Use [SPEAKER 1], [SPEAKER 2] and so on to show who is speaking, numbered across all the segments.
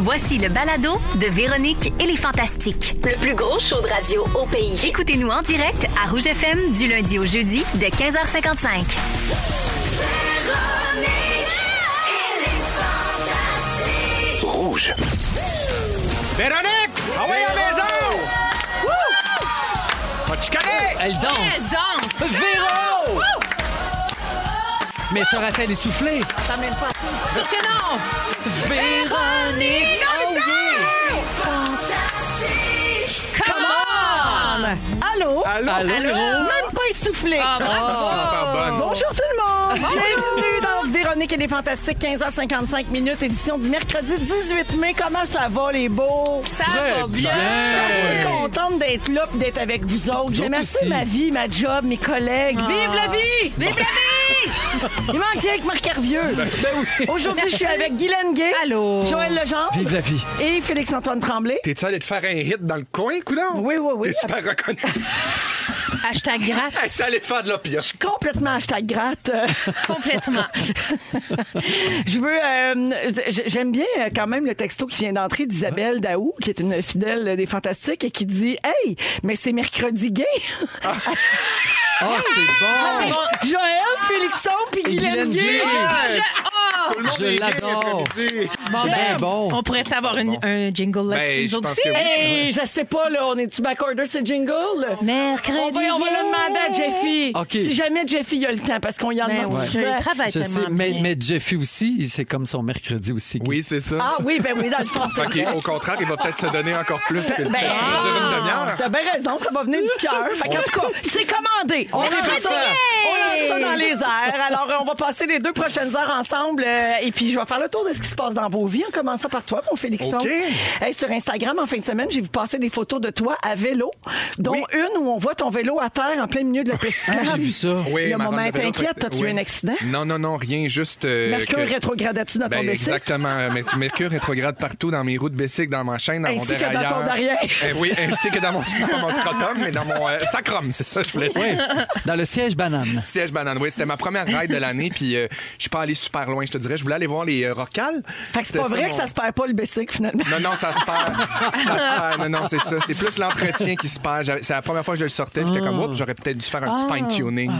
[SPEAKER 1] Voici le balado de Véronique et les Fantastiques.
[SPEAKER 2] Le plus gros show de radio au pays.
[SPEAKER 1] Écoutez-nous en direct à Rouge FM du lundi au jeudi de 15h55.
[SPEAKER 3] Rouge.
[SPEAKER 4] Véronique, envoyez à la maison! Wouh! Pas de chicaner!
[SPEAKER 5] Elle danse.
[SPEAKER 6] danse.
[SPEAKER 5] Véro! Mais ça aurait fait essoufflé.
[SPEAKER 6] Sûr que non.
[SPEAKER 5] Véronique! Oh yeah!
[SPEAKER 6] Come
[SPEAKER 7] Allô?
[SPEAKER 4] Allô?
[SPEAKER 7] Même pas essoufflé.
[SPEAKER 4] Super bonne.
[SPEAKER 7] Bonjour tout le monde. Bienvenue dans Véronique et les Fantastiques, 15h55 minutes, édition du mercredi 18 mai. Comment ça va, les beaux?
[SPEAKER 6] Ça
[SPEAKER 5] Très
[SPEAKER 6] va bien.
[SPEAKER 7] Je suis
[SPEAKER 5] bien.
[SPEAKER 7] contente d'être là pis d'être avec vous autres. J'aime
[SPEAKER 5] Euh, autres
[SPEAKER 7] assez
[SPEAKER 5] aussi.
[SPEAKER 7] ma vie, ma job, mes collègues. Vive la vie!
[SPEAKER 6] Vive la vie!
[SPEAKER 7] Il manque rien que Marc Hervieux. Aujourd'hui, je suis avec Guylaine Gay.
[SPEAKER 6] Allô.
[SPEAKER 7] Joël Legendre.
[SPEAKER 5] Vive la vie.
[SPEAKER 7] Et Félix-Antoine Tremblay.
[SPEAKER 4] T'es-tu allé te faire un hit dans le coin, coudon?
[SPEAKER 7] Oui, oui, oui.
[SPEAKER 4] T'es super reconnaissant.
[SPEAKER 6] Hashtag gratte.
[SPEAKER 4] T'es allé te faire de l'opium.
[SPEAKER 7] Je suis complètement hashtag gratte.
[SPEAKER 6] Complètement.
[SPEAKER 7] Je veux. euh, j- J'aime bien euh, quand même le texto qui vient d'entrer d'Isabelle Daou, qui est une fidèle des Fantastiques et qui dit Hey, mais c'est mercredi gay.
[SPEAKER 5] Oh, c'est
[SPEAKER 6] Ah, C'est
[SPEAKER 5] bon.
[SPEAKER 6] bon.
[SPEAKER 7] Joël, Félixon, puis Guylaine
[SPEAKER 5] Guylaine
[SPEAKER 7] Gay.
[SPEAKER 5] Gay.
[SPEAKER 6] Je- oh!
[SPEAKER 4] Tout le monde
[SPEAKER 5] Je
[SPEAKER 4] est gay
[SPEAKER 5] l'adore.
[SPEAKER 4] l'après-midi.
[SPEAKER 6] Bon,
[SPEAKER 5] ben, bon.
[SPEAKER 6] On pourrait savoir une- un jingle
[SPEAKER 4] Ben,
[SPEAKER 6] là-dessus, nous
[SPEAKER 4] je
[SPEAKER 6] autres
[SPEAKER 4] pense
[SPEAKER 6] aussi?
[SPEAKER 4] que oui.
[SPEAKER 7] Hey, je sais pas, là, on est-tu backorder ce jingle?
[SPEAKER 6] Mercredi.
[SPEAKER 7] On va, on va le demander à Jeffy.
[SPEAKER 5] OK.
[SPEAKER 7] Si jamais Jeffy y a le temps, parce qu'on y en
[SPEAKER 6] Ben
[SPEAKER 7] demande
[SPEAKER 6] oui, Je
[SPEAKER 7] souvent.
[SPEAKER 6] le travaille
[SPEAKER 5] Je
[SPEAKER 6] tellement
[SPEAKER 5] sais, mais,
[SPEAKER 6] bien.
[SPEAKER 5] mais Jeffy aussi, il- c'est comme son mercredi aussi.
[SPEAKER 4] Oui, c'est ça.
[SPEAKER 7] Ah oui, ben oui, dans le fond, c'est
[SPEAKER 4] Fait qu'il-
[SPEAKER 7] vrai.
[SPEAKER 4] au contraire, il va peut-être se donner encore plus. que le-
[SPEAKER 7] Ben, Ah!
[SPEAKER 4] tu veux dire une demi-heure?
[SPEAKER 7] T'as bien raison, ça va venir du cœur. Fait qu'en tout cas, c'est commandé. On
[SPEAKER 6] Merci,
[SPEAKER 7] lance ça-
[SPEAKER 6] Gay!
[SPEAKER 7] on lance ça dans les airs. Alors, euh, on va passer les deux prochaines heures ensemble. euh, et puis, je vais faire le tour de ce qui se passe dans vos vies, en commençant par toi, mon Félixon.
[SPEAKER 4] OK.
[SPEAKER 7] Hey, sur Instagram, en fin de semaine, j'ai vu passer des photos de toi à vélo, dont une où on voit ton vélo à terre en plein milieu de la piste.
[SPEAKER 5] Ah, j'ai vu ça.
[SPEAKER 4] Oui,
[SPEAKER 7] Le
[SPEAKER 4] ma femme
[SPEAKER 7] moment
[SPEAKER 4] l'avait
[SPEAKER 7] t'inquiète,
[SPEAKER 4] fait-
[SPEAKER 7] t'as-tu eu un accident?
[SPEAKER 4] Non, non, non, rien, juste... euh,
[SPEAKER 7] Mercure
[SPEAKER 4] que-
[SPEAKER 7] rétrogradais-tu dans ton
[SPEAKER 4] Ben,
[SPEAKER 7] bicycle?
[SPEAKER 4] Exactement. Mer- Mercure rétrograde partout dans mes roues de bicycle, dans ma chaîne, dans mon
[SPEAKER 7] Ainsi que dans
[SPEAKER 4] dérailleur.
[SPEAKER 7] ton derrière.
[SPEAKER 4] Eh oui, ainsi que dans mon, pas mon scrotum, mais dans mon euh, sacrum, c'est ça que je voulais dire.
[SPEAKER 5] Oui, dans le siège banane.
[SPEAKER 4] Siège banane. Oui, c'était ma première ride de l'année, puis euh, je suis pas allé super loin, je te dirais. Je voulais aller voir les euh, Roccales.
[SPEAKER 7] Fait que c'est pas
[SPEAKER 4] C'était
[SPEAKER 7] vrai que
[SPEAKER 4] mon-
[SPEAKER 7] ça se perd pas le bicycle, finalement.
[SPEAKER 4] Non, non, ça se perd. ça se perd. Non, non, c'est ça. C'est plus l'entretien qui se perd. J'avais- C'est la première fois que je le sortais, puis j'étais comme, oups, j'aurais peut-être dû faire un
[SPEAKER 7] Ah.
[SPEAKER 4] petit fine-tuning.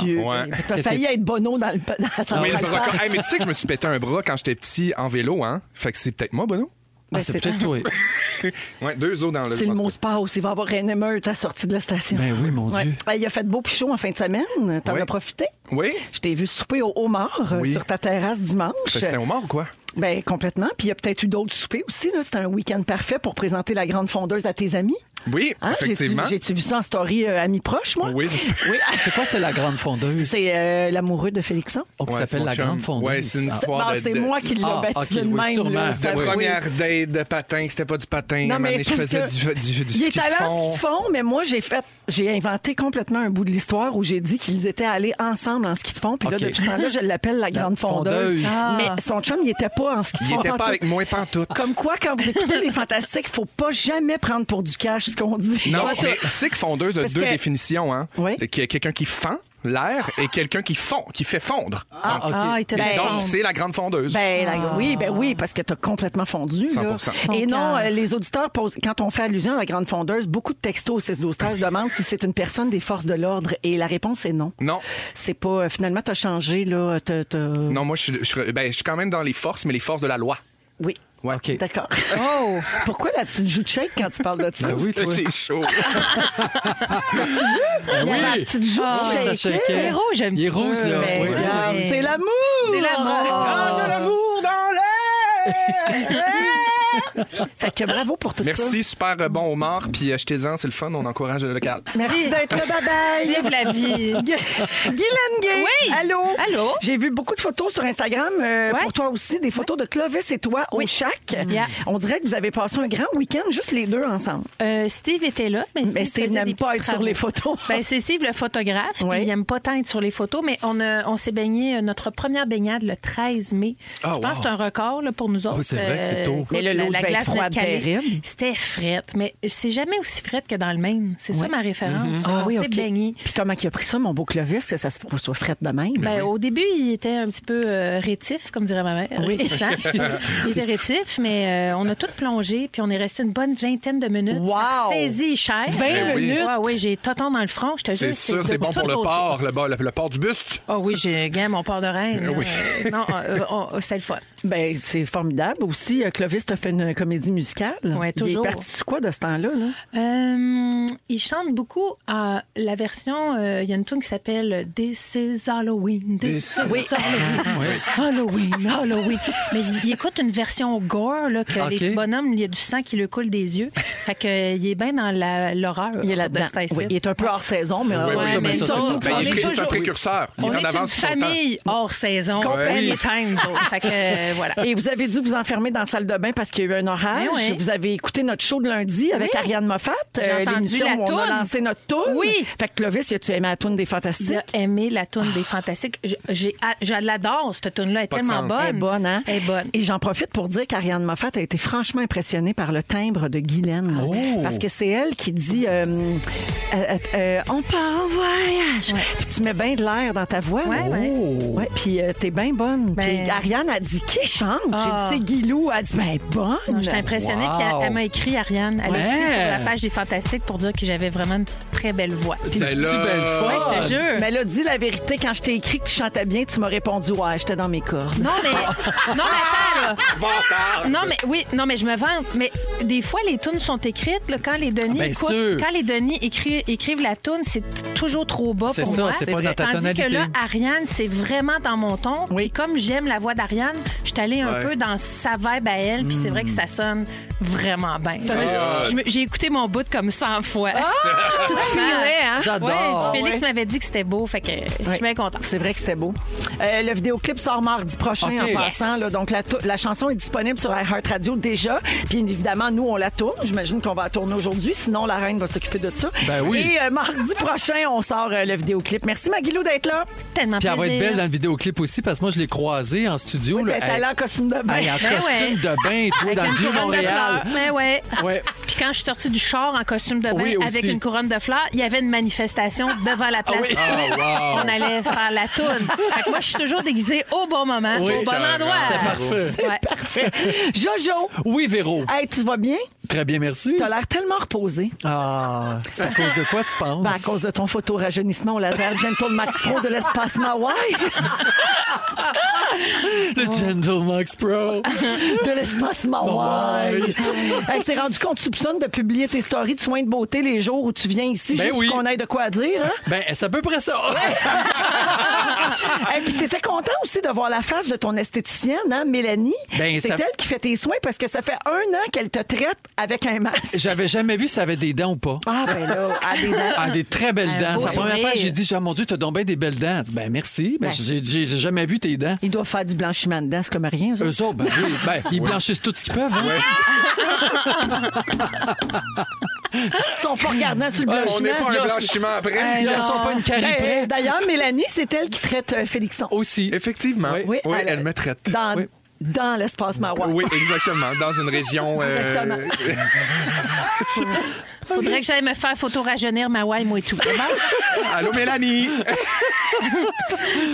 [SPEAKER 7] Dieu.
[SPEAKER 4] Ouais.
[SPEAKER 7] T'as failli être Bono dans le dans la
[SPEAKER 4] Ah. Mais,
[SPEAKER 7] Central
[SPEAKER 4] le
[SPEAKER 7] Park.
[SPEAKER 4] bras- Hey, mais tu sais que je me suis pété un bras quand j'étais petit en vélo, hein? Fait que c'est peut-être moi, Bono?
[SPEAKER 7] Ben,
[SPEAKER 5] Ah, c'est peut-être toi.
[SPEAKER 4] Ouais, deux os dans le
[SPEAKER 7] C'est le mot se passe. Il va y avoir une émeute à la sortie de la station.
[SPEAKER 5] Ben oui, mon
[SPEAKER 7] Ouais.
[SPEAKER 5] Dieu.
[SPEAKER 7] Hey, Il a fait beau puis chaud en fin de semaine. T'en
[SPEAKER 4] Oui.
[SPEAKER 7] as profité?
[SPEAKER 4] Oui?
[SPEAKER 7] Je t'ai vu souper au homard euh,
[SPEAKER 4] Oui.
[SPEAKER 7] sur ta terrasse dimanche.
[SPEAKER 4] C'était au mort, quoi?
[SPEAKER 7] Ben complètement. Puis il y a peut-être eu d'autres soupers aussi. là. C'était un week-end parfait pour présenter la grande fondeuse à tes amis.
[SPEAKER 4] Oui,
[SPEAKER 7] Hein? J'ai-tu-
[SPEAKER 4] effectivement.
[SPEAKER 7] J'ai-tu Ah, vu ça en story euh, amis proches, moi?
[SPEAKER 4] Oui, ça se peut.
[SPEAKER 7] Oui.
[SPEAKER 5] C'est quoi, c'est la grande fondeuse?
[SPEAKER 7] C'est euh, l'amoureux de Félixon.
[SPEAKER 5] On qui
[SPEAKER 4] Ouais, c'est
[SPEAKER 5] s'appelle
[SPEAKER 4] mon
[SPEAKER 5] la
[SPEAKER 4] chum.
[SPEAKER 5] grande fondeuse.
[SPEAKER 4] Ouais, c'est une
[SPEAKER 5] Ah.
[SPEAKER 4] histoire
[SPEAKER 7] Ben,
[SPEAKER 4] de-
[SPEAKER 7] c'est
[SPEAKER 4] de-
[SPEAKER 7] moi qui l'ai
[SPEAKER 5] Ah,
[SPEAKER 7] baptisé
[SPEAKER 5] ok,
[SPEAKER 7] de
[SPEAKER 5] oui,
[SPEAKER 7] même.
[SPEAKER 5] sûrement.
[SPEAKER 7] là,
[SPEAKER 5] La
[SPEAKER 7] ça, oui.
[SPEAKER 4] Première date de patin, c'était pas du patin.
[SPEAKER 7] Non,
[SPEAKER 4] à un moment
[SPEAKER 7] mais
[SPEAKER 4] donné, je
[SPEAKER 7] parce
[SPEAKER 4] faisais
[SPEAKER 7] que
[SPEAKER 4] du, du, du
[SPEAKER 7] il est
[SPEAKER 4] ski de
[SPEAKER 7] allé en
[SPEAKER 4] fond.
[SPEAKER 7] ski de fond, mais moi, j'ai fait, j'ai inventé complètement un bout de l'histoire où j'ai dit qu'ils étaient allés ensemble en ski de fond. Puis
[SPEAKER 5] OK.
[SPEAKER 7] là, depuis ce temps-là, je l'appelle la grande fondeuse.
[SPEAKER 5] fondeuse.
[SPEAKER 6] Ah.
[SPEAKER 7] Mais son chum, il était pas en ski de
[SPEAKER 4] Il
[SPEAKER 7] fond.
[SPEAKER 4] était pas
[SPEAKER 7] pantoute.
[SPEAKER 4] avec moi pantoute.
[SPEAKER 7] Comme quoi, quand vous écoutez les fantastiques, faut pas jamais prendre pour du cash ce qu'on dit.
[SPEAKER 4] Non, mais tu sais que fondeuse a
[SPEAKER 7] Parce
[SPEAKER 4] deux
[SPEAKER 7] que-
[SPEAKER 4] définitions. Hein?
[SPEAKER 7] Oui.
[SPEAKER 4] Qu'il y a quelqu'un qui fend l'air et quelqu'un qui fond, qui fait fondre.
[SPEAKER 5] Ah, OK.
[SPEAKER 6] Ah, il te
[SPEAKER 4] Donc,
[SPEAKER 6] répond.
[SPEAKER 4] donc, c'est la grande fondeuse.
[SPEAKER 7] Ben, la- oui, ben oui, parce que t'as complètement fondu. là.
[SPEAKER 4] 100%.
[SPEAKER 7] Et
[SPEAKER 6] Ton
[SPEAKER 7] non,
[SPEAKER 6] cœur.
[SPEAKER 7] euh, les auditeurs posent, quand on fait allusion à la grande fondeuse, beaucoup de textos au 6 12 13 demandent si c'est une personne des forces de l'ordre. Et la réponse est non.
[SPEAKER 4] Non.
[SPEAKER 7] C'est pas. euh, finalement, t'as changé, là. t'as- t'as-
[SPEAKER 4] Non, moi, je, suis- je suis- ben, je suis quand même dans les forces, mais les forces de la loi.
[SPEAKER 7] Oui.
[SPEAKER 4] Ouais.
[SPEAKER 5] OK.
[SPEAKER 7] D'accord.
[SPEAKER 6] Oh!
[SPEAKER 7] Pourquoi la petite joue de shake quand tu parles de ça?
[SPEAKER 5] Ben oui, toi.
[SPEAKER 4] J'ai chaud.
[SPEAKER 7] Il y avait la petite joue
[SPEAKER 6] Ah,
[SPEAKER 7] de
[SPEAKER 5] Ça
[SPEAKER 7] shake.
[SPEAKER 5] shake.
[SPEAKER 6] Il est rouge, un
[SPEAKER 5] Il
[SPEAKER 6] petit
[SPEAKER 5] est rouge,
[SPEAKER 6] peu.
[SPEAKER 5] là.
[SPEAKER 6] Ben,
[SPEAKER 5] Oui.
[SPEAKER 7] Regarde,
[SPEAKER 6] Ouais.
[SPEAKER 7] C'est l'amour!
[SPEAKER 6] C'est l'amour.
[SPEAKER 4] Ah, de l'amour dans l'air!
[SPEAKER 7] Fait que bravo pour tout ça.
[SPEAKER 4] Merci, super euh, bon au mort. Puis achetez-en, c'est le fun, on encourage le local.
[SPEAKER 7] Merci d'être là, bye bye!
[SPEAKER 6] Oh, Vive la vie.
[SPEAKER 7] Gu- Guylaine Gay.
[SPEAKER 6] Oui.
[SPEAKER 7] Allô.
[SPEAKER 6] Allô.
[SPEAKER 7] J'ai vu beaucoup de photos sur Instagram euh,
[SPEAKER 6] Ouais.
[SPEAKER 7] pour toi aussi, des photos de Clovis et toi au chac.
[SPEAKER 6] Yeah.
[SPEAKER 7] On dirait que vous avez passé un grand week-end juste les deux ensemble.
[SPEAKER 6] Euh, Steve était là, mais Steve,
[SPEAKER 7] Mais Steve
[SPEAKER 6] faisait
[SPEAKER 7] n'aime
[SPEAKER 6] des
[SPEAKER 7] pas
[SPEAKER 6] petits
[SPEAKER 7] être sur
[SPEAKER 6] travaux.
[SPEAKER 7] les photos.
[SPEAKER 6] Ben, c'est Steve le photographe. puis
[SPEAKER 7] Ouais.
[SPEAKER 6] Il aime pas tant être sur les photos, mais on, a- on s'est baigné euh, notre première baignade le 13 mai.
[SPEAKER 5] Ah,
[SPEAKER 6] Je pense
[SPEAKER 5] wow.
[SPEAKER 6] que c'est un record là, pour nous
[SPEAKER 5] Ah
[SPEAKER 6] autres. euh,
[SPEAKER 5] Oui, c'est vrai que c'est tôt.
[SPEAKER 6] écoute,
[SPEAKER 7] Mais le
[SPEAKER 6] la la,
[SPEAKER 7] l'eau
[SPEAKER 6] la
[SPEAKER 7] devait être
[SPEAKER 6] glace
[SPEAKER 7] froide,
[SPEAKER 6] notre Calais.
[SPEAKER 7] terrible.
[SPEAKER 6] C'était frette, mais c'est jamais aussi frette que dans le Maine. C'est ça ma
[SPEAKER 5] Mm-hmm.
[SPEAKER 6] référence.
[SPEAKER 7] Ah
[SPEAKER 6] On
[SPEAKER 7] oui,
[SPEAKER 6] s'est
[SPEAKER 7] OK.
[SPEAKER 6] baigné.
[SPEAKER 7] Puis comment il a pris ça, mon beau Clovis, que ça se soit frette de même?
[SPEAKER 6] Ben, Au début, il était un petit peu euh, rétif, comme dirait ma mère.
[SPEAKER 7] Oui.
[SPEAKER 6] Réticent. il était rétif, mais euh, on a tout plongé, puis on est resté une bonne vingtaine de minutes.
[SPEAKER 7] Wow!
[SPEAKER 6] Ça a saisi cher.
[SPEAKER 7] 20
[SPEAKER 6] Ah oui.
[SPEAKER 7] minutes?
[SPEAKER 6] Ah oui, j'ai toton dans le front, je te jure.
[SPEAKER 4] Ben C'est sûr,
[SPEAKER 6] de
[SPEAKER 4] c'est bon
[SPEAKER 6] tout
[SPEAKER 4] pour le
[SPEAKER 6] côté.
[SPEAKER 4] port, le, bas- le, le port du buste.
[SPEAKER 6] Ah oui, j'ai gagné mon port de reine.
[SPEAKER 4] Ben Oui.
[SPEAKER 6] là. Euh, non, euh, on- c'était le fun.
[SPEAKER 7] Ben, c'est formidable aussi. euh, Clovis, t'as fait une comédie musicale. Il
[SPEAKER 6] Ouais,
[SPEAKER 7] est
[SPEAKER 6] toujours.
[SPEAKER 7] parti de quoi de ce temps-là? là?
[SPEAKER 6] Euh, il chante beaucoup à la version. euh, Il y a une tune qui s'appelle This is Halloween. This,
[SPEAKER 4] This-
[SPEAKER 6] is Halloween. Halloween, Halloween. Mais il, il écoute une version gore, là, que
[SPEAKER 5] Ok.
[SPEAKER 6] les petits bonhommes, il y a du sang qui lui coule des yeux. Fait que, euh, il est bien dans la- l'horreur.
[SPEAKER 7] Il est là-dedans.
[SPEAKER 6] de cet incite.
[SPEAKER 7] Oui, il est un peu hors saison, mais...
[SPEAKER 4] Oui,
[SPEAKER 7] euh,
[SPEAKER 4] oui,
[SPEAKER 6] Ah Ouais,
[SPEAKER 5] ça,
[SPEAKER 6] mais
[SPEAKER 5] ça,
[SPEAKER 6] ça,
[SPEAKER 5] c'est
[SPEAKER 6] nous,
[SPEAKER 5] pas-
[SPEAKER 4] Ben,
[SPEAKER 6] on
[SPEAKER 4] il
[SPEAKER 6] est
[SPEAKER 4] est c'est un
[SPEAKER 6] toujours-
[SPEAKER 4] précurseur. Il
[SPEAKER 6] on
[SPEAKER 4] est en
[SPEAKER 6] est une
[SPEAKER 4] avance sur son temps.
[SPEAKER 6] famille hors saison,
[SPEAKER 4] Complètement.
[SPEAKER 6] anytime. zone. Fait que, euh, voilà.
[SPEAKER 7] Et vous avez dû vous enfermer dans la salle de bain parce qu'il y a eu un orage.
[SPEAKER 6] Ben oui.
[SPEAKER 7] Vous avez écouté notre show de lundi avec Ariane Moffat, Euh,
[SPEAKER 6] J'ai entendu
[SPEAKER 7] l'émission
[SPEAKER 6] la
[SPEAKER 7] où on a
[SPEAKER 6] toune.
[SPEAKER 7] lancé notre tour.
[SPEAKER 6] Oui.
[SPEAKER 7] Fait que Clovis, as-tu aimé la toune des Fantastiques?
[SPEAKER 6] Il a aimé la toune des Fantastiques. Je, j'ai- ah, je l'adore, cette toune-là. Elle est
[SPEAKER 4] Pas de sens.
[SPEAKER 6] tellement bonne.
[SPEAKER 7] Elle est bonne, hein?
[SPEAKER 6] Elle est bonne.
[SPEAKER 7] Et j'en profite pour dire qu'Ariane Moffat a été franchement impressionnée par le timbre de Guylaine.
[SPEAKER 6] Oh!
[SPEAKER 7] Parce que c'est elle qui dit euh, euh, euh, On part en voyage. Puis tu mets bien de l'air dans ta voix.
[SPEAKER 6] Ouais, ouais.
[SPEAKER 7] Ouais, puis euh, t'es bien bonne.
[SPEAKER 6] Ben-
[SPEAKER 7] Puis Ariane a dit Qui chante
[SPEAKER 6] Ah.
[SPEAKER 7] J'ai dit C'est Guilou. Elle a dit Ben
[SPEAKER 6] Non,
[SPEAKER 7] bonne.
[SPEAKER 6] J'étais impressionnée.
[SPEAKER 5] Wow.
[SPEAKER 6] Puis elle, elle m'a écrit, Ariane. Elle a écrit
[SPEAKER 5] Ouais.
[SPEAKER 6] sur la page des Fantastiques pour dire que j'avais vraiment une très belle voix.
[SPEAKER 4] C'est
[SPEAKER 5] Une
[SPEAKER 4] là.
[SPEAKER 5] belle
[SPEAKER 6] Ouais,
[SPEAKER 5] fois.
[SPEAKER 6] je te jure.
[SPEAKER 7] Mais elle a dit la vérité. Quand je t'ai écrit que tu chantais bien, tu m'as répondu Ouais, j'étais dans mes cordes.
[SPEAKER 6] Non, mais. Non, mais attends, là.
[SPEAKER 4] Vantard.
[SPEAKER 6] Non, mais oui, non, mais je me vante. Mais des fois, les tunes sont écrites. là, quand les Denis,
[SPEAKER 5] Ah, bien
[SPEAKER 6] écoutent-
[SPEAKER 5] sûr.
[SPEAKER 6] quand les Denis écri- écrivent la tune, c'est toujours trop bas
[SPEAKER 5] C'est
[SPEAKER 6] pour
[SPEAKER 5] ça,
[SPEAKER 6] moi.
[SPEAKER 5] c'est pas dans ta
[SPEAKER 6] Tandis
[SPEAKER 5] tonalité.
[SPEAKER 6] que là, Ariane, c'est vraiment dans mon ton.
[SPEAKER 7] Oui.
[SPEAKER 6] Puis comme j'aime la voix d'Ariane, je suis allée un
[SPEAKER 4] Ouais.
[SPEAKER 6] peu dans sa vibe à elle. Puis c'est vrai que ça
[SPEAKER 5] Hmm.
[SPEAKER 6] sonne vraiment bien. Moi,
[SPEAKER 4] Ah.
[SPEAKER 6] je- je me- J'ai écouté mon bout comme 100 fois.
[SPEAKER 7] Tu te filais, hein?
[SPEAKER 5] Ah! J'adore.
[SPEAKER 6] Ouais, Félix m'avait dit que c'était beau, fait que je suis bien contente.
[SPEAKER 7] C'est vrai que c'était beau. Euh, le vidéoclip sort mardi prochain
[SPEAKER 5] Ok.
[SPEAKER 7] en passant.
[SPEAKER 6] Yes.
[SPEAKER 7] là. donc, la, tou- la chanson est disponible sur iHeartRadio déjà. Puis évidemment, nous, on la tourne. J'imagine qu'on va la tourner aujourd'hui. Sinon, la reine va s'occuper de ça.
[SPEAKER 5] Ben oui.
[SPEAKER 7] Et euh, mardi prochain, on sort euh, le vidéoclip. Merci, Maguilou, d'être là.
[SPEAKER 6] Tellement
[SPEAKER 5] Puis elle va
[SPEAKER 6] plaisir.
[SPEAKER 5] être belle dans le vidéoclip aussi parce que moi, je l'ai croisée en studio. là.
[SPEAKER 7] D'être allée en costume de bain.
[SPEAKER 5] Elle est en
[SPEAKER 6] Ben ouais.
[SPEAKER 5] costume de bain et tout,
[SPEAKER 6] Avec
[SPEAKER 5] dans le
[SPEAKER 6] une
[SPEAKER 5] vieux
[SPEAKER 6] couronne de
[SPEAKER 5] Montréal.
[SPEAKER 6] fleurs. Mais ouais.
[SPEAKER 5] Ouais.
[SPEAKER 6] Puis quand je suis sortie du char en costume de bain
[SPEAKER 5] Oui, aussi. Ah
[SPEAKER 6] avec une couronne de fleurs, il y avait une manifestation devant la place.
[SPEAKER 4] Oh, wow.
[SPEAKER 6] On allait faire la toune. Fait que moi, je suis toujours déguisée au bon moment,
[SPEAKER 5] Oui,
[SPEAKER 6] au bon
[SPEAKER 4] carrément.
[SPEAKER 6] endroit.
[SPEAKER 4] C'était
[SPEAKER 5] parfait.
[SPEAKER 6] Ouais.
[SPEAKER 7] Parfait. Jojo,
[SPEAKER 5] Oui, Véro.
[SPEAKER 7] hey, tu vas bien?
[SPEAKER 5] Très bien, merci.
[SPEAKER 7] T'as l'air tellement reposé.
[SPEAKER 5] Ah, c'est à cause de quoi tu penses?
[SPEAKER 7] Ben, à cause de ton photo rajeunissement au laser Gentle Max Pro de l'espace Mawai.
[SPEAKER 5] Le Gentle Max Pro.
[SPEAKER 7] de l'espace Mawai. hey, c'est rendu qu'on te soupçonne de publier tes stories de soins de beauté les jours où tu viens ici,
[SPEAKER 5] Ben
[SPEAKER 7] juste
[SPEAKER 5] oui.
[SPEAKER 7] pour qu'on ait de quoi dire. Hein?
[SPEAKER 5] Ben, c'est à peu près ça.
[SPEAKER 7] Et puis t'étais content aussi de voir la face de ton esthéticienne, hein, Mélanie.
[SPEAKER 5] Ben,
[SPEAKER 7] c'est
[SPEAKER 5] ça-
[SPEAKER 7] elle qui fait tes soins parce que ça fait un an qu'elle te traite avec un masque.
[SPEAKER 5] J'avais jamais vu si ça avait des dents ou pas.
[SPEAKER 7] Ah ben là, à des dents.
[SPEAKER 5] Ah, des très belles
[SPEAKER 6] Un
[SPEAKER 5] dents.
[SPEAKER 6] beau
[SPEAKER 5] C'est la première
[SPEAKER 6] sourire.
[SPEAKER 5] fois que j'ai dit, Ah, mon Dieu, t'as donc bien des belles dents. Elle dit, Ben, merci. Ben, j'ai- j'ai j'ai jamais vu tes dents.
[SPEAKER 7] Ils doivent faire du blanchiment de dents, c'est comme rien. eux autres.
[SPEAKER 5] Eux autres, ben, oui, ben, ils blanchissent tout ce qu'ils peuvent. hein.
[SPEAKER 7] Ils sont pas regardants sur le blanchiment.
[SPEAKER 4] On n'est pas
[SPEAKER 5] Il y
[SPEAKER 4] un
[SPEAKER 5] a-
[SPEAKER 4] blanchiment après.
[SPEAKER 5] Ils n'en sont pas une carie
[SPEAKER 7] Ben,
[SPEAKER 5] près.
[SPEAKER 7] D'ailleurs, Mélanie, c'est elle qui traite euh, Félixon.
[SPEAKER 5] Aussi.
[SPEAKER 4] Effectivement.
[SPEAKER 5] Oui.
[SPEAKER 4] Oui, elle, me traite.
[SPEAKER 7] Dans,
[SPEAKER 5] Oui.
[SPEAKER 7] dans l'espace Mawai.
[SPEAKER 4] Oui, exactement. Dans une région. euh,
[SPEAKER 7] Exactement.
[SPEAKER 6] Faudrait que j'aille me faire photo rajeunir ma wine, moi et tout.
[SPEAKER 4] Allô, Mélanie.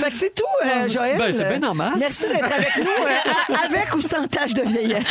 [SPEAKER 7] Fait que c'est tout, euh, Joël.
[SPEAKER 5] Ben, c'est bien en masse.
[SPEAKER 7] Merci d'être avec nous, euh, à- avec ou sans tâche de vieillesse.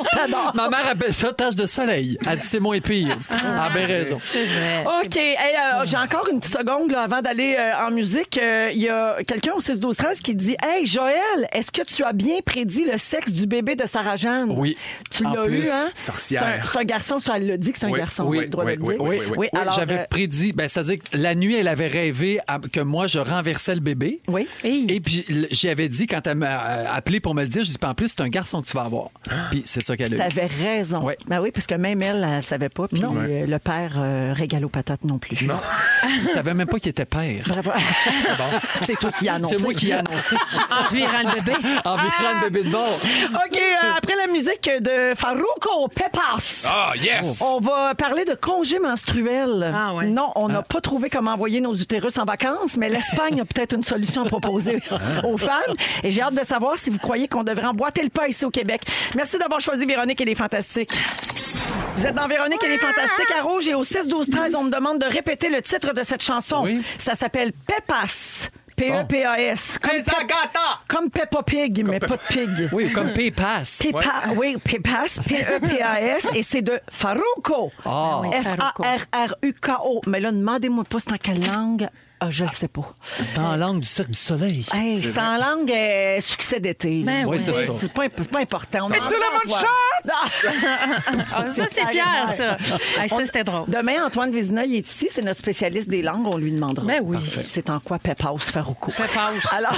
[SPEAKER 7] On t'adore.
[SPEAKER 5] Ma mère appelle ça tache de soleil. Elle dit, c'est moins pire. Ah, ben, raison.
[SPEAKER 6] C'est vrai.
[SPEAKER 7] OK. Hey, euh, J'ai encore une petite seconde là, avant d'aller euh, en musique. Euh, Il y a quelqu'un au 6 12 13 qui dit Hey, Joël, est-ce que tu as bien prédit le sexe du bébé de Sarah-Jeanne?
[SPEAKER 5] Oui.
[SPEAKER 7] Tu
[SPEAKER 5] En
[SPEAKER 7] l'as eu,
[SPEAKER 5] plus,
[SPEAKER 7] hein?
[SPEAKER 4] sorcière.
[SPEAKER 7] C'est un- C'est un, garçon, ça, elle le dit que c'est un
[SPEAKER 4] Oui,
[SPEAKER 7] garçon.
[SPEAKER 4] oui,
[SPEAKER 7] on a le droit
[SPEAKER 4] oui,
[SPEAKER 7] de le
[SPEAKER 4] oui,
[SPEAKER 7] dire.
[SPEAKER 4] oui, oui, oui.
[SPEAKER 5] Oui,
[SPEAKER 7] alors,
[SPEAKER 5] j'avais
[SPEAKER 7] euh,
[SPEAKER 5] prédit, ben, c'est-à-dire que la nuit, elle avait rêvé à- que moi, je renversais le bébé.
[SPEAKER 7] Oui.
[SPEAKER 6] Hey.
[SPEAKER 5] Et puis, l- j'y avais dit, quand elle m'a euh, appelé pour me le dire, je dis, en plus, c'est un garçon que tu vas avoir. Puis, c'est ça qu'elle a eu.
[SPEAKER 7] T'avais raison.
[SPEAKER 5] Ouais.
[SPEAKER 7] Ben oui, parce que même elle, elle ne savait pas. Puis euh, le père euh, régalo patate non plus. Non.
[SPEAKER 5] Elle savait même pas qu'il était père.
[SPEAKER 7] C'est toi qui annonce.
[SPEAKER 5] Ah C'est moi qui ai annoncé.
[SPEAKER 6] En virant le bébé.
[SPEAKER 5] En virant prendre bébé de bord.
[SPEAKER 7] OK, euh, après la musique de Farouko Pepas.
[SPEAKER 4] Ah, yes!
[SPEAKER 7] On va parler de congé menstruel.
[SPEAKER 6] Ah ouais.
[SPEAKER 7] Non, on n'a pas trouvé comment envoyer nos utérus en vacances, mais l'Espagne a peut-être une solution à proposer aux femmes. Et j'ai hâte de savoir si vous croyez qu'on devrait emboîter le pas ici au Québec. Merci d'avoir choisi Véronique et les Fantastiques. Vous êtes dans Véronique et les Fantastiques à Rouge et au 6-12-13, on me demande de répéter le titre de cette chanson.
[SPEAKER 5] Oui.
[SPEAKER 7] Ça s'appelle Pepas. E P-E-P-A-S. Comme,
[SPEAKER 4] Pizza gata!
[SPEAKER 7] comme Peppa Pig, mais pas de pig.
[SPEAKER 5] Oui, comme Paypass.
[SPEAKER 7] Pépa- oui, PEPAS, P-E-P-A-S, et c'est de Farouko.
[SPEAKER 5] Ah.
[SPEAKER 6] oui,
[SPEAKER 7] F-A-R-R-U-K-O. Mais là, demandez-moi pas c'est en quelle langue. Ah, je le sais pas.
[SPEAKER 5] C'est en langue du Cirque du Soleil.
[SPEAKER 7] Hey, c'est en langue euh, succès d'été. là.
[SPEAKER 6] Ben
[SPEAKER 5] Oui,
[SPEAKER 6] oui.
[SPEAKER 5] c'est ça.
[SPEAKER 7] C'est pas, imp- c'est pas important. On
[SPEAKER 4] Mais
[SPEAKER 7] en
[SPEAKER 4] tout le
[SPEAKER 7] parle,
[SPEAKER 4] monde
[SPEAKER 7] toi.
[SPEAKER 6] Ah, ça, c'est Pierre, ça. Ah, ça, c'était drôle.
[SPEAKER 7] Demain, Antoine Vézina, il est ici. C'est notre spécialiste des langues. On lui demandera.
[SPEAKER 6] Ben oui.
[SPEAKER 7] Parfait. C'est en quoi Pepas Farouko?
[SPEAKER 6] Pepas.
[SPEAKER 7] Alors.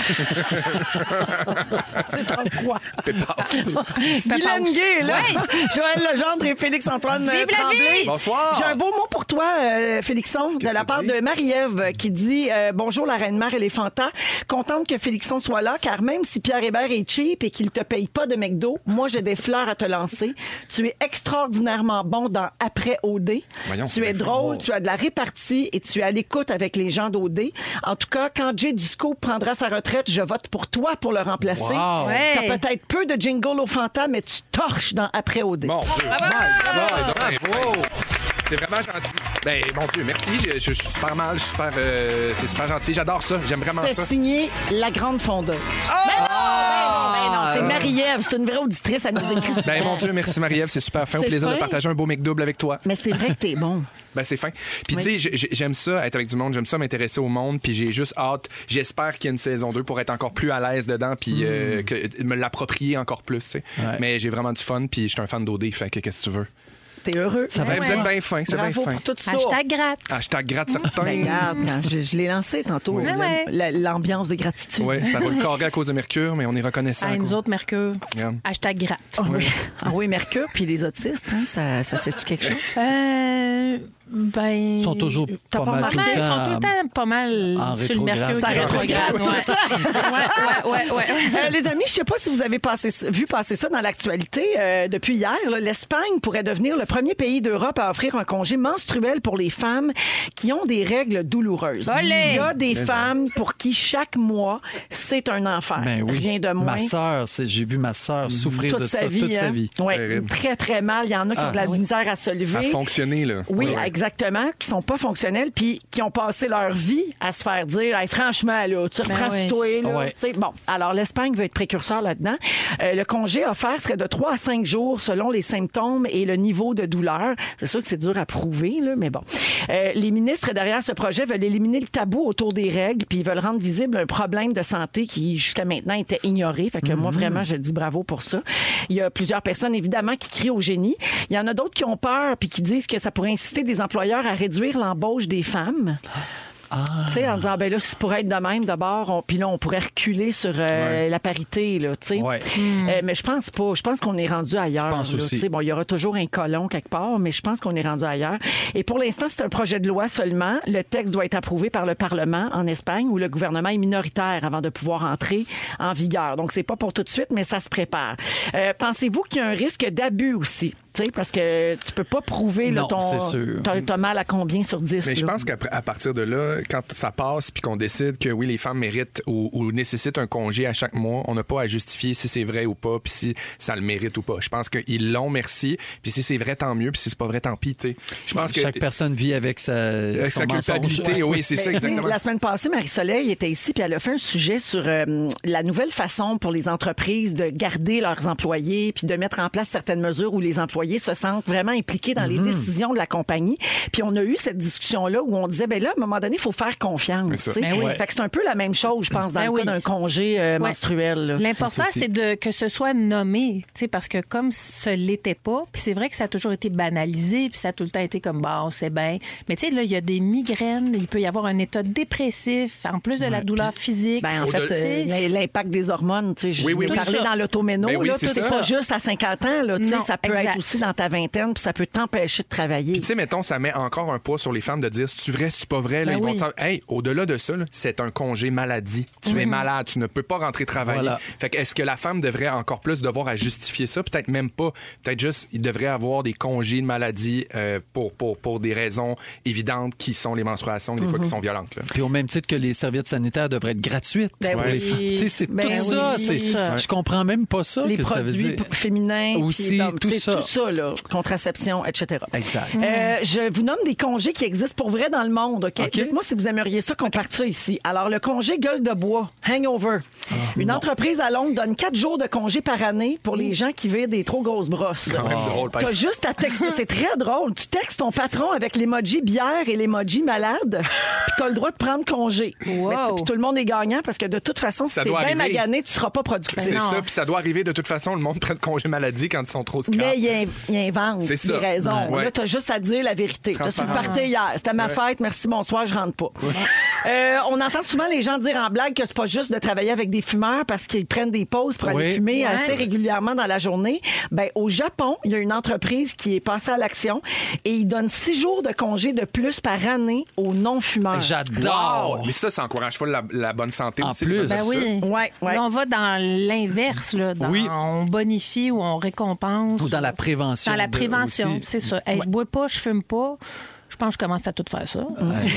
[SPEAKER 7] c'est en quoi?
[SPEAKER 6] Ça
[SPEAKER 7] Guylaine
[SPEAKER 6] passe.
[SPEAKER 7] Gay, là.
[SPEAKER 6] Ouais.
[SPEAKER 7] Joël Legendre et Félix-Antoine euh,
[SPEAKER 6] Vive la
[SPEAKER 7] Tremblay.
[SPEAKER 6] vie!
[SPEAKER 4] Bonsoir.
[SPEAKER 7] J'ai un beau mot pour toi, euh, Félixon, de
[SPEAKER 4] Qu'est-ce
[SPEAKER 7] la
[SPEAKER 4] que
[SPEAKER 7] part
[SPEAKER 4] ça dit?
[SPEAKER 7] de Marie-Ève euh, qui dit euh, Bonjour, la Reine-Mère et les Fantas. Contente que Félixon soit là, car même si Pierre Hébert est cheap et qu'il te paye pas de McDo, moi, j'ai des fleurs à te lancer. Tu es extraordinairement bon dans Après OD.
[SPEAKER 4] Voyons, c'est
[SPEAKER 7] tu es
[SPEAKER 4] bien
[SPEAKER 7] drôle,
[SPEAKER 4] fort.
[SPEAKER 7] tu as de la répartie et tu es à l'écoute avec les gens d'OD. En tout cas, quand Jay Dusko prendra sa retraite, je vote pour toi pour le remplacer.
[SPEAKER 5] Wow.
[SPEAKER 6] Ouais.
[SPEAKER 7] T'as peut-être peu de jingle au Fanta, mais tu torches dans Après OD.
[SPEAKER 4] Mon Dieu. My God, c'est donc bien fin. C'est vraiment gentil. Ben, mon Dieu, merci. Je, je- je suis super mal, super. euh, c'est super gentil. J'adore ça. J'aime vraiment
[SPEAKER 7] C'est
[SPEAKER 4] ça. Ah!
[SPEAKER 7] signé La Grande Fondeuse. Ben non, ben non, ben non. C'est Marie-Ève, c'est une vraie auditrice, elle nous écrit.
[SPEAKER 4] Ben, mon Dieu, merci Marie-Ève. C'est super fin. Au
[SPEAKER 7] C'est
[SPEAKER 4] plaisir de
[SPEAKER 7] fin.
[SPEAKER 4] partager un beau mec double avec toi.
[SPEAKER 7] Mais c'est vrai que t'es bon.
[SPEAKER 4] Ben, c'est fin. Puis, tu sais, j'ai- j'ai- j'aime ça, être avec du monde. J'aime ça, m'intéresser au monde. Puis, j'ai juste hâte. J'espère qu'il y a une saison 2 pour être encore plus à l'aise dedans. Puis, euh, que- me l'approprier encore plus, tu sais.
[SPEAKER 5] Ouais.
[SPEAKER 4] Mais j'ai vraiment du fun. Puis, je suis un fan d'OD. Fait que, qu'est-ce que tu veux?
[SPEAKER 7] T'es heureux. Ça
[SPEAKER 4] Ben, vous êtes bien fin. C'est bien
[SPEAKER 7] Bravo
[SPEAKER 4] fin.
[SPEAKER 7] pour tout ça.
[SPEAKER 1] Hashtag gratte.
[SPEAKER 5] Ah,
[SPEAKER 4] Hashtag gratte certain.
[SPEAKER 7] Ben, regarde, quand je, je l'ai lancé tantôt, là,
[SPEAKER 1] ouais.
[SPEAKER 7] la- l'ambiance de gratitude.
[SPEAKER 4] Ouais, ça roule carré à cause de Mercure, mais on est reconnaissant.
[SPEAKER 6] Ah,
[SPEAKER 4] quoi.
[SPEAKER 6] nous autres, Mercure.
[SPEAKER 4] Regarde.
[SPEAKER 6] Hashtag gratte.
[SPEAKER 7] Ah oui. Ah oui, Mercure, puis les autistes, hein, ça, ça fait-tu quelque chose?
[SPEAKER 6] Euh, ben.
[SPEAKER 5] Ils sont toujours pas,
[SPEAKER 7] T'as pas
[SPEAKER 5] mal
[SPEAKER 6] Pas
[SPEAKER 5] tout
[SPEAKER 6] mal,
[SPEAKER 5] le
[SPEAKER 6] ils
[SPEAKER 5] temps.
[SPEAKER 6] sont tout le temps pas mal
[SPEAKER 5] en
[SPEAKER 6] sur le
[SPEAKER 5] rétrograde.
[SPEAKER 6] mercure.
[SPEAKER 5] Ça
[SPEAKER 6] qui est
[SPEAKER 7] rétrograde.
[SPEAKER 6] ouais, ouais, ouais, ouais.
[SPEAKER 7] Euh, les amis, je sais pas si vous avez passé, vu passer ça dans l'actualité euh, depuis hier. là, L'Espagne pourrait devenir le premier pays d'Europe à offrir un congé menstruel pour les femmes qui ont des règles douloureuses.
[SPEAKER 6] Olé!
[SPEAKER 7] Il y a des femmes pour qui chaque mois, c'est un enfer.
[SPEAKER 5] Ben oui.
[SPEAKER 7] Rien de moins.
[SPEAKER 5] Ma
[SPEAKER 7] Mhm.
[SPEAKER 5] sœur, c'est- j'ai vu ma sœur souffrir
[SPEAKER 7] toute
[SPEAKER 5] de
[SPEAKER 7] sa
[SPEAKER 5] ça
[SPEAKER 7] vie.
[SPEAKER 5] toute sa
[SPEAKER 7] hein.
[SPEAKER 5] vie. Ah.
[SPEAKER 7] Ouais,
[SPEAKER 4] Terrible.
[SPEAKER 7] très, très mal. Il y en a qui ont de la misère à se
[SPEAKER 4] À
[SPEAKER 7] lever.
[SPEAKER 4] fonctionner, là.
[SPEAKER 7] Oui,
[SPEAKER 4] Ouais, ouais.
[SPEAKER 7] exactement, qui sont pas fonctionnels puis qui ont passé leur vie à se faire dire Hey, franchement là, tu reprends
[SPEAKER 6] Ben oui.
[SPEAKER 7] sur toi là.
[SPEAKER 5] Ouais.
[SPEAKER 7] Tu sais, Bon, alors l'Espagne veut être précurseur là-dedans. Euh, le congé offert serait de 3 à 5 jours selon les symptômes et le niveau de douleur. C'est sûr que c'est dur à prouver là, mais bon. Euh, les ministres derrière ce projet veulent éliminer le tabou autour des règles puis ils veulent rendre visible un problème de santé qui jusqu'à maintenant était ignoré. Fait que moi
[SPEAKER 5] Mhm.
[SPEAKER 7] vraiment je dis bravo pour ça. Il y a plusieurs personnes évidemment qui crient au génie. Il y en a d'autres qui ont peur puis qui disent que ça pourrait inciter des employeurs à réduire l'embauche des femmes. Tu sais, en disant, ben là, si pour être de même, d'abord, on- puis là, on pourrait reculer sur euh, la parité, là, tu sais.
[SPEAKER 5] Ouais.
[SPEAKER 7] Euh, mais je pense pas. Je pense qu'on est rendu ailleurs.
[SPEAKER 5] pense
[SPEAKER 7] là,
[SPEAKER 5] aussi.
[SPEAKER 7] tu sais. Bon, il y aura toujours un colon quelque part, mais je pense qu'on est rendu ailleurs. Et pour l'instant, c'est un projet de loi seulement. Le texte doit être approuvé par le Parlement en Espagne, où le gouvernement est minoritaire avant de pouvoir entrer en vigueur. Donc, c'est pas pour tout de suite, mais ça se prépare. Euh, Pensez-vous qu'il y a un risque d'abus aussi? Tu sais, parce que tu peux pas prouver là,
[SPEAKER 5] Non,
[SPEAKER 7] ton.
[SPEAKER 5] c'est sûr.
[SPEAKER 7] T'as t'as mal à combien sur 10?
[SPEAKER 4] Mais je
[SPEAKER 7] là?
[SPEAKER 4] pense qu'à à partir de là, quand ça passe puis qu'on décide que oui, les femmes méritent ou, ou nécessitent un congé à chaque mois, on n'a pas à justifier si c'est vrai ou pas puis si ça le mérite ou pas. Je pense qu'ils l'ont, merci. Puis si c'est vrai, tant mieux. Puis si c'est pas vrai, tant pis. tu sais. Je pense que
[SPEAKER 5] Chaque personne vit avec sa,
[SPEAKER 4] avec
[SPEAKER 5] son
[SPEAKER 4] sa
[SPEAKER 5] mensonge.
[SPEAKER 4] culpabilité, oui, c'est ça
[SPEAKER 7] Ben, tu sais,
[SPEAKER 4] exactement.
[SPEAKER 7] La semaine passée, Marie-Soleil était ici, puis elle a fait un sujet sur euh, la nouvelle façon pour les entreprises de garder leurs employés, puis de mettre en place certaines mesures où les employés se sentent vraiment impliqués dans
[SPEAKER 4] Mhm.
[SPEAKER 7] les décisions de la compagnie. Puis on a eu cette discussion-là où on disait, ben là, à un moment donné, il faut faire confiance.
[SPEAKER 4] ça.
[SPEAKER 7] tu sais.
[SPEAKER 6] Ben oui.
[SPEAKER 7] Fait que c'est un peu la même chose, je pense, dans
[SPEAKER 6] Ben
[SPEAKER 7] le
[SPEAKER 6] oui.
[SPEAKER 7] cas d'un congé euh,
[SPEAKER 6] Ouais.
[SPEAKER 7] menstruel. là.
[SPEAKER 6] L'important,
[SPEAKER 5] Ça aussi.
[SPEAKER 6] c'est de que ce soit nommé, tu sais, parce que comme ce l'était pas, puis c'est vrai que ça a toujours été banalisé, puis ça a tout le temps été comme bah on sait bien. Mais tu sais là, il y a des migraines, il peut y avoir un état dépressif en plus de la douleur physique.
[SPEAKER 7] Ben, en
[SPEAKER 4] Au-delà-
[SPEAKER 7] fait, euh,
[SPEAKER 6] Tu sais,
[SPEAKER 7] l'impact des hormones, tu sais, je
[SPEAKER 4] Oui, oui,
[SPEAKER 7] l'ai
[SPEAKER 4] oui.
[SPEAKER 7] parlé
[SPEAKER 6] Tout ça.
[SPEAKER 7] dans l'automéno,
[SPEAKER 4] Ben oui,
[SPEAKER 7] là,
[SPEAKER 4] c'est
[SPEAKER 7] c'est
[SPEAKER 4] ça.
[SPEAKER 7] pas juste à 50 ans, là, tu sais,
[SPEAKER 6] Non,
[SPEAKER 7] ça peut
[SPEAKER 6] exact.
[SPEAKER 7] être aussi dans ta vingtaine, puis ça peut t'empêcher de travailler.
[SPEAKER 4] Puis tu sais, mettons, ça met encore un poids sur les femmes de dire c'est-tu vrai, c'est-tu pas vrai? Là,
[SPEAKER 7] Ben
[SPEAKER 4] ils vont
[SPEAKER 7] oui.
[SPEAKER 4] te dire, hey, au-delà de ça, là, c'est un congé maladie. Tu es malade, tu ne peux pas rentrer travailler.
[SPEAKER 5] Voilà.
[SPEAKER 4] Fait que est-ce que la femme devrait encore plus devoir à justifier ça? Peut-être même pas. Peut-être juste, il devrait avoir des congés de maladie euh, pour, pour, pour des raisons évidentes qui sont les menstruations, des fois qui sont violentes. là.
[SPEAKER 5] Puis au même titre que les serviettes sanitaires devraient être gratuites
[SPEAKER 7] Ben
[SPEAKER 5] pour les
[SPEAKER 7] oui.
[SPEAKER 5] femmes. Tu sais, c'est
[SPEAKER 7] Ben
[SPEAKER 5] tout ça.
[SPEAKER 7] oui.
[SPEAKER 5] c'est-
[SPEAKER 7] Ouais.
[SPEAKER 5] Je comprends même pas ça.
[SPEAKER 7] les
[SPEAKER 5] que ça veut
[SPEAKER 7] produits
[SPEAKER 5] dire.
[SPEAKER 7] p- féminins, puis
[SPEAKER 5] Aussi,
[SPEAKER 7] bon,
[SPEAKER 5] tout
[SPEAKER 7] c'est
[SPEAKER 5] ça.
[SPEAKER 7] tout ça, là, contraception, etc.
[SPEAKER 5] Exact.
[SPEAKER 7] Euh, je vous nomme des congés qui existent pour vrai dans le monde, OK?
[SPEAKER 5] OK.
[SPEAKER 7] Dites-moi si vous aimeriez ça qu'on parte ça ici. Alors, le congé gueule de bois, hangover.
[SPEAKER 5] Ah.
[SPEAKER 7] Une entreprise à Londres donne quatre jours de congé par année pour les gens qui vivent des trop grosses brosses.
[SPEAKER 4] Quand même drôle, par
[SPEAKER 7] T'as
[SPEAKER 4] exemple.
[SPEAKER 7] juste à texter, c'est très drôle. Tu textes ton patron avec l'emoji bière et l'emoji malade, puis t'as le droit de prendre congé.
[SPEAKER 6] Wow.
[SPEAKER 7] Mais tu- puis tout le monde est gagnant parce que de toute façon, si
[SPEAKER 4] Ça
[SPEAKER 7] t'es
[SPEAKER 4] doit
[SPEAKER 7] bien
[SPEAKER 4] arriver.
[SPEAKER 7] magané, tu seras pas productif.
[SPEAKER 4] c'est
[SPEAKER 6] Ben non.
[SPEAKER 4] ça, puis ça doit arriver de toute façon. Le monde prend de congé maladie quand ils sont trop scrap.
[SPEAKER 7] Mais il, in- il invente
[SPEAKER 4] C'est
[SPEAKER 7] des
[SPEAKER 4] ça.
[SPEAKER 7] raisons.
[SPEAKER 4] Ouais.
[SPEAKER 7] Là, t'as juste à dire la vérité. T'as su le
[SPEAKER 4] Transparence.
[SPEAKER 7] parti hier. C'était ma fête. Merci, bonsoir, je rentre pas. Euh, on entend souvent les gens dire en blague que c'est pas juste de travailler avec des fumeurs parce qu'ils prennent des pauses pour aller
[SPEAKER 5] Oui.
[SPEAKER 7] fumer
[SPEAKER 6] Ouais.
[SPEAKER 7] assez régulièrement dans la journée. Ben, au Japon, il y a une entreprise qui est passée à l'action et ils donnent six jours de congé de plus par année aux non-fumeurs.
[SPEAKER 5] J'adore.
[SPEAKER 4] Mais ça, ça encourage pas la, la bonne santé
[SPEAKER 5] En
[SPEAKER 4] aussi.
[SPEAKER 5] plus.
[SPEAKER 4] le
[SPEAKER 5] Ben
[SPEAKER 6] Ben
[SPEAKER 4] bonheur.
[SPEAKER 6] oui.
[SPEAKER 7] Ouais, ouais.
[SPEAKER 6] Là, on va dans l'inverse. là, dans-
[SPEAKER 5] Oui.
[SPEAKER 6] On bonifie ou on récompense.
[SPEAKER 5] Ou dans la prévention
[SPEAKER 6] Dans la
[SPEAKER 5] de-
[SPEAKER 6] prévention,
[SPEAKER 5] aussi.
[SPEAKER 6] c'est ça. Hey, Je bois pas, je fume pas. Je pense que je commence à tout faire ça.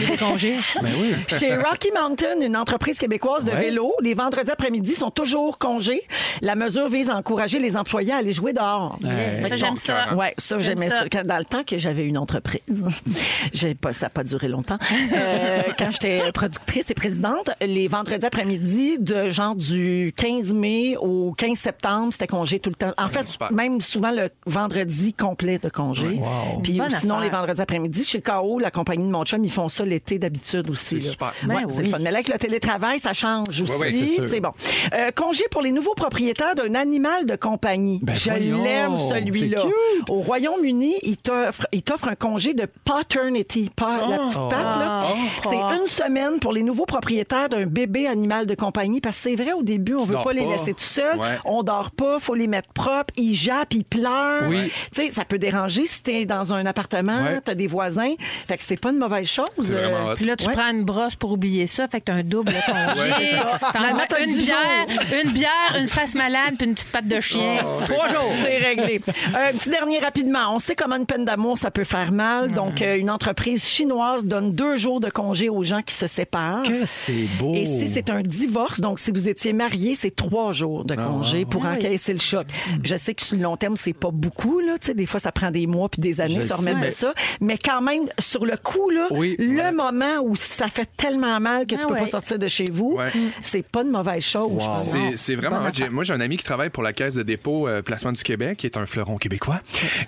[SPEAKER 6] Des congés.
[SPEAKER 5] Ben oui.
[SPEAKER 7] Chez Rocky Mountain, une entreprise québécoise de
[SPEAKER 5] Ouais.
[SPEAKER 7] vélo, les vendredis après-midi sont toujours congés. La mesure vise à encourager les employés à aller jouer dehors.
[SPEAKER 5] Ouais.
[SPEAKER 6] Ça, j'aime
[SPEAKER 5] hein.
[SPEAKER 6] ça.
[SPEAKER 7] Ouais, ça,
[SPEAKER 6] J'aime
[SPEAKER 7] j'aimais ça.
[SPEAKER 6] ça.
[SPEAKER 7] Quand- dans le temps que j'avais une entreprise, j'ai pas, ça n'a pas duré longtemps. Euh, quand j'étais productrice et présidente, les vendredis après-midi, de genre du 15 mai au 15 septembre, c'était congé tout le temps. En fait,
[SPEAKER 4] super.
[SPEAKER 7] même souvent le vendredi complet de congé. Puis
[SPEAKER 6] Bonne
[SPEAKER 7] sinon,
[SPEAKER 6] affaire.
[SPEAKER 7] les vendredis après-midi, chez KO, la compagnie de mon chum, ils font ça l'été d'habitude aussi.
[SPEAKER 4] C'est
[SPEAKER 7] là.
[SPEAKER 4] super.
[SPEAKER 7] Ouais,
[SPEAKER 6] Ben
[SPEAKER 7] c'est
[SPEAKER 6] oui.
[SPEAKER 7] le fun. Mais là, avec le télétravail, ça change aussi.
[SPEAKER 4] Ouais, ouais, c'est sûr.
[SPEAKER 7] c'est bon. Euh, congé pour les nouveaux propriétaires d'un animal de compagnie.
[SPEAKER 5] Ben
[SPEAKER 7] Je
[SPEAKER 5] voyons,
[SPEAKER 7] l'aime,
[SPEAKER 5] c'est
[SPEAKER 7] celui-là.
[SPEAKER 5] cute.
[SPEAKER 7] Au Royaume-Uni, ils t'offrent ils t'offrent un congé de paternity, pa- la petite patte.
[SPEAKER 6] Ah.
[SPEAKER 7] là.
[SPEAKER 6] Oh,
[SPEAKER 7] C'est une semaine pour les nouveaux propriétaires d'un bébé animal de compagnie. Parce que c'est vrai, au début, on veut
[SPEAKER 4] dors
[SPEAKER 7] pas les
[SPEAKER 4] pas.
[SPEAKER 7] laisser tout seuls.
[SPEAKER 4] Ouais.
[SPEAKER 7] On dort pas, faut les mettre propres. Ils jappent, ils pleurent.
[SPEAKER 5] Oui.
[SPEAKER 7] Tu sais, ça peut déranger si t'es dans un appartement,
[SPEAKER 5] Ouais.
[SPEAKER 7] t'as des voisins. Fait que c'est pas une mauvaise chose. Euh,
[SPEAKER 4] C'est vraiment hot.
[SPEAKER 6] Puis là, tu
[SPEAKER 7] Ouais.
[SPEAKER 6] prends une brosse pour oublier ça, fait que t'as un double congé. T'en
[SPEAKER 7] Maman,
[SPEAKER 6] vas
[SPEAKER 7] t'as
[SPEAKER 6] une
[SPEAKER 7] dix
[SPEAKER 6] bière, une bière, une face malade, puis une petite patte de chien. Trois jours.
[SPEAKER 7] Oh, C'est réglé. Euh, Un petit dernier rapidement. On sait comment une peine d'amour, ça peut faire mal. Donc, euh, une entreprise chinoise donne deux jours de congé aux gens qui se séparent.
[SPEAKER 5] Que c'est beau.
[SPEAKER 7] Et si c'est un divorce, donc si vous étiez marié, c'est trois jours de congé pour
[SPEAKER 6] Ah oui.
[SPEAKER 7] encaisser le choc. Je sais que sur le long terme, c'est pas beaucoup. Là. Tu sais, Des fois, ça prend des mois puis des années
[SPEAKER 5] Je
[SPEAKER 7] de se
[SPEAKER 5] sais,
[SPEAKER 7] remettre
[SPEAKER 5] mais-
[SPEAKER 7] de ça. Mais quand même, sur le coup, là,
[SPEAKER 5] Oui,
[SPEAKER 7] le
[SPEAKER 5] ouais.
[SPEAKER 7] moment où ça fait tellement mal que tu
[SPEAKER 6] Ah
[SPEAKER 7] peux pas
[SPEAKER 6] ouais.
[SPEAKER 7] sortir de chez vous,
[SPEAKER 4] Ouais.
[SPEAKER 7] c'est pas une mauvaise chose. je pense.
[SPEAKER 4] C'est- C'est vraiment.
[SPEAKER 7] Bonne
[SPEAKER 4] hot. J'ai- Moi, j'ai un ami qui travaille pour la Caisse de dépôt euh, Placement du Québec, qui est un fleuron québécois.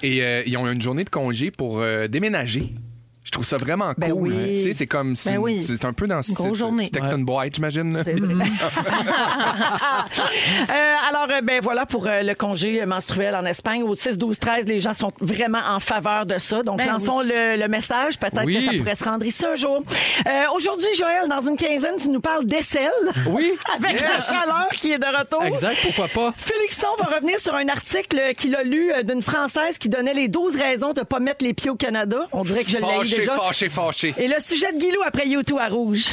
[SPEAKER 4] Et euh, ils ont une journée de congé pour euh, déménager. Je trouve ça vraiment
[SPEAKER 7] Ben
[SPEAKER 4] cool.
[SPEAKER 7] oui.
[SPEAKER 4] Tu sais, c'est comme. C'est
[SPEAKER 6] Ben oui.
[SPEAKER 4] c'est un peu dans ce.
[SPEAKER 6] Une grosse
[SPEAKER 4] tu-
[SPEAKER 6] journée.
[SPEAKER 4] Tu textes une boîte, j'imagine.
[SPEAKER 7] Euh, alors, euh, ben voilà pour euh, le congé euh, menstruel en Espagne. Au 6, 12, 13, les gens sont vraiment en faveur de ça. Donc,
[SPEAKER 6] Ben
[SPEAKER 7] lançons
[SPEAKER 6] oui.
[SPEAKER 7] le, le message. Peut-être
[SPEAKER 5] Oui.
[SPEAKER 7] que ça pourrait se rendre ici un jour. Euh, Aujourd'hui, Joël, dans une quinzaine, tu nous parles d'aisselle.
[SPEAKER 5] Oui.
[SPEAKER 7] Avec la
[SPEAKER 5] Yes.
[SPEAKER 7] chaleur qui est de retour.
[SPEAKER 5] Exact, pourquoi pas?
[SPEAKER 7] Félixon va revenir sur un article qu'il a lu euh, d'une Française qui donnait les 12 raisons de ne pas mettre les pieds au Canada. On dirait que je l'ai
[SPEAKER 4] Fâché,
[SPEAKER 7] déjà.
[SPEAKER 4] fâché, fâché.
[SPEAKER 7] Et le sujet de Guilou après YouTube à Rouge.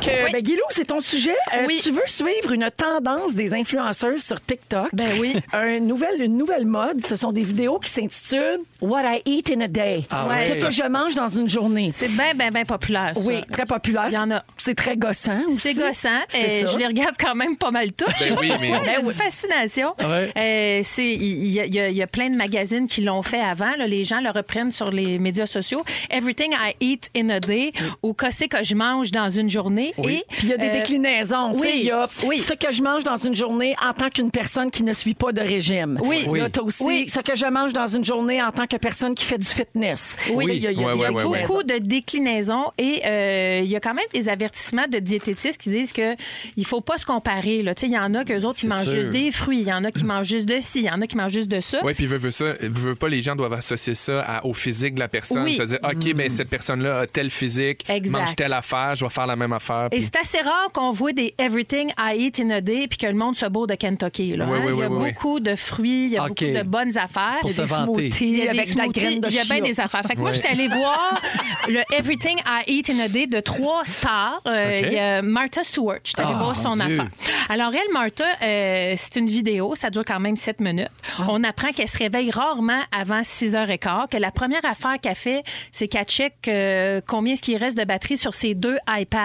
[SPEAKER 7] Que,
[SPEAKER 6] Oui.
[SPEAKER 7] ben, Guilou, c'est ton sujet. Euh,
[SPEAKER 6] Oui.
[SPEAKER 7] Tu veux suivre une tendance des influenceuses sur TikTok.
[SPEAKER 6] Ben oui.
[SPEAKER 7] Un nouvel, une nouvelle mode. Ce sont des vidéos qui s'intitulent What I Eat in a Day.
[SPEAKER 5] Ah
[SPEAKER 7] Ce
[SPEAKER 5] ouais.
[SPEAKER 7] que je mange dans une journée.
[SPEAKER 6] C'est bien, bien, bien populaire. ça.
[SPEAKER 7] Oui, très populaire.
[SPEAKER 6] Il y en a.
[SPEAKER 7] C'est très gossant aussi.
[SPEAKER 6] C'est gossant.
[SPEAKER 7] C'est
[SPEAKER 6] Et
[SPEAKER 7] ça. Ben
[SPEAKER 6] je les regarde quand même pas mal tous. Je sais
[SPEAKER 4] oui,
[SPEAKER 6] pas
[SPEAKER 4] mais-
[SPEAKER 6] pourquoi, J'ai une fascination.
[SPEAKER 5] Ouais.
[SPEAKER 6] Euh, c'est- Il y, a- il y a- il y a plein de magazines qui l'ont fait avant. là. Les gens le reprennent sur les médias sociaux. Everything I eat in a day ou Qu'est-ce que je mange dans une journée. Et,
[SPEAKER 7] Puis il y a des
[SPEAKER 6] euh,
[SPEAKER 7] déclinaisons. tu sais,
[SPEAKER 6] oui,
[SPEAKER 7] il y a
[SPEAKER 6] oui.
[SPEAKER 7] ce que je mange dans une journée en tant qu'une personne qui ne suit pas de régime.
[SPEAKER 6] Oui.
[SPEAKER 7] Là, t'as aussi
[SPEAKER 6] Oui.
[SPEAKER 7] ce que je mange dans une journée en tant que personne qui fait du fitness.
[SPEAKER 6] Oui.
[SPEAKER 7] Tu sais, il y a, il y a-
[SPEAKER 4] Ouais,
[SPEAKER 7] il y a
[SPEAKER 4] ouais, ouais,
[SPEAKER 7] beaucoup-
[SPEAKER 4] ouais.
[SPEAKER 6] beaucoup de déclinaisons et euh, il y a quand même des avertissements de diététistes qui disent que il faut pas se comparer. là. Tu sais, Il y en a qu'eux autres qui
[SPEAKER 4] C'est
[SPEAKER 6] mangent
[SPEAKER 4] sûr.
[SPEAKER 6] juste des fruits, il y en a qui mangent juste de ci, il y en a qui mangent juste de ça.
[SPEAKER 4] Oui, puis veut, veut ça, veut, veut pas, les gens doivent associer ça à- au physique de la personne.
[SPEAKER 6] Oui. Mm.
[SPEAKER 4] C'est-à-dire, OK, ben, cette personne-là a tel physique,
[SPEAKER 6] Exact.
[SPEAKER 4] mange telle affaire, je vais faire la même affaire. affaires.
[SPEAKER 6] Et
[SPEAKER 4] puis-
[SPEAKER 6] c'est assez rare qu'on voit des Everything I Eat in a Day puis que le monde se bourre de Kentucky. là, hein.
[SPEAKER 4] Oui, oui,
[SPEAKER 6] il y a
[SPEAKER 4] oui, oui,
[SPEAKER 6] beaucoup de fruits, il y a
[SPEAKER 5] OK.
[SPEAKER 6] beaucoup de bonnes affaires.
[SPEAKER 5] Pour
[SPEAKER 6] Il y
[SPEAKER 5] se
[SPEAKER 6] a des
[SPEAKER 5] vanter.
[SPEAKER 6] smoothies, il y a des
[SPEAKER 7] Avec de la
[SPEAKER 6] smoothies,
[SPEAKER 7] graine de
[SPEAKER 6] Il y a bien
[SPEAKER 7] chia.
[SPEAKER 6] des affaires. Fait que moi, j'étais allée voir le Everything I Eat in a Day de trois stars. Euh,
[SPEAKER 4] OK.
[SPEAKER 6] Il y a Martha Stewart. J'étais allée
[SPEAKER 5] Ah,
[SPEAKER 6] voir son
[SPEAKER 5] mon Dieu.
[SPEAKER 6] affaire. Alors, elle, Martha, euh, c'est une vidéo, ça dure quand même 7 minutes.
[SPEAKER 7] Ah.
[SPEAKER 6] On apprend qu'elle se réveille rarement avant 6h15, que la première affaire qu'elle fait, c'est qu'elle check euh, combien est-ce qu'il reste de batterie sur ses deux iPads.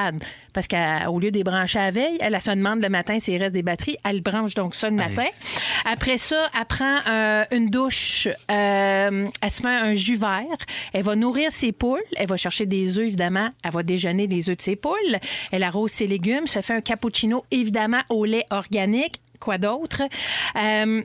[SPEAKER 6] Parce qu'au lieu des brancher à veille, elle, elle se demande le matin s'il reste des batteries. Elle branche donc ça le matin. Après ça, elle prend euh, une douche, euh, elle se fait un jus vert, elle va nourrir ses poules, elle va chercher des œufs, évidemment, elle va déjeuner les œufs de ses poules, elle arrose ses légumes, se fait un cappuccino, évidemment, au lait organique. Quoi d'autre? Euh,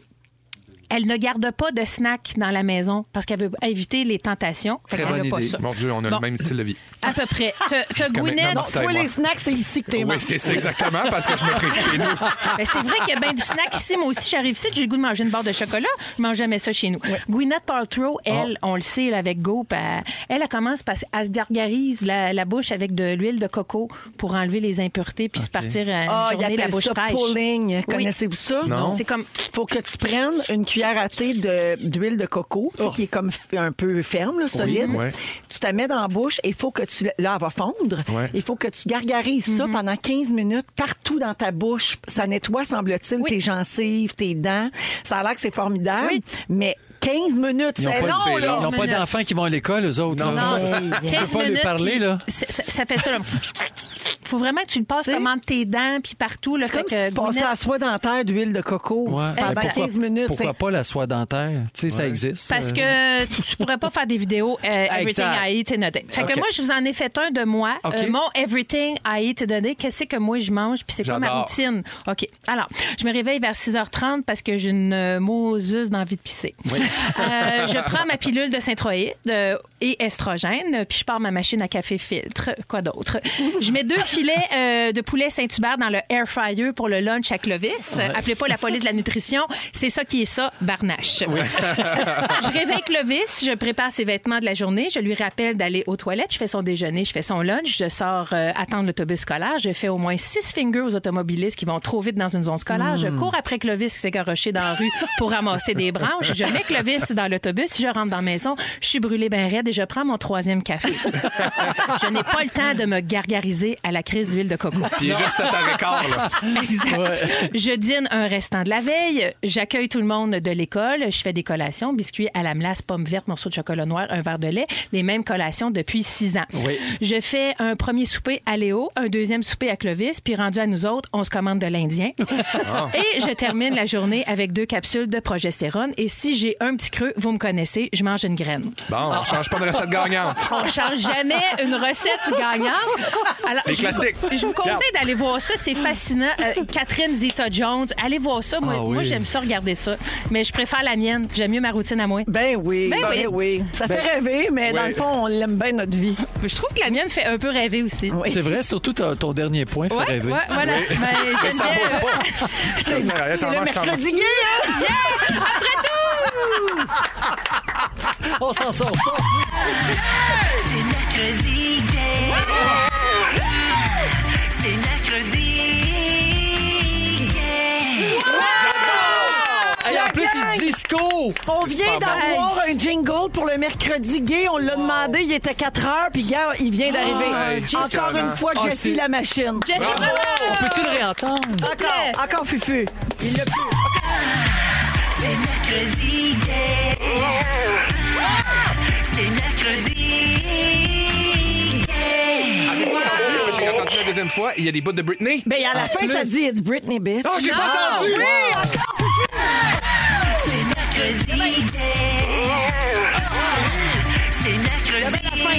[SPEAKER 6] elle ne garde pas de snack dans la maison parce qu'elle veut éviter les tentations. Fait
[SPEAKER 5] Très
[SPEAKER 6] qu'elle
[SPEAKER 5] bonne
[SPEAKER 6] a pas
[SPEAKER 5] idée.
[SPEAKER 6] ça.
[SPEAKER 4] Mon Dieu, on a
[SPEAKER 6] Bon.
[SPEAKER 4] le même style de vie.
[SPEAKER 6] À peu près. Te- Te
[SPEAKER 4] Jusqu'à
[SPEAKER 6] Gouinette,
[SPEAKER 4] maintenant, non.
[SPEAKER 7] Toi, les snacks, c'est ici que t'es
[SPEAKER 4] Oui,
[SPEAKER 7] mort.
[SPEAKER 4] c'est c'est exactement parce que je me ferai chez nous.
[SPEAKER 5] Ah.
[SPEAKER 6] Ben, c'est vrai qu'il y a bien du snack ici. Moi aussi, j'arrive ici, j'ai le goût de manger une barre de chocolat. Je mange jamais ça chez nous. Gwyneth Paltrow,
[SPEAKER 5] Ah.
[SPEAKER 6] elle, on le sait, là, avec Go, puis elle, elle, elle commence par elle se gargarise la, la bouche avec de l'huile de coco pour enlever les impuretés puis se partir à une
[SPEAKER 7] Ah, il
[SPEAKER 6] journée la
[SPEAKER 7] appelle
[SPEAKER 6] bouche
[SPEAKER 7] ça
[SPEAKER 6] fraîche.
[SPEAKER 7] pulling.
[SPEAKER 6] Oui.
[SPEAKER 7] Connaissez-vous ça?
[SPEAKER 4] Non.
[SPEAKER 6] C'est comme
[SPEAKER 7] faut que tu prennes une cuillère à thé de- d'huile de, coco,
[SPEAKER 5] Oh.
[SPEAKER 7] tu sais, qui est comme f- un peu ferme, là, solide.
[SPEAKER 4] ouais.
[SPEAKER 7] Tu te la mets dans la bouche et il faut que tu. la- Là, elle va fondre.
[SPEAKER 4] Ouais.
[SPEAKER 7] Il faut que tu gargarises ça
[SPEAKER 6] Mm-hmm.
[SPEAKER 7] pendant 15 minutes partout dans ta bouche. Ça nettoie, semble-t-il,
[SPEAKER 6] Oui.
[SPEAKER 7] tes gencives, tes dents. Ça a l'air que c'est formidable,
[SPEAKER 6] Oui.
[SPEAKER 7] mais 15 minutes,
[SPEAKER 5] Ils n'ont
[SPEAKER 7] c'est
[SPEAKER 5] pas,
[SPEAKER 7] long,
[SPEAKER 4] c'est
[SPEAKER 7] Ben là.
[SPEAKER 5] ils n'ont pas
[SPEAKER 6] minutes.
[SPEAKER 5] d'enfants qui vont à l'école, eux autres. là.
[SPEAKER 6] Non,
[SPEAKER 5] Ah. Tu peux
[SPEAKER 6] 15
[SPEAKER 5] pas lui
[SPEAKER 6] minutes,
[SPEAKER 5] parler,
[SPEAKER 6] puis
[SPEAKER 5] là.
[SPEAKER 6] Ça, ça- ça fait ça, là. Faut vraiment que tu le passes
[SPEAKER 7] Tu sais?
[SPEAKER 6] comme entre tes dents, puis partout. Là,
[SPEAKER 7] C'est comme
[SPEAKER 6] fait
[SPEAKER 7] si
[SPEAKER 6] que
[SPEAKER 7] tu passais
[SPEAKER 6] Gwyneth-
[SPEAKER 7] à soie dentaire d'huile de coco
[SPEAKER 5] Ouais.
[SPEAKER 7] pendant
[SPEAKER 5] Ben, pourquoi-
[SPEAKER 7] 15 minutes.
[SPEAKER 5] Pourquoi
[SPEAKER 7] c'est-
[SPEAKER 5] pas la soie dentaire? Tu sais, ça existe.
[SPEAKER 6] Parce
[SPEAKER 5] Euh, Ah,
[SPEAKER 6] que tu tu pourrais pas faire des vidéos euh, Everything
[SPEAKER 5] Exact.
[SPEAKER 6] I Eat in a Day. Fait
[SPEAKER 5] OK.
[SPEAKER 6] que moi, je vous en ai fait un de moi.
[SPEAKER 5] OK.
[SPEAKER 6] Euh, mon Everything I Eat in a Day, qu'est-ce que moi je mange, puis c'est quoi ma
[SPEAKER 4] J'adore.
[SPEAKER 6] routine? OK. Alors, je me réveille vers 6h30 parce que j'ai une euh, moseuse d'envie de pisser. Euh, je prends ma pilule de synthroïde euh, et estrogène, euh, puis je pars ma machine à café filtre. Quoi d'autre? Je mets deux filets euh, de poulet Saint-Hubert dans le air fryer pour le lunch à Clovis. Euh, Appelez pas la police de la nutrition. C'est ça qui est ça, Barnache. je réveille Clovis, je prépare ses vêtements de la journée, je lui rappelle d'aller aux toilettes, je fais son déjeuner, je fais son lunch, je sors euh, attendre l'autobus scolaire, je fais au moins six fingers aux automobilistes qui vont trop vite dans une zone scolaire, je cours après Clovis qui s'est garoché dans la rue pour ramasser des branches, je mets Clovis dans l'autobus, je rentre dans la maison, je suis brûlée ben raide et je prends mon troisième café. je n'ai pas le temps de me gargariser à la crise d'huile de coco.
[SPEAKER 4] Puis il est juste 7 h 15 là.
[SPEAKER 6] Exact. Je dîne un restant de la veille. J'accueille tout le monde de l'école. Je fais des collations, biscuits à la melasse, pommes vertes, morceaux de chocolat noir, un verre de lait. Les mêmes collations depuis six ans.
[SPEAKER 5] Oui.
[SPEAKER 6] Je fais un premier souper à Léo, un deuxième souper à Clovis, puis rendu à nous autres, on se commande de l'Indien. Et je termine la journée avec deux capsules de progestérone. Et si j'ai un petit creux, vous me connaissez, je mange une graine.
[SPEAKER 4] Bon,
[SPEAKER 5] Ah.
[SPEAKER 4] on change pas de recette gagnante.
[SPEAKER 6] On change jamais une recette gagnante. Alors,
[SPEAKER 4] Les
[SPEAKER 6] je,
[SPEAKER 4] classiques.
[SPEAKER 6] Vous, je vous conseille d'aller voir ça, c'est fascinant. Euh, Catherine Zeta-Jones, allez voir ça. Moi,
[SPEAKER 5] Ah oui.
[SPEAKER 6] moi, j'aime ça regarder ça, mais je préfère la mienne. J'aime mieux ma routine à moi.
[SPEAKER 7] Ben oui,
[SPEAKER 6] Ben
[SPEAKER 7] ben
[SPEAKER 6] oui.
[SPEAKER 7] oui. Ça fait rêver, mais dans
[SPEAKER 4] Oui.
[SPEAKER 7] le fond, on l'aime bien notre vie.
[SPEAKER 6] Je trouve que la mienne fait un peu rêver aussi.
[SPEAKER 7] Oui.
[SPEAKER 5] C'est vrai, surtout ton ton dernier point fait
[SPEAKER 6] Ouais,
[SPEAKER 5] rêver.
[SPEAKER 6] ouais, voilà. Ben, j'aime
[SPEAKER 4] Ça
[SPEAKER 6] bien,
[SPEAKER 4] bouge
[SPEAKER 6] euh,
[SPEAKER 4] pas. Ça, ça, elle s'en
[SPEAKER 7] Le
[SPEAKER 4] va, je t'en vais.
[SPEAKER 7] mercredi gay, hein?
[SPEAKER 5] On s'en sort pas.
[SPEAKER 3] C'est mercredi gay. C'est mercredi gay.
[SPEAKER 5] Hey, en plus,
[SPEAKER 7] gang!
[SPEAKER 5] il disco!
[SPEAKER 7] On vient
[SPEAKER 4] super
[SPEAKER 7] d'avoir un jingle pour le mercredi gay. On l'a demandé, il était 4 heures, puis gars, il vient d'arriver.
[SPEAKER 4] hey, c'est
[SPEAKER 7] Encore
[SPEAKER 4] écœurant.
[SPEAKER 7] une fois,
[SPEAKER 5] Ah, c'est-
[SPEAKER 7] Jessie la machine.
[SPEAKER 6] Jessie, bravo!
[SPEAKER 5] On peut-tu le réentendre?
[SPEAKER 6] plaît.
[SPEAKER 7] Encore, encore Fufu. Il l'a plus.
[SPEAKER 3] C'est mercredi gay. C'est mercredi gay.
[SPEAKER 4] J'ai entendu, J'ai entendu la deuxième fois. Il y a des bouts de Britney.
[SPEAKER 7] Ben, à la fin, ça dit It's Britney, bitch.
[SPEAKER 4] Oh, j'ai pas entendu.
[SPEAKER 3] C'est mercredi gay. C'est mercredi gay.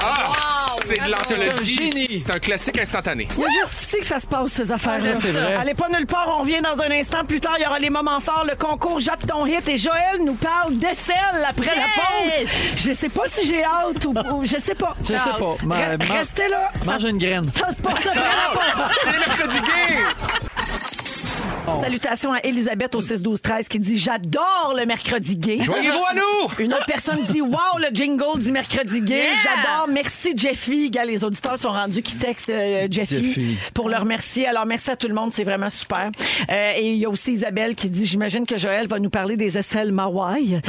[SPEAKER 4] Ah, c'est de
[SPEAKER 5] C'est un
[SPEAKER 4] l'anthologie.
[SPEAKER 5] génie.
[SPEAKER 4] C'est un classique instantané.
[SPEAKER 7] Il y a juste ici que ça se passe, ces affaires-là.
[SPEAKER 5] C'est vrai.
[SPEAKER 7] Allez pas nulle part, on revient dans un instant. Plus tard, il y aura les moments forts, le concours Jappe ton hit et Joël nous parle d'Essel après la
[SPEAKER 6] Yes!
[SPEAKER 7] pause. Je sais pas si j'ai hâte ou, ou- je sais pas.
[SPEAKER 5] Je sais pas. Ma-
[SPEAKER 7] Re-
[SPEAKER 5] ma-
[SPEAKER 7] Restez là. Ça,
[SPEAKER 5] Mange une graine.
[SPEAKER 7] ça se passe après la pause.
[SPEAKER 4] C'est mercredi gay.
[SPEAKER 7] Ça Oh. Salutations à Elisabeth au 6-12-13 qui dit J'adore le mercredi gay.
[SPEAKER 4] Joignez-vous à nous!
[SPEAKER 7] Une autre personne dit Wow, le jingle du mercredi gay. J'adore. Merci, Jeffy. Gars, les auditeurs sont rendus qui textent euh, Jeffy,
[SPEAKER 5] Jeffy.
[SPEAKER 7] pour le remercier. Alors, merci à tout le monde. C'est vraiment super. Euh, et il y a aussi Isabelle qui dit J'imagine que Joël va nous parler des aisselles Mawai.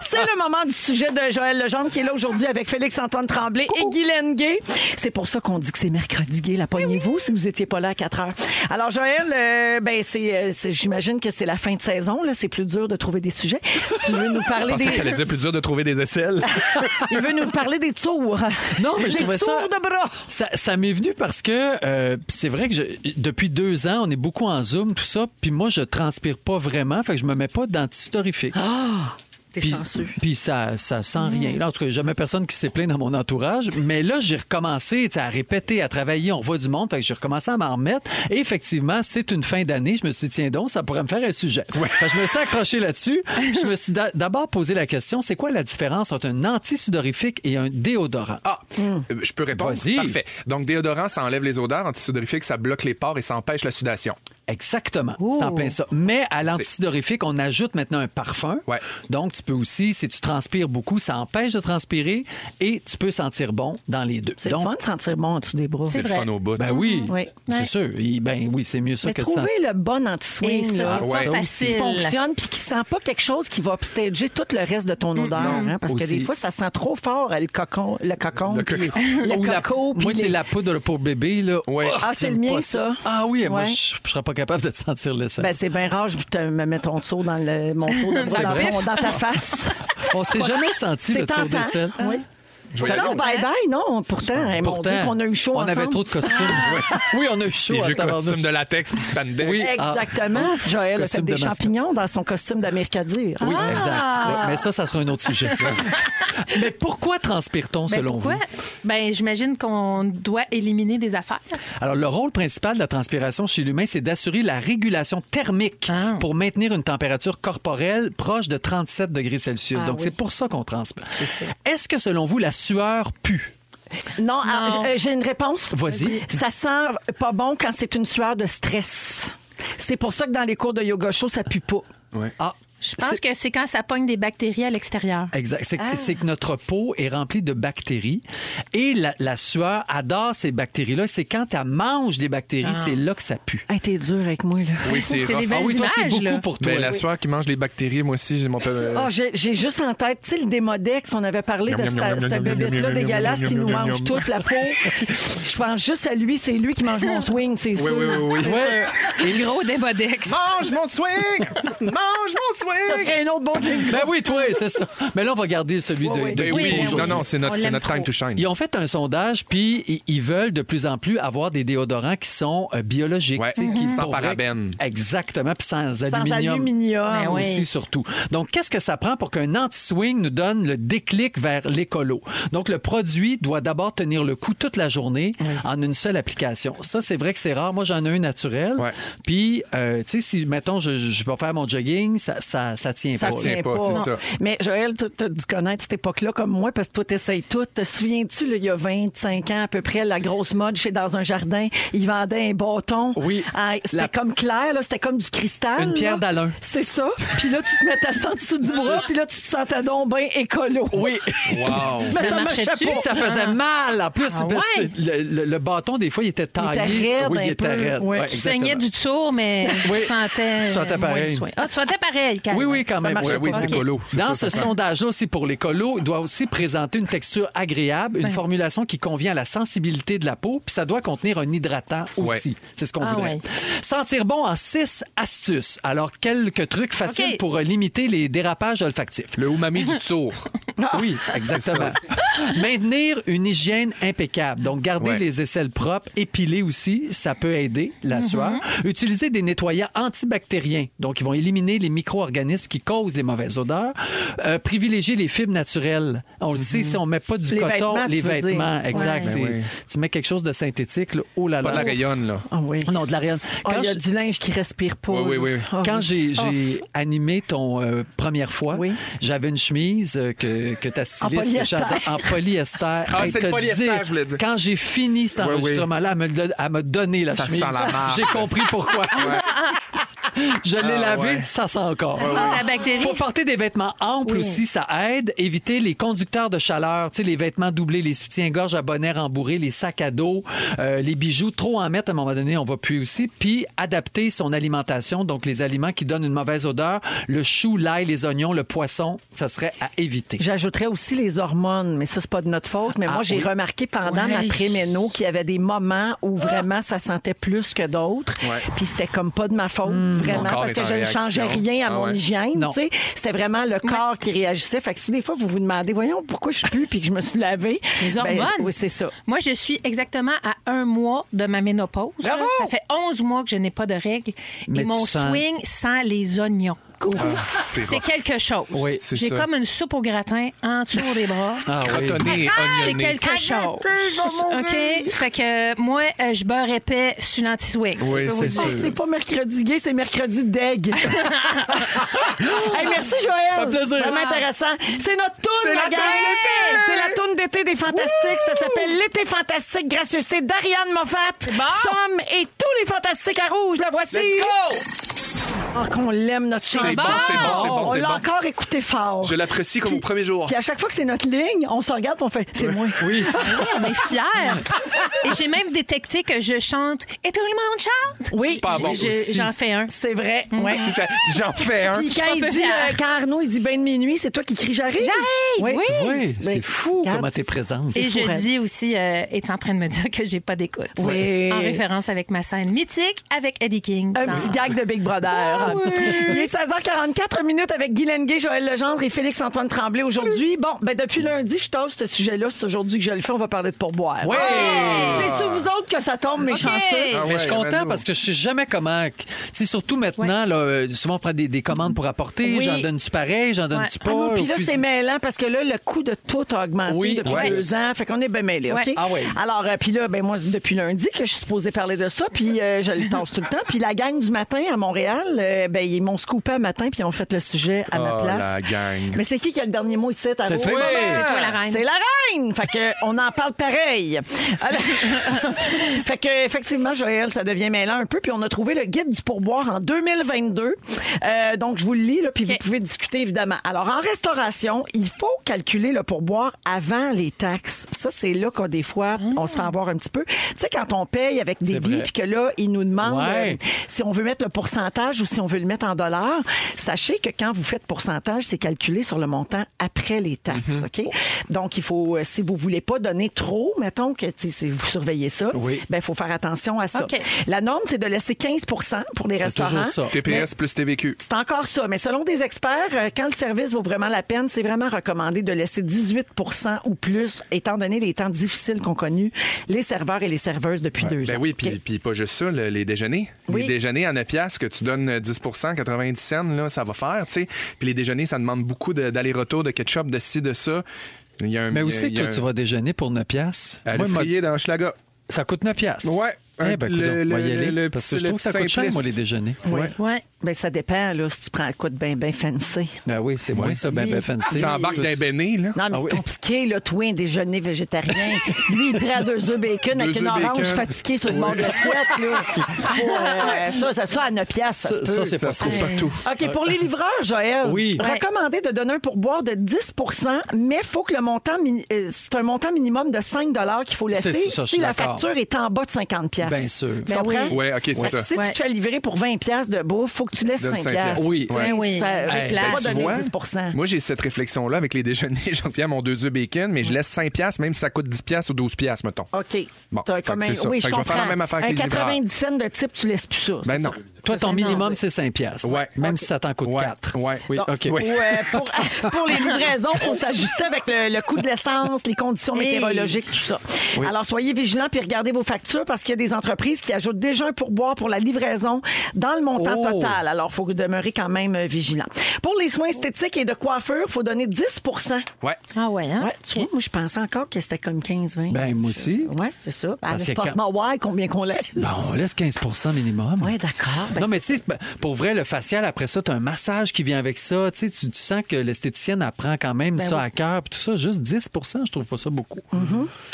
[SPEAKER 7] C'est le moment du sujet de Joël Legendre qui est là aujourd'hui avec Félix-Antoine Tremblay et Guylaine Gay. C'est pour ça qu'on dit que c'est mercredi gay. La pognez-vous si vous étiez pas là à 4 heures. Alors, Joël, euh, ben, c'est, euh, c'est- j'imagine que c'est la fin de saison. Là. C'est plus dur de trouver des sujets. Tu veux nous
[SPEAKER 4] Je
[SPEAKER 7] parler
[SPEAKER 4] pensais qu'elle
[SPEAKER 7] des.
[SPEAKER 4] allait dire plus dur de trouver des aisselles.
[SPEAKER 5] Ah.
[SPEAKER 7] Il veut nous parler des tours.
[SPEAKER 5] Non, mais je
[SPEAKER 7] des
[SPEAKER 5] trouvais ça-
[SPEAKER 7] tours de bras.
[SPEAKER 5] Ça, ça m'est venu parce que euh, pis c'est vrai que je- depuis deux ans, on est beaucoup en Zoom, tout ça, puis moi, je transpire pas vraiment, fait que je me mets pas d'antistorifique.
[SPEAKER 7] T'es
[SPEAKER 5] Puis- Puis ça, ça sent rien. Là, en tout cas, jamais personne qui s'est plaint dans mon entourage. Mais là, j'ai recommencé tu sais, à répéter, à travailler. On voit du monde. Fait que j'ai recommencé à m'en remettre. Et effectivement, c'est une fin d'année. Je me suis dit, tiens donc, ça pourrait me faire un sujet. Fait que je me suis accroché là-dessus. je me suis d'a- d'abord posé la question, c'est quoi la différence entre un antisudorifique et un déodorant?
[SPEAKER 4] Ah, euh, je peux répondre.
[SPEAKER 5] Vas-y.
[SPEAKER 4] Parfait. Donc, déodorant, ça enlève les odeurs. Antisudorifique, ça bloque les pores et ça empêche la sudation.
[SPEAKER 5] Exactement. C'est en plein ça. Mais à l'antidorifique, on ajoute maintenant un parfum.
[SPEAKER 4] Ouais.
[SPEAKER 5] Donc, tu peux aussi, si tu transpires beaucoup, ça empêche de transpirer et tu peux sentir bon dans les deux.
[SPEAKER 7] C'est le
[SPEAKER 5] Donc,
[SPEAKER 7] fun de sentir bon en dessous des bras.
[SPEAKER 4] C'est le
[SPEAKER 6] vrai.
[SPEAKER 4] fun au bout.
[SPEAKER 5] Ben oui,
[SPEAKER 7] Oui.
[SPEAKER 5] c'est
[SPEAKER 6] Ouais.
[SPEAKER 5] sûr. Il- ben oui, c'est mieux ça
[SPEAKER 7] Mais
[SPEAKER 5] que de
[SPEAKER 7] trouver
[SPEAKER 5] sentir.
[SPEAKER 7] le bon
[SPEAKER 6] Et
[SPEAKER 7] anti-swing,
[SPEAKER 6] ça,
[SPEAKER 7] là.
[SPEAKER 6] c'est
[SPEAKER 4] Ouais.
[SPEAKER 6] pas
[SPEAKER 4] Ça
[SPEAKER 7] qui
[SPEAKER 6] facile.
[SPEAKER 7] fonctionne puis qui sent pas quelque chose qui va upstager tout le reste de ton odeur. hein, parce que
[SPEAKER 5] Aussi.
[SPEAKER 7] des fois, ça sent trop fort euh, le cocon, le cocon,
[SPEAKER 4] Le
[SPEAKER 7] puis
[SPEAKER 4] cocon.
[SPEAKER 7] le
[SPEAKER 5] Ou la-
[SPEAKER 7] coco, puis
[SPEAKER 5] moi, c'est
[SPEAKER 7] les-
[SPEAKER 5] la poudre pour bébé. Là.
[SPEAKER 4] Ouais.
[SPEAKER 7] Ah, c'est le
[SPEAKER 5] j'aime
[SPEAKER 7] mien,
[SPEAKER 5] pas
[SPEAKER 7] ça.
[SPEAKER 5] Ah oui, moi,
[SPEAKER 7] Ouais.
[SPEAKER 5] je ne serais pas capable de te sentir le sang.
[SPEAKER 7] Ben, c'est bien rare, je te me mets ton tour dans le, mon tour de bras
[SPEAKER 5] C'est
[SPEAKER 7] dans,
[SPEAKER 5] vrai.
[SPEAKER 7] ton- dans ta face.
[SPEAKER 5] On s'est jamais senti le
[SPEAKER 7] c'est
[SPEAKER 5] tour
[SPEAKER 7] tentant. Ah
[SPEAKER 5] des selles.
[SPEAKER 7] Oui.
[SPEAKER 4] Je vais y
[SPEAKER 7] Non,
[SPEAKER 4] aller.
[SPEAKER 7] bye bye, non. Pourtant, hein, mon Dieu, qu'on a eu chaud
[SPEAKER 5] on
[SPEAKER 7] ensemble. Ah.
[SPEAKER 5] avait trop de costumes. Ouais. oui, on a eu chaud
[SPEAKER 4] Les
[SPEAKER 5] à
[SPEAKER 4] vieux
[SPEAKER 5] tabarnouche.
[SPEAKER 4] costumes de latex, petit spandex.
[SPEAKER 5] Oui. Ah,
[SPEAKER 7] Exactement. Joël a fait
[SPEAKER 5] Costume
[SPEAKER 7] des
[SPEAKER 5] de mascotte. Ah.
[SPEAKER 7] champignons dans son costume d'Américadir.
[SPEAKER 5] Oui, exact. Ouais, Mais ça, ça sera un autre sujet. Ouais. Mais pourquoi transpire-t-on
[SPEAKER 6] Ben,
[SPEAKER 5] selon
[SPEAKER 6] pourquoi?
[SPEAKER 5] vous?
[SPEAKER 6] Ben, j'imagine qu'on doit éliminer des affaires.
[SPEAKER 5] Alors, le rôle principal de la transpiration chez l'humain, c'est d'assurer la régulation thermique
[SPEAKER 6] Ah.
[SPEAKER 5] pour maintenir une température corporelle proche de 37 degrés Celsius.
[SPEAKER 6] Ah
[SPEAKER 5] Donc,
[SPEAKER 6] oui.
[SPEAKER 5] c'est pour ça qu'on transpire. Est-ce que, selon vous, la sueur pue?
[SPEAKER 7] Non, ah, j- euh, j'ai une réponse.
[SPEAKER 5] Vas-y.
[SPEAKER 7] Ça sent pas bon quand c'est une sueur de stress. C'est pour ça que dans les cours de yoga chaud, ça pue pas.
[SPEAKER 5] Ah,
[SPEAKER 6] Je pense que c'est quand ça pogne des bactéries à l'extérieur.
[SPEAKER 5] Exact. C'est que- c'est que notre peau est remplie de bactéries et la, la sueur adore ces bactéries-là. C'est quand elle mange des bactéries, c'est là que ça pue.
[SPEAKER 7] Hey, t'es dur avec moi, là.
[SPEAKER 4] Oui, c'est
[SPEAKER 6] C'est
[SPEAKER 4] rough.
[SPEAKER 6] des
[SPEAKER 5] Ah
[SPEAKER 6] belles
[SPEAKER 5] oui, toi, c'est
[SPEAKER 6] images,
[SPEAKER 5] beaucoup
[SPEAKER 6] là.
[SPEAKER 5] pour toi.
[SPEAKER 4] Ben, la soirée qui mange les bactéries, moi aussi, j'ai mon peu.
[SPEAKER 7] Ah, j'ai j'ai juste en tête, tu sais, le démodex, on avait parlé de
[SPEAKER 4] Miam, miam, miam,
[SPEAKER 7] cette cette
[SPEAKER 4] miam, miam,
[SPEAKER 7] bébête-là
[SPEAKER 4] miam, miam,
[SPEAKER 7] dégueulasse
[SPEAKER 4] miam,
[SPEAKER 7] qui nous
[SPEAKER 4] miam,
[SPEAKER 7] mange
[SPEAKER 4] miam.
[SPEAKER 7] toute la peau. Je pense juste à lui, c'est lui qui mange mon swing, c'est
[SPEAKER 4] Oui,
[SPEAKER 7] sûr.
[SPEAKER 4] oui, oui, oui.
[SPEAKER 6] Gros débodex.
[SPEAKER 4] Mange mon swing! Mange mon
[SPEAKER 7] Ça
[SPEAKER 4] swing!
[SPEAKER 7] serait un autre bon jingle.
[SPEAKER 5] Ben oui, toi, c'est ça. Mais là, on va garder celui de,
[SPEAKER 7] Oui, oui.
[SPEAKER 5] de
[SPEAKER 4] Ben
[SPEAKER 5] Guy
[SPEAKER 4] oui,
[SPEAKER 5] pour
[SPEAKER 4] non,
[SPEAKER 5] aujourd'hui.
[SPEAKER 4] non, c'est
[SPEAKER 6] On
[SPEAKER 4] notre, c'est
[SPEAKER 6] l'aime
[SPEAKER 4] notre time
[SPEAKER 6] trop.
[SPEAKER 4] to shine.
[SPEAKER 5] Ils ont fait un sondage, puis i- ils veulent de plus en plus avoir des déodorants qui sont euh, biologiques.
[SPEAKER 4] Ouais.
[SPEAKER 5] tu sais, qui,
[SPEAKER 4] Sans
[SPEAKER 5] pour vrai-
[SPEAKER 4] parabènes.
[SPEAKER 5] Exactement, puis sans, aluminium.
[SPEAKER 7] aluminium.
[SPEAKER 5] Ben oui.
[SPEAKER 6] oui.
[SPEAKER 5] aussi, surtout. Donc, qu'est-ce que ça prend pour qu'un anti-swing nous donne le déclic vers l'écolo? Donc, le produit doit d'abord tenir le coup toute la journée en une seule application. Ça, c'est vrai que c'est rare. Moi, j'en ai un naturel.
[SPEAKER 4] Ouais.
[SPEAKER 5] Puis, euh, tu sais, si, mettons, je, je vais faire mon jogging, ça, ça, ça tient
[SPEAKER 7] Ça
[SPEAKER 5] pas.
[SPEAKER 4] tient
[SPEAKER 7] tient
[SPEAKER 4] pas,
[SPEAKER 7] pas.
[SPEAKER 4] c'est ça.
[SPEAKER 7] Mais Joël, tu as dû connaître cette époque-là comme moi parce que toi, t'essayes tout. Te souviens-tu, là, il y a 25 ans à peu près, la grosse mode chez Dans un jardin, ils vendaient un bâton.
[SPEAKER 5] Oui.
[SPEAKER 7] Ah, c'était
[SPEAKER 5] La-
[SPEAKER 7] comme clair, là, c'était comme du cristal.
[SPEAKER 5] Une pierre
[SPEAKER 7] là.
[SPEAKER 5] d'Alain.
[SPEAKER 7] C'est ça. Puis là, tu te mettais ça en dessous du bras, puis là, tu te sentais donc bien écolo.
[SPEAKER 5] Oui.
[SPEAKER 4] Wow!
[SPEAKER 7] Mais ça,
[SPEAKER 6] Ça
[SPEAKER 7] marchait
[SPEAKER 6] marchait-tu?
[SPEAKER 7] pas.
[SPEAKER 5] Puis ça faisait mal. En plus,
[SPEAKER 6] Ah
[SPEAKER 5] parce que
[SPEAKER 6] ouais?
[SPEAKER 5] le, le- le bâton, des fois, il était taillé.
[SPEAKER 7] raide
[SPEAKER 5] oui,
[SPEAKER 7] un
[SPEAKER 5] il était
[SPEAKER 7] peu.
[SPEAKER 5] raide.
[SPEAKER 7] Ouais.
[SPEAKER 5] Ouais,
[SPEAKER 6] Tu saignais
[SPEAKER 5] exactement.
[SPEAKER 6] du tour, mais
[SPEAKER 5] Oui.
[SPEAKER 6] tu sentais.
[SPEAKER 5] Tu sentais
[SPEAKER 6] moins
[SPEAKER 5] pareil.
[SPEAKER 6] de soin. Ah, tu sentais pareil, quand
[SPEAKER 5] Oui,
[SPEAKER 6] même.
[SPEAKER 5] oui, quand même.
[SPEAKER 4] Ouais,
[SPEAKER 5] ouais.
[SPEAKER 4] oui, c'est
[SPEAKER 6] Ok.
[SPEAKER 4] écolo. c'est
[SPEAKER 5] Dans
[SPEAKER 4] ça,
[SPEAKER 5] ce
[SPEAKER 4] ça prend.
[SPEAKER 5] sondage-là aussi pour l'écolo, il doit aussi présenter une texture agréable, une formulation qui convient à la sensibilité de la peau, puis ça doit contenir un hydratant aussi.
[SPEAKER 4] Ouais.
[SPEAKER 5] C'est ce qu'on
[SPEAKER 6] Ah
[SPEAKER 5] voudrait.
[SPEAKER 6] ouais.
[SPEAKER 5] Sentir bon en six astuces. Alors, quelques trucs faciles
[SPEAKER 6] Ok.
[SPEAKER 5] pour euh, limiter les dérapages olfactifs.
[SPEAKER 4] Le umami du tour.
[SPEAKER 5] Oui, exactement. Maintenir une hygiène impeccable. Donc, garder
[SPEAKER 4] Ouais.
[SPEAKER 5] les aisselles propres, épiler aussi,
[SPEAKER 7] Mhm.
[SPEAKER 5] ça peut aider la sueur. Utiliser des nettoyants antibactériens. Donc, ils vont éliminer les micro organismes qui causent les mauvaises odeurs. Euh, privilégier les fibres naturelles. On le sait, si on met pas du
[SPEAKER 7] Mhm. Les
[SPEAKER 5] coton,
[SPEAKER 7] vêtements,
[SPEAKER 5] les
[SPEAKER 7] tu veux dire.
[SPEAKER 5] vêtements, exact.
[SPEAKER 6] Ouais.
[SPEAKER 5] c'est-
[SPEAKER 4] Ben oui.
[SPEAKER 5] Tu mets quelque chose de synthétique, là, oh là
[SPEAKER 4] Pas de
[SPEAKER 5] là.
[SPEAKER 4] la rayonne, là.
[SPEAKER 7] Ah oui.
[SPEAKER 5] Non, de la rayonne.
[SPEAKER 7] Ah,
[SPEAKER 5] Quand
[SPEAKER 7] il y a
[SPEAKER 5] je-
[SPEAKER 7] du linge qui respire pas.
[SPEAKER 4] Oui, oui, oui.
[SPEAKER 7] là. Ah
[SPEAKER 5] quand j'ai
[SPEAKER 7] Ah.
[SPEAKER 5] j'ai animé ton euh, première fois,
[SPEAKER 7] Oui.
[SPEAKER 5] j'avais une chemise euh, que, que ta styliste que
[SPEAKER 7] polyester.
[SPEAKER 5] j'adore- en polyester.
[SPEAKER 4] Ah,
[SPEAKER 5] Hey,
[SPEAKER 4] c'est le
[SPEAKER 5] te
[SPEAKER 4] polyester,
[SPEAKER 5] dire,
[SPEAKER 4] je voulais dire.
[SPEAKER 5] Quand j'ai fini cet
[SPEAKER 4] Oui, oui.
[SPEAKER 5] enregistrement-là, elle me le- elle m'a donné la
[SPEAKER 4] Ça
[SPEAKER 5] chemise.
[SPEAKER 4] sent la marque.
[SPEAKER 5] j'ai compris pourquoi. Je l'ai
[SPEAKER 4] Ah,
[SPEAKER 5] lavée,
[SPEAKER 4] ouais.
[SPEAKER 5] ça sent encore.
[SPEAKER 6] Ça sent la bactérie.
[SPEAKER 5] Faut porter des vêtements amples
[SPEAKER 7] Oui.
[SPEAKER 5] aussi, ça aide. Éviter les conducteurs de chaleur, tu sais, les vêtements doublés, les soutiens-gorge à bonnet rembourré, les sacs à dos, euh, les bijoux. Trop en mettre, à un moment donné, on va plus aussi. Puis, adapter son alimentation, donc les aliments qui donnent une mauvaise odeur, le chou, l'ail, les oignons, le poisson, ça serait à éviter.
[SPEAKER 7] J'ajouterais aussi les hormones, mais ça, c'est pas de notre faute. Mais
[SPEAKER 5] Ah,
[SPEAKER 7] moi, j'ai
[SPEAKER 5] oui.
[SPEAKER 7] remarqué pendant ma
[SPEAKER 6] Ouais.
[SPEAKER 7] pré-méno qu'il y avait des moments où vraiment ça sentait plus que d'autres.
[SPEAKER 4] Ah. Ouais. Hmm.
[SPEAKER 7] Puis c'était comme pas de ma faute, vraiment,
[SPEAKER 4] Mon corps
[SPEAKER 7] parce
[SPEAKER 4] est
[SPEAKER 7] que
[SPEAKER 4] en
[SPEAKER 7] je ne
[SPEAKER 4] réaction.
[SPEAKER 7] changeais rien à
[SPEAKER 4] Ah
[SPEAKER 7] mon
[SPEAKER 4] ouais.
[SPEAKER 7] hygiène.
[SPEAKER 5] Non.
[SPEAKER 7] tu sais. C'était vraiment le corps qui réagissait. Fait que si des fois, vous vous demandez, voyons, pourquoi je pue puis que je me suis lavée.
[SPEAKER 6] Les
[SPEAKER 7] ben,
[SPEAKER 6] hormones.
[SPEAKER 7] oui, c'est ça.
[SPEAKER 6] Moi, je suis exactement à un mois de ma ménopause. là. Ça fait 11 mois que je n'ai pas de règles.
[SPEAKER 5] Mais
[SPEAKER 6] et mon
[SPEAKER 5] tu sens-
[SPEAKER 6] swing sent les oignons.
[SPEAKER 7] Ah,
[SPEAKER 6] C'est
[SPEAKER 4] rough.
[SPEAKER 6] quelque chose.
[SPEAKER 5] Oui,
[SPEAKER 4] c'est
[SPEAKER 6] J'ai
[SPEAKER 4] ça.
[SPEAKER 6] comme une soupe au gratin en dessous des bras.
[SPEAKER 5] Ah oui.
[SPEAKER 4] Crotonné et
[SPEAKER 6] C'est
[SPEAKER 4] oignonné.
[SPEAKER 6] quelque chose. OK? Fait que moi, euh, je beurre épais sur l'anti-swing.
[SPEAKER 4] Oui, c'est
[SPEAKER 7] Oh, c'est
[SPEAKER 4] sûr.
[SPEAKER 7] pas mercredi gay, c'est mercredi deg. Hey, merci
[SPEAKER 5] Ça
[SPEAKER 7] Joël.
[SPEAKER 5] fait plaisir.
[SPEAKER 7] Vraiment intéressant. C'est notre tourne,
[SPEAKER 4] C'est
[SPEAKER 7] la
[SPEAKER 4] la
[SPEAKER 7] gang.
[SPEAKER 4] toune d'été.
[SPEAKER 7] C'est la tourne d'été des fantastiques. Ça s'appelle l'été fantastique. Gracieuseté d'Ariane Moffat.
[SPEAKER 6] bon.
[SPEAKER 7] Somme et tous les fantastiques à rouge. La voici.
[SPEAKER 4] Let's go!
[SPEAKER 7] Oh, qu'on l'aime notre chanson.
[SPEAKER 4] bon, c'est bon, c'est bon,
[SPEAKER 7] On
[SPEAKER 4] c'est
[SPEAKER 7] l'a
[SPEAKER 4] bon.
[SPEAKER 7] encore écouté fort.
[SPEAKER 4] Je l'apprécie comme au premier jour.
[SPEAKER 7] Puis à chaque fois que c'est notre ligne, on se regarde, et on fait. C'est moi. Ah,
[SPEAKER 4] Oui.
[SPEAKER 6] On est fiers. Et j'ai même détecté que je chante « Et tout le monde chante ».
[SPEAKER 7] Oui.
[SPEAKER 4] Super bon
[SPEAKER 6] J'ai-
[SPEAKER 4] aussi.
[SPEAKER 6] J'en fais un.
[SPEAKER 7] C'est vrai. Ouais.
[SPEAKER 4] J'a- J'en fais un.
[SPEAKER 7] Puis quand,
[SPEAKER 6] suis
[SPEAKER 7] il
[SPEAKER 6] un peu
[SPEAKER 7] dit,
[SPEAKER 6] fière.
[SPEAKER 7] euh, quand Arnaud il dit bain de minuit, c'est toi qui crie j'arrive.
[SPEAKER 6] J'arrive, oui.
[SPEAKER 5] Oui,
[SPEAKER 7] Ben,
[SPEAKER 5] c'est fou
[SPEAKER 7] regarde,
[SPEAKER 5] comment t'es présente.
[SPEAKER 6] Et
[SPEAKER 7] fou,
[SPEAKER 6] je
[SPEAKER 7] elle.
[SPEAKER 6] dis aussi, euh, est en train de me dire que j'ai pas d'écoute.
[SPEAKER 7] Oui.
[SPEAKER 6] En référence avec ma scène mythique avec Eddie King.
[SPEAKER 7] Un
[SPEAKER 6] dans-
[SPEAKER 7] petit gag de Big Brother. Il est 16h44 minutes avec Guy Lenguet, Joël Legendre et Félix-Antoine Tremblay aujourd'hui. Bon, ben depuis lundi, je tâche ce sujet-là. C'est aujourd'hui que je le fais. On va parler de pourboire.
[SPEAKER 5] Ouais!
[SPEAKER 7] C'est sous vous autres que ça tombe, mes
[SPEAKER 6] Ok.
[SPEAKER 7] chanceux.
[SPEAKER 4] Ah ouais,
[SPEAKER 5] Mais je suis
[SPEAKER 4] Renaud.
[SPEAKER 5] content parce que je sais jamais comment. Tu sais, surtout maintenant, là, euh, souvent on prend des, des commandes pour apporter.
[SPEAKER 6] Oui.
[SPEAKER 5] J'en donne-tu pareil, j'en donne-tu
[SPEAKER 7] Ah
[SPEAKER 5] pas?
[SPEAKER 7] non, puis là,
[SPEAKER 5] Au cuis-
[SPEAKER 7] c'est mêlant parce que là, le coût de tout a augmenté
[SPEAKER 5] Oui,
[SPEAKER 7] depuis
[SPEAKER 5] ouais.
[SPEAKER 7] deux ans. Fait qu'on est bien mêlés, OK?
[SPEAKER 6] Ouais.
[SPEAKER 5] Ah ouais.
[SPEAKER 7] Alors, euh, puis là, ben moi, c'est depuis lundi que je suis supposée parler de ça, puis euh, je le tasse tout le temps. Puis la gang du matin à Montréal, euh, ben ils m'ont scoopé un matin, puis ils ont fait le sujet à ma
[SPEAKER 4] Oh,
[SPEAKER 7] place.
[SPEAKER 4] la gang.
[SPEAKER 7] Mais c'est qui qui a le dernier mot ici? Taro?
[SPEAKER 5] Ah, C'est toi. C'est
[SPEAKER 6] toi, la reine.
[SPEAKER 7] C'est la reine! Fait que, on en parle pareil. Alors- fait que, effectivement, Joël, ça devient mêlant un peu, puis on a trouvé le guide du pourboire en 2022. Euh, donc, je vous le lis, là, puis
[SPEAKER 6] Ok.
[SPEAKER 7] vous pouvez discuter, évidemment. Alors, en restauration, il faut calculer le pourboire avant les taxes. Ça, c'est là qu'on, des fois, on se fait avoir un petit peu. Tu sais, quand on paye avec des
[SPEAKER 5] Ah. C'est
[SPEAKER 7] billes,
[SPEAKER 5] vrai.
[SPEAKER 7] puis que là, ils nous demandent
[SPEAKER 5] Ouais.
[SPEAKER 7] euh, si on veut mettre le pourcentage ou si on veut le mettre en dollars, sachez que quand vous faites pourcentage, c'est calculé sur le montant après les
[SPEAKER 5] Mhm.
[SPEAKER 7] taxes. OK? Donc, il faut, euh, si vous voulez pas donner trop, mettons que tu sais, si vous surveillez ça,
[SPEAKER 5] Oui.
[SPEAKER 7] ben, il faut faire attention à ça.
[SPEAKER 6] OK.
[SPEAKER 7] La norme, c'est de laisser 15 pour les
[SPEAKER 5] C'est toujours
[SPEAKER 7] restaurants.
[SPEAKER 5] ça.
[SPEAKER 4] TPS plus TVQ.
[SPEAKER 7] C'est encore ça. Mais selon des experts, euh, quand le service vaut vraiment la peine, c'est vraiment recommandé de laisser 18 ou plus, étant donné les temps difficiles qu'ont connus les serveurs et les serveuses depuis deux
[SPEAKER 4] Ben
[SPEAKER 7] ans.
[SPEAKER 4] oui, puis
[SPEAKER 7] OK?
[SPEAKER 4] puis pas juste ça, le- les déjeuners.
[SPEAKER 7] Oui.
[SPEAKER 4] Les déjeuners en 9 piastres que tu donnes euh, 10 90 cents, là, ça va faire, tu sais. Puis les déjeuners, ça demande beaucoup de- d'aller-retour, de ketchup, de ci, de ça. Il y a un- il
[SPEAKER 5] Mais
[SPEAKER 4] y a-
[SPEAKER 5] Ben, aussi
[SPEAKER 4] il y
[SPEAKER 5] que
[SPEAKER 4] a
[SPEAKER 5] toi,
[SPEAKER 4] un-
[SPEAKER 5] tu vas déjeuner pour 9 piastres.
[SPEAKER 4] À
[SPEAKER 5] Moi,
[SPEAKER 4] le
[SPEAKER 5] il m'a-
[SPEAKER 4] frayer dans Schlaga.
[SPEAKER 5] Ça coûte 9 piastres.
[SPEAKER 4] Ouais.
[SPEAKER 5] Eh ben,
[SPEAKER 4] Le-
[SPEAKER 5] coudonc, on va y
[SPEAKER 4] le-
[SPEAKER 5] aller.
[SPEAKER 4] le
[SPEAKER 5] parce
[SPEAKER 4] petit-
[SPEAKER 5] que je
[SPEAKER 4] le
[SPEAKER 5] trouve que ça
[SPEAKER 4] petit
[SPEAKER 5] coûte cher,
[SPEAKER 4] simplice.
[SPEAKER 5] moi, les déjeuners.
[SPEAKER 7] Oui.
[SPEAKER 6] Ouais.
[SPEAKER 7] Ben, ça dépend, là, si tu prends quoi de bien, bien fancy.
[SPEAKER 5] Ben oui, c'est moins ça, ben, ben fancy.
[SPEAKER 4] Tu t'embarques d'un ben- béné, là.
[SPEAKER 7] Non, mais
[SPEAKER 5] Ah
[SPEAKER 7] c'est
[SPEAKER 5] oui.
[SPEAKER 7] compliqué, là, toi, un déjeuner végétarien. Lui, il prend deux œufs bacon avec
[SPEAKER 4] Deux
[SPEAKER 7] une
[SPEAKER 4] œufs
[SPEAKER 7] orange
[SPEAKER 4] bacon.
[SPEAKER 7] fatiguée sur le bord de l'assiette, là. Pour, euh, ça, ça, ça, à 9 piastres,
[SPEAKER 5] Ça,
[SPEAKER 7] ça se
[SPEAKER 5] ça,
[SPEAKER 7] peut.
[SPEAKER 5] c'est pas
[SPEAKER 4] Ça
[SPEAKER 5] trop.
[SPEAKER 4] se trouve partout.
[SPEAKER 7] OK, pour les livreurs, Joël,
[SPEAKER 5] Oui.
[SPEAKER 6] Ouais.
[SPEAKER 7] recommandé de donner un pourboire de 10 mais il faut que le montant, mini- euh, c'est un montant minimum de 5 qu'il faut laisser
[SPEAKER 5] C'est ça, je
[SPEAKER 7] si
[SPEAKER 5] suis
[SPEAKER 7] la
[SPEAKER 5] d'accord.
[SPEAKER 7] facture est en bas de 50 piastres.
[SPEAKER 5] Bien sûr.
[SPEAKER 7] Tu
[SPEAKER 6] Ben
[SPEAKER 7] comprends?
[SPEAKER 6] oui.
[SPEAKER 4] Ouais, OK, c'est
[SPEAKER 7] Parce que
[SPEAKER 4] ça.
[SPEAKER 7] Si tu te fais livrer pour 20 piastres de bouffe, faut que tu laisses
[SPEAKER 4] Donne
[SPEAKER 7] 5
[SPEAKER 4] 5
[SPEAKER 7] piastres.
[SPEAKER 5] Oui.
[SPEAKER 7] Tu sais,
[SPEAKER 6] Ben oui.
[SPEAKER 7] Ça,
[SPEAKER 6] Hey,
[SPEAKER 7] fait que
[SPEAKER 6] ben,
[SPEAKER 7] pas
[SPEAKER 6] tu
[SPEAKER 7] donner 10
[SPEAKER 4] moi j'ai cette réflexion-là avec les déjeuners. Je reviens à mon 2 œufs bacon, mais je laisse 5 piastres, même si ça coûte 10 piastres ou 12 piastres, mettons.
[SPEAKER 7] OK.
[SPEAKER 4] Bon,
[SPEAKER 7] T'as
[SPEAKER 4] fait que
[SPEAKER 7] comme un-
[SPEAKER 4] c'est ça.
[SPEAKER 7] Oui,
[SPEAKER 4] Fait que je
[SPEAKER 7] je
[SPEAKER 4] vais
[SPEAKER 7] comprends.
[SPEAKER 4] faire la même affaire que
[SPEAKER 7] un
[SPEAKER 4] les livreurs.
[SPEAKER 7] 90 cents de type, tu laisses plus ça. c'est
[SPEAKER 4] Ben
[SPEAKER 7] ça?
[SPEAKER 4] non.
[SPEAKER 5] Toi, ton
[SPEAKER 7] Ça,
[SPEAKER 5] minimum,
[SPEAKER 7] non.
[SPEAKER 5] c'est 5 piastres.
[SPEAKER 4] Ouais.
[SPEAKER 5] Même si ça t'en coûte
[SPEAKER 4] Ouais.
[SPEAKER 5] 4.
[SPEAKER 4] Ouais.
[SPEAKER 5] Oui,
[SPEAKER 7] Bon,
[SPEAKER 5] OK.
[SPEAKER 7] pour, euh, pour- pour les livraisons, il faut s'ajuster avec le, le coût de l'essence, les conditions
[SPEAKER 6] Hey.
[SPEAKER 7] météorologiques, tout ça.
[SPEAKER 5] Oui.
[SPEAKER 7] Alors, soyez vigilants puis regardez vos factures parce qu'il y a des entreprises qui ajoutent déjà un pourboire pour la livraison dans le montant
[SPEAKER 5] Oh.
[SPEAKER 7] total. Alors, il faut demeurer quand même euh, vigilant. Pour les soins esthétiques et de coiffure, il faut donner 10
[SPEAKER 4] Ouais.
[SPEAKER 6] Ah ouais, hein?
[SPEAKER 7] Ouais, tu
[SPEAKER 6] Ok.
[SPEAKER 7] vois, moi, je pensais encore que c'était comme 15-20.
[SPEAKER 5] Ben, moi aussi.
[SPEAKER 7] Oui, c'est ça. Ah,
[SPEAKER 5] Parce
[SPEAKER 7] je
[SPEAKER 5] que
[SPEAKER 7] pense,
[SPEAKER 5] quand-
[SPEAKER 7] ouais, combien qu'on laisse?
[SPEAKER 5] Ben, on laisse 15 minimum.
[SPEAKER 7] Oui, d'accord. Ben,
[SPEAKER 5] non, mais tu sais, ben, pour vrai, le facial, après ça, t'as un massage qui vient avec ça. Tu sais, tu, tu sens que l'esthéticienne apprend quand même
[SPEAKER 4] Ben
[SPEAKER 5] ça à cœur. puis tout ça, juste 10 je trouve pas ça beaucoup.
[SPEAKER 4] Mm-hmm.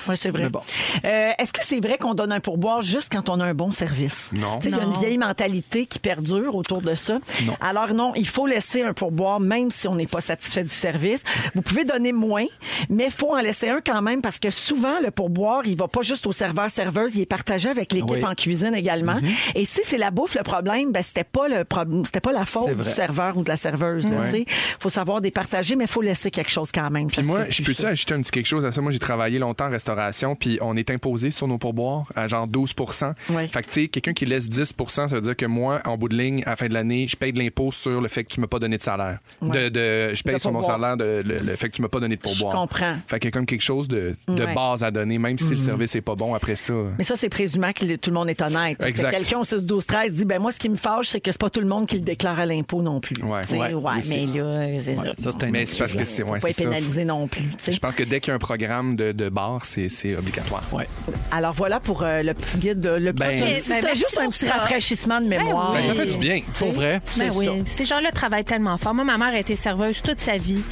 [SPEAKER 7] Oui, c'est vrai.
[SPEAKER 5] Mais bon.
[SPEAKER 7] Euh, Est-ce que c'est vrai qu'on donne un pourboire juste quand on a un bon service?
[SPEAKER 4] Non.
[SPEAKER 7] Tu sais, Il y a une
[SPEAKER 6] Non.
[SPEAKER 7] vieille mentalité qui perdure autour de ça.
[SPEAKER 5] Non.
[SPEAKER 7] Alors non, il faut laisser un pourboire même si on n'est pas satisfait du service. Vous pouvez donner moins, mais il faut en laisser un quand même parce que souvent, le pourboire, il va pas juste au serveur-serveuse, il est partagé avec l'équipe
[SPEAKER 5] Ah Oui. Mm-hmm.
[SPEAKER 7] en cuisine également. Et si c'est la bouffe le problème, ben, c'était pas le problème, c'était pas la
[SPEAKER 5] C'est
[SPEAKER 7] faute
[SPEAKER 5] vrai.
[SPEAKER 7] du serveur ou de la serveuse. Il faut savoir départager, mais il faut laisser quelque chose quand même. Ça
[SPEAKER 4] Puis
[SPEAKER 7] se
[SPEAKER 4] moi,
[SPEAKER 7] fait
[SPEAKER 4] je
[SPEAKER 7] plus,
[SPEAKER 4] peux-tu
[SPEAKER 7] ça.
[SPEAKER 4] ajouter un petit quelque chose à ça? Moi, j'ai travaillé longtemps en restauration, puis on est imposé sur nos pourboires à genre 12
[SPEAKER 7] Oui.
[SPEAKER 4] Fait que, tu sais, quelqu'un qui laisse 10 ça veut dire que moi, en bout de ligne, à la fin de l'année, je paye de l'impôt sur le fait que tu m'as pas donné de salaire.
[SPEAKER 7] Ouais.
[SPEAKER 4] De, de- je paye
[SPEAKER 7] De
[SPEAKER 4] sur mon
[SPEAKER 7] pourboire.
[SPEAKER 4] salaire de- le, le fait que tu m'as pas donné de pourboire.
[SPEAKER 7] comprends.
[SPEAKER 4] Fait que comme quelque chose de, de
[SPEAKER 7] Ouais. Mhm.
[SPEAKER 4] base à donner, même si le service est pas bon après ça.
[SPEAKER 7] Mais ça, c'est présumant que le- tout le monde est honnête. Parce que
[SPEAKER 4] Exact.
[SPEAKER 7] quelqu'un au 6, 12, 13 dit ben moi, ce qui me fâche, c'est que c'est pas tout le monde qui le déclare à l'impôt non plus.
[SPEAKER 4] Ouais.
[SPEAKER 7] Tu sais,
[SPEAKER 4] Ouais,
[SPEAKER 7] mais
[SPEAKER 4] aussi.
[SPEAKER 7] là, c'est ça.
[SPEAKER 5] Ça, c'est un
[SPEAKER 4] Mais
[SPEAKER 5] autre
[SPEAKER 4] c'est parce
[SPEAKER 5] sujet.
[SPEAKER 4] que c'est
[SPEAKER 7] Faut
[SPEAKER 4] ouais,
[SPEAKER 7] pas
[SPEAKER 4] c'est
[SPEAKER 7] être
[SPEAKER 4] ça.
[SPEAKER 7] pénalisé non plus. tu sais.
[SPEAKER 4] Je pense que dès qu'il y a un programme de, de bar, c'est c'est obligatoire.
[SPEAKER 5] Ouais.
[SPEAKER 7] Alors voilà pour euh, le petit guide, de- le petit-
[SPEAKER 5] Ben,
[SPEAKER 7] C'était
[SPEAKER 6] ben, merci
[SPEAKER 7] juste un
[SPEAKER 6] pour
[SPEAKER 7] petit
[SPEAKER 6] ça.
[SPEAKER 7] rafraîchissement de mémoire.
[SPEAKER 6] oui.
[SPEAKER 4] Ben, ça fait du bien.
[SPEAKER 5] Pour vrai.
[SPEAKER 6] Ben oui, ces gens-là travaillent tellement fort. Moi, ma mère a été serveuse toute sa vie.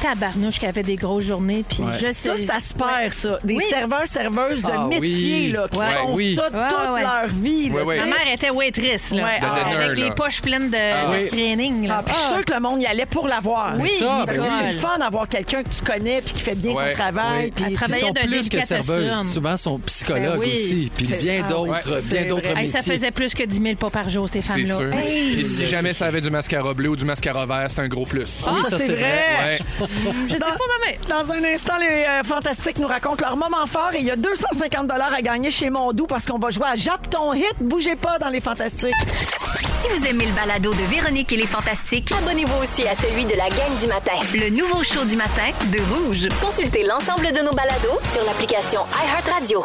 [SPEAKER 6] Tabarnouche qui avait des grosses journées. Puis
[SPEAKER 5] Ouais.
[SPEAKER 6] je
[SPEAKER 7] Ça,
[SPEAKER 6] sais-
[SPEAKER 7] ça se perd, ça. Des
[SPEAKER 6] Oui.
[SPEAKER 7] serveurs, serveuses de
[SPEAKER 5] Ah oui.
[SPEAKER 7] métier là, qui
[SPEAKER 5] Ouais,
[SPEAKER 7] font
[SPEAKER 5] oui.
[SPEAKER 7] ça
[SPEAKER 6] Ouais,
[SPEAKER 7] toute
[SPEAKER 6] ouais.
[SPEAKER 7] leur vie. là,
[SPEAKER 4] Ouais,
[SPEAKER 7] tu
[SPEAKER 4] ouais.
[SPEAKER 7] sais.
[SPEAKER 6] Ma mère était waitress, là,
[SPEAKER 7] Ouais, De ah.
[SPEAKER 4] dinner,
[SPEAKER 6] avec les
[SPEAKER 4] là.
[SPEAKER 6] poches pleines de,
[SPEAKER 5] oui.
[SPEAKER 6] de screening. Là. Ah,
[SPEAKER 7] Ah, puis je suis sûre que le monde y allait pour l'avoir.
[SPEAKER 6] Oui,
[SPEAKER 5] ça,
[SPEAKER 7] Parce
[SPEAKER 5] ben
[SPEAKER 7] que
[SPEAKER 5] oui.
[SPEAKER 7] c'est le fun d'avoir quelqu'un que tu connais puis qui fait bien
[SPEAKER 4] Ouais.
[SPEAKER 7] son travail.
[SPEAKER 5] Oui.
[SPEAKER 7] puis-
[SPEAKER 6] Elle
[SPEAKER 5] Puis
[SPEAKER 6] travaillait
[SPEAKER 5] ils sont
[SPEAKER 6] d'un
[SPEAKER 5] plus que
[SPEAKER 6] délicatessen.
[SPEAKER 5] serveuses. Souvent, sont psychologues
[SPEAKER 6] Ben oui.
[SPEAKER 5] aussi. Puis
[SPEAKER 7] C'est
[SPEAKER 5] bien
[SPEAKER 7] ça.
[SPEAKER 5] d'autres,
[SPEAKER 4] Ouais.
[SPEAKER 5] bien d'autres
[SPEAKER 7] vrai.
[SPEAKER 6] Hey,
[SPEAKER 5] métiers.
[SPEAKER 6] ça faisait plus que 10 000 pas par jour, ces
[SPEAKER 4] C'est
[SPEAKER 6] femmes-là.
[SPEAKER 4] sûr. Puis si jamais ça avait du mascara bleu ou du mascara vert, c'est un gros plus.
[SPEAKER 5] Oui,
[SPEAKER 7] Ah,
[SPEAKER 5] ça,
[SPEAKER 7] c'est
[SPEAKER 5] c'est
[SPEAKER 7] vrai.
[SPEAKER 5] vrai.
[SPEAKER 4] Ouais.
[SPEAKER 6] Je sais pas, maman.
[SPEAKER 7] Dans un instant, les euh, Fantastiques nous racontent leur moment fort et il y a 250 à gagner chez Mondou parce qu'on va jouer à Jappe ton hit. Bougez pas dans les Fantastiques.
[SPEAKER 1] Si vous aimez le balado de Véronique et les Fantastiques,
[SPEAKER 2] Abonnez-vous aussi à celui de la gang du matin.
[SPEAKER 1] le nouveau show du matin de Rouge.
[SPEAKER 2] Consultez l'ensemble de nos balados sur l'application iHeartRadio.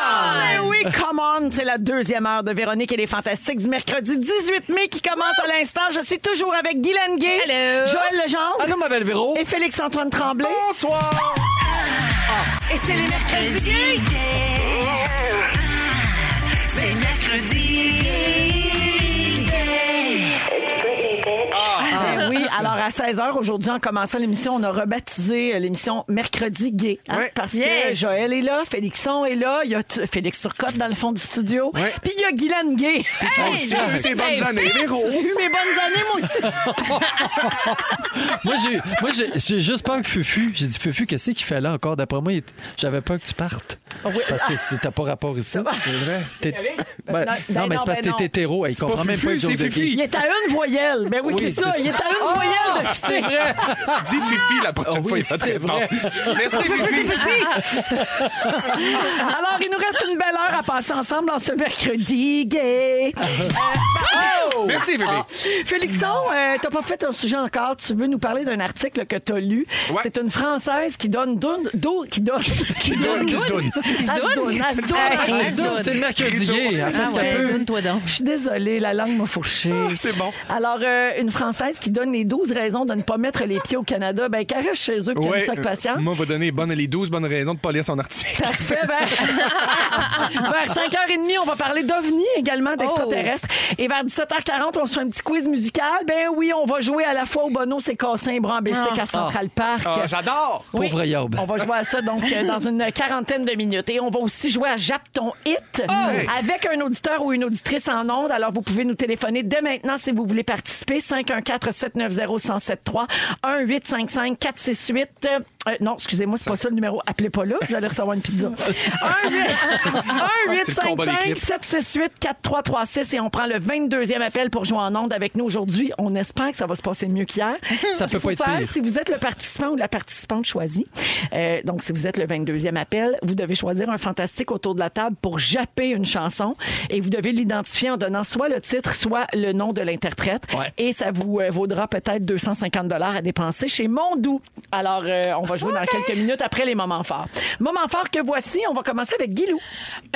[SPEAKER 7] Ah oui, come on! C'est la deuxième heure de Véronique et les Fantastiques du mercredi 18 mai qui commence à l'instant. Je suis toujours avec Guylaine Gay,
[SPEAKER 6] Hello. Oh.
[SPEAKER 7] Joël Legendre
[SPEAKER 5] Allô, Ah ma belle Véro.
[SPEAKER 7] et Félix-Antoine Tremblay.
[SPEAKER 4] Bonsoir!
[SPEAKER 7] Et c'est les mercredis.
[SPEAKER 3] mercredi gay. Ah, C'est mercredi gay.
[SPEAKER 7] Ben oui, alors à 16h aujourd'hui, en commençant l'émission, on a rebaptisé euh, l'émission Mercredi Gay. hein,
[SPEAKER 4] Ouais.
[SPEAKER 7] Parce que
[SPEAKER 6] Yeah.
[SPEAKER 7] Joël est là, Félixon est là, il y a tu- Félix Turcotte dans le fond du studio,
[SPEAKER 4] Ouais.
[SPEAKER 7] puis il y a Guylaine Gay.
[SPEAKER 4] Aussi, on a
[SPEAKER 7] Ben,
[SPEAKER 4] eu des bonnes années, Véro.
[SPEAKER 7] J'ai eu mes bonnes années, moi aussi.
[SPEAKER 5] Moi, j'ai, moi, j'ai, j'ai juste peur que Fufu. J'ai dit, Fufu, qu'est-ce qu'il fait là encore? D'après moi, il- j'avais peur que tu partes. Parce que si t'as pas rapport ici. C'est vrai. non,
[SPEAKER 7] Ben,
[SPEAKER 5] mais
[SPEAKER 7] non,
[SPEAKER 5] c'est parce
[SPEAKER 7] ben
[SPEAKER 5] que t'es
[SPEAKER 7] non.
[SPEAKER 5] hétéro. Il comprend même
[SPEAKER 4] Fufu,
[SPEAKER 5] pas que
[SPEAKER 4] c'est
[SPEAKER 5] Joe de
[SPEAKER 4] Fifi.
[SPEAKER 5] gay.
[SPEAKER 7] Il est à une voyelle. Ben oui,
[SPEAKER 5] Oui,
[SPEAKER 7] c'est ça. Ah,
[SPEAKER 5] c'est
[SPEAKER 7] Il est
[SPEAKER 5] ça.
[SPEAKER 7] à une voyelle de
[SPEAKER 5] C'est
[SPEAKER 7] ficer.
[SPEAKER 5] vrai.
[SPEAKER 4] Dis Fifi la prochaine
[SPEAKER 5] Ah oui,
[SPEAKER 4] fois, il va te
[SPEAKER 5] c'est
[SPEAKER 4] répondre.
[SPEAKER 5] vrai.
[SPEAKER 4] Merci, Fifi.
[SPEAKER 7] Alors, il nous reste une belle heure à passer ensemble en ce mercredi gay.
[SPEAKER 4] Merci, Fifi.
[SPEAKER 7] Ah, Félixon, euh, t'as pas fait un sujet encore. Tu veux nous parler d'un article que t'as lu.
[SPEAKER 4] Ouais.
[SPEAKER 7] C'est une Française qui donne doune- d'eau, qui donne. Qui donne.
[SPEAKER 4] Qui se donne.
[SPEAKER 7] Elle se donne, elle se donne, elle se
[SPEAKER 5] Ah,
[SPEAKER 7] donne.
[SPEAKER 5] c'est ça, C'est le mercredi gay. Elle fait ce qu'elle peut.
[SPEAKER 6] Ah Donne-toi donc.
[SPEAKER 7] Je suis désolée, la langue m'a fourché.
[SPEAKER 4] Ah, c'est bon.
[SPEAKER 7] Alors, euh, une Française qui donne les 12 raisons de ne pas mettre les pieds au Canada, ben, qu'elle reste chez eux puis qu'elle
[SPEAKER 4] Ouais, euh,
[SPEAKER 7] nous sac patience.
[SPEAKER 4] Moi, on va donner bonnes- les 12 bonnes raisons de pas lire son article.
[SPEAKER 7] Parfait. Vers, vers 5h30, on va parler d'OVNI également, d'extraterrestres. Et vers 17h40, on se fait un petit quiz musical. Ben oui, on va jouer à la fois au Bono, c'est cassé un bras en Bessic à Central Park.
[SPEAKER 4] Ah, J'adore!
[SPEAKER 7] Oui.
[SPEAKER 5] Pauvre Yob.
[SPEAKER 7] On va jouer à ça donc euh, dans une quarantaine de minutes. Et on va aussi jouer à Jappe ton Hit avec un auditeur ou une auditrice en onde. Alors vous pouvez nous téléphoner dès maintenant si vous voulez participer. 514-790-1073 1-855-468. euh, euh, non, excusez-moi, c'est pas ça le numéro. Appelez pas là, vous allez recevoir une pizza. 1-855-768-4336 et on prend le 22e appel pour jouer en onde avec nous aujourd'hui. On espère que ça va se passer mieux qu'hier.
[SPEAKER 5] Ça peut
[SPEAKER 7] Faut
[SPEAKER 5] pas être
[SPEAKER 7] faire,
[SPEAKER 5] pire.
[SPEAKER 7] si vous êtes le participant ou la participante choisie, euh, donc si vous êtes le 22e appel, vous devez choisir un fantastique autour de la table pour japper une chanson et vous devez l'identifier en donnant soit le titre, soit le nom de l'interprète.
[SPEAKER 5] Ouais.
[SPEAKER 7] Et ça vous euh, vaudra peut-être 250 à dépenser chez Mondou. Alors, euh, on
[SPEAKER 8] va jouer dans quelques minutes après les moments forts. Moments forts que voici, on va commencer avec Guilou.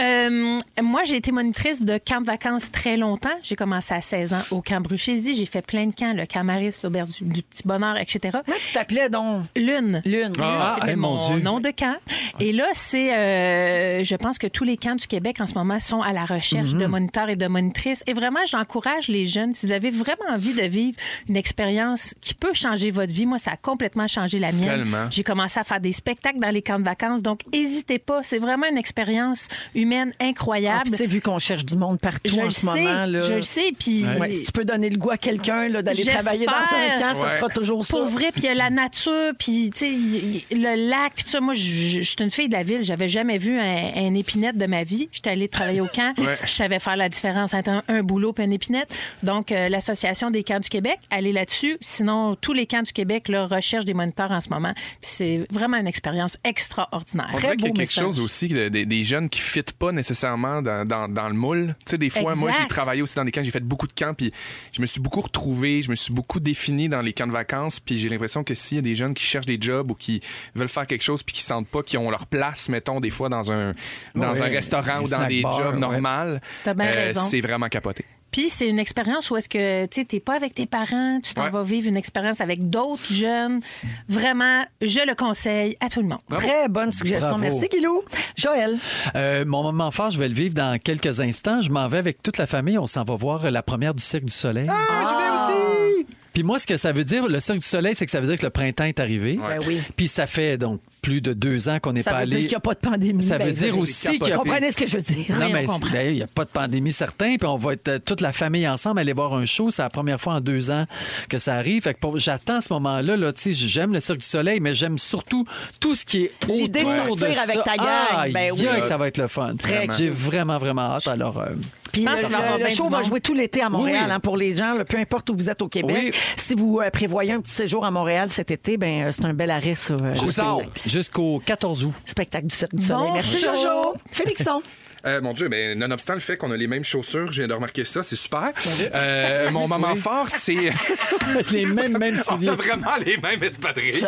[SPEAKER 6] Euh, moi, j'ai été monitrice de camp de vacances très longtemps. J'ai commencé à 16 ans au camp Bruchésie. J'ai fait plein de camps, le Camaris, l'Auberge du, du Petit Bonheur, etc.
[SPEAKER 7] Moi, Ah, tu t'appelais donc.
[SPEAKER 6] Lune.
[SPEAKER 8] Lune.
[SPEAKER 5] Ah,
[SPEAKER 6] C'était
[SPEAKER 5] hey, mon
[SPEAKER 6] mon,
[SPEAKER 5] Dieu.
[SPEAKER 6] nom de camp. Et là, c'est, euh, je pense que tous les camps du Québec en ce moment sont à la recherche de moniteurs et de monitrices. Et vraiment, j'encourage les jeunes, si vous avez vraiment envie de vivre une expérience qui peut changer votre vie, moi, ça a complètement changé la mienne.
[SPEAKER 4] Tellement.
[SPEAKER 6] J'ai commencé à faire des spectacles dans les camps de vacances. Donc, n'hésitez pas. C'est vraiment une expérience humaine
[SPEAKER 7] Ah,
[SPEAKER 6] incroyable.
[SPEAKER 7] puis tu sais, vu qu'on cherche du monde partout
[SPEAKER 6] je
[SPEAKER 7] en
[SPEAKER 6] le
[SPEAKER 7] ce
[SPEAKER 6] sais,
[SPEAKER 7] moment. Là,
[SPEAKER 6] je le sais, puis
[SPEAKER 7] Ouais, si tu peux donner le goût à quelqu'un là, d'aller
[SPEAKER 6] J'espère.
[SPEAKER 7] travailler dans un camp, ça
[SPEAKER 4] Ouais.
[SPEAKER 7] sera toujours ça.
[SPEAKER 6] Pour vrai, puis il y a la nature, puis tu sais, y- y- le lac, puis tout ça. Moi, je je suis une fille de la ville. J'avais jamais vu un, un épinette de ma vie. J'étais allée travailler au camp.
[SPEAKER 4] Ouais.
[SPEAKER 6] Je savais faire la différence entre un, un boulot et un épinette. Donc, euh, l'Association des camps du Québec, allez là-dessus. Sinon, tous les camps du Québec là, recherchent des moniteurs en ce moment. Puis c'est vraiment une expérience extraordinaire.
[SPEAKER 4] On dirait qu'il y a
[SPEAKER 7] beau
[SPEAKER 4] quelque
[SPEAKER 7] message.
[SPEAKER 4] chose aussi de- des- des jeunes qui ne fitent pas nécessairement dans, dans- dans le moule. Tu sais, des fois, moi, j'ai
[SPEAKER 6] Exact.
[SPEAKER 4] travaillé aussi dans des camps, j'ai fait beaucoup de camps, puis je me suis beaucoup retrouvé, je me suis beaucoup défini dans les camps de vacances, puis j'ai l'impression que s'il y a des jeunes qui cherchent des jobs ou qui veulent faire quelque chose, puis qui sentent pas qu'ils ont leur place, mettons, des fois, dans un, dans
[SPEAKER 5] Ouais,
[SPEAKER 4] un restaurant
[SPEAKER 5] les
[SPEAKER 4] ou dans
[SPEAKER 5] snack
[SPEAKER 4] des
[SPEAKER 5] bars,
[SPEAKER 4] jobs
[SPEAKER 5] ouais.
[SPEAKER 4] normaux,
[SPEAKER 6] T'as bien raison.
[SPEAKER 4] c'est vraiment capoté.
[SPEAKER 6] Puis c'est une expérience où est-ce que tu n'es pas avec tes parents, tu t'en
[SPEAKER 4] Ouais.
[SPEAKER 6] vas vivre une expérience avec d'autres jeunes. Vraiment, je le conseille à tout le monde.
[SPEAKER 7] Très bonne suggestion.
[SPEAKER 5] Bravo.
[SPEAKER 7] Merci, Guilou. Joël.
[SPEAKER 5] Euh, mon moment fort, je vais le vivre dans quelques instants. Je m'en vais avec toute la famille. On s'en va voir euh, la première du Cirque du Soleil.
[SPEAKER 7] Ah,
[SPEAKER 5] Ah! Puis moi, ce que ça veut dire, le Cirque du Soleil, c'est que ça veut dire que le printemps est arrivé.
[SPEAKER 4] Ouais.
[SPEAKER 7] Ben oui.
[SPEAKER 5] Puis ça fait donc plus de deux ans qu'on n'est
[SPEAKER 7] Ça
[SPEAKER 5] pas
[SPEAKER 7] veut
[SPEAKER 5] allé.
[SPEAKER 7] dire qu'il n'y a pas de pandémie.
[SPEAKER 5] Ça
[SPEAKER 7] Ben,
[SPEAKER 5] veut dire
[SPEAKER 7] c'est
[SPEAKER 5] aussi qu'il y a
[SPEAKER 7] capoté. Comprenez ce que je veux dire.
[SPEAKER 5] Non,
[SPEAKER 6] Oui, on
[SPEAKER 5] mais
[SPEAKER 6] comprend.
[SPEAKER 5] ben, il n'y a pas de pandémie, certain. Puis on va être euh, toute la famille ensemble aller voir un show. C'est la première fois en deux ans que ça arrive. Fait que pour- j'attends ce moment-là. Là, Tu sais, j'aime le Cirque du Soleil, mais j'aime surtout tout ce qui est
[SPEAKER 7] L'idée de
[SPEAKER 5] autour de,
[SPEAKER 7] sortir
[SPEAKER 5] ça.
[SPEAKER 7] avec ta gang,
[SPEAKER 5] Ah,
[SPEAKER 7] ben oui.
[SPEAKER 5] yeah, que ça va être le fun. J'ai vraiment, vraiment hâte. Alors, euh,
[SPEAKER 7] Puis
[SPEAKER 6] Je pense
[SPEAKER 7] le,
[SPEAKER 6] qu'il va y avoir
[SPEAKER 7] le
[SPEAKER 6] bien
[SPEAKER 7] show
[SPEAKER 6] du
[SPEAKER 7] va
[SPEAKER 6] monde.
[SPEAKER 7] jouer tout l'été à Montréal
[SPEAKER 5] Oui.
[SPEAKER 7] hein, pour les gens, là, peu importe où vous êtes au Québec.
[SPEAKER 5] Oui.
[SPEAKER 7] Si vous euh, prévoyez un petit séjour à Montréal cet été, ben euh, c'est un bel arrêt ça. euh,
[SPEAKER 5] jusqu'au jusqu'au 14 août.
[SPEAKER 7] spectacle du Cirque du Soleil.
[SPEAKER 6] Bon
[SPEAKER 7] Merci
[SPEAKER 6] show.
[SPEAKER 7] Jojo. Félixon.
[SPEAKER 4] Euh, mon Dieu, ben, nonobstant le fait qu'on a les mêmes chaussures, je viens de remarquer ça, c'est super. Euh, mon moment fort, c'est...
[SPEAKER 5] Les mêmes, mêmes
[SPEAKER 4] On a
[SPEAKER 5] souvenirs.
[SPEAKER 4] vraiment les mêmes espadrilles.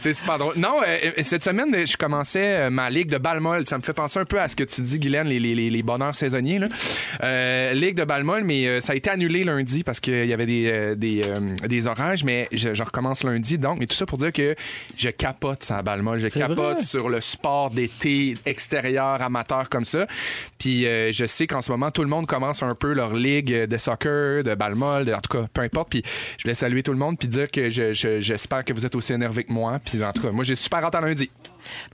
[SPEAKER 4] c'est super drôle. Non, euh, euh, cette semaine, euh, je commençais euh, ma ligue de balmol. Ça me fait penser un peu à ce que tu dis, Guylaine, les, les- les- les bonheurs saisonniers. Là. Euh, ligue de balmol, mais euh, ça a été annulé lundi parce qu'il y avait des, euh, des, euh, des orages, mais je, je recommence lundi. Donc, mais tout ça pour dire que je capote sur la balmol. Je
[SPEAKER 5] C'est
[SPEAKER 4] capote
[SPEAKER 5] vrai.
[SPEAKER 4] sur le sport d'été extérieur, amateur comme ça. Puis euh, je sais qu'en ce moment, tout le monde commence un peu leur ligue de soccer, de balmol, de- en tout cas, peu importe. Puis je voulais saluer tout le monde puis dire que je- je- j'espère que vous êtes aussi énervé que moi. Puis en tout cas, moi, j'ai super hâte à lundi.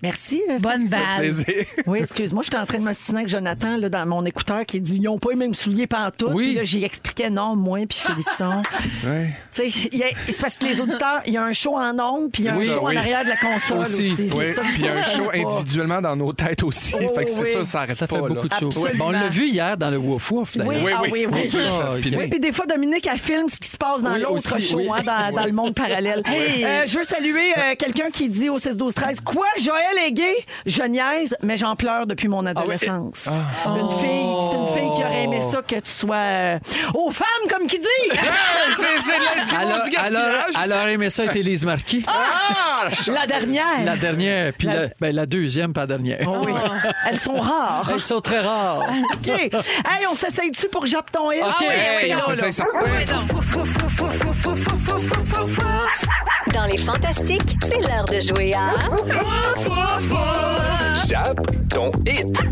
[SPEAKER 7] Merci. euh,
[SPEAKER 6] Bonne balle.
[SPEAKER 4] Plaisir.
[SPEAKER 7] Oui, excuse-moi, j'étais en train de m'ostiner avec Jonathan là, dans mon écouteur qui dit ils n'ont pas les mêmes souliers pantoute.
[SPEAKER 5] Oui.
[SPEAKER 7] Puis là, j'y expliquais non, moi, puis Félixon.
[SPEAKER 4] Ouais.
[SPEAKER 7] Tu sais, il y a- c'est parce que les auditeurs, il y a un show en ondes, puis il y a un
[SPEAKER 4] Oui,
[SPEAKER 7] show
[SPEAKER 4] oui.
[SPEAKER 7] en arrière de la console aussi.
[SPEAKER 5] Aussi,
[SPEAKER 7] C'est
[SPEAKER 4] Ouais.
[SPEAKER 7] ça.
[SPEAKER 4] Puis il y a un show individuellement dans nos têtes aussi.
[SPEAKER 7] Oh,
[SPEAKER 4] fait que c'est
[SPEAKER 7] oui.
[SPEAKER 4] ça, ça arrête
[SPEAKER 5] Ça
[SPEAKER 4] pas.
[SPEAKER 5] fait beaucoup de
[SPEAKER 4] là.
[SPEAKER 5] choses.
[SPEAKER 7] Absolument.
[SPEAKER 5] Bon, on l'a vu hier dans le Woof Woof. d'ailleurs.
[SPEAKER 7] Oui,
[SPEAKER 4] Oui,
[SPEAKER 7] ah
[SPEAKER 4] oui.
[SPEAKER 7] oui, oui.
[SPEAKER 4] Ça,
[SPEAKER 5] Ah,
[SPEAKER 4] c'est
[SPEAKER 5] ok.
[SPEAKER 7] Oui, puis des fois, Dominique, elle filme ce qui se passe dans
[SPEAKER 5] Oui,
[SPEAKER 7] l'autre
[SPEAKER 5] aussi,
[SPEAKER 7] show,
[SPEAKER 5] oui.
[SPEAKER 7] hein, dans, dans le monde parallèle. Euh, je veux saluer euh, quelqu'un qui dit au 6-12-13 Quoi, Joël est gay Je niaise, mais j'en pleure depuis
[SPEAKER 5] Ah
[SPEAKER 7] mon adolescence. Une fille, c'est une fille qui aurait aimé ça que tu sois euh, aux femmes, comme qui dit
[SPEAKER 4] Hey, Ah, c'est c'est de l'intimidation,
[SPEAKER 5] Alors,
[SPEAKER 4] du
[SPEAKER 5] alors,
[SPEAKER 4] gaspillage.
[SPEAKER 5] alors, aimé ça, était Lise Marquis.
[SPEAKER 4] Ah, la
[SPEAKER 7] La dernière.
[SPEAKER 5] La dernière, puis la, ben, la deuxième, pas la dernière.
[SPEAKER 7] Oh oui. Elles sont rares.
[SPEAKER 5] Elles sont très rares.
[SPEAKER 7] OK. Hey, on s'essaye dessus pour Ah que jappe ton hit?
[SPEAKER 5] OK.
[SPEAKER 4] Hey, on s'essaye ça.
[SPEAKER 2] Dans les Fantastiques, c'est l'heure de jouer à...
[SPEAKER 3] Jappe ton hit.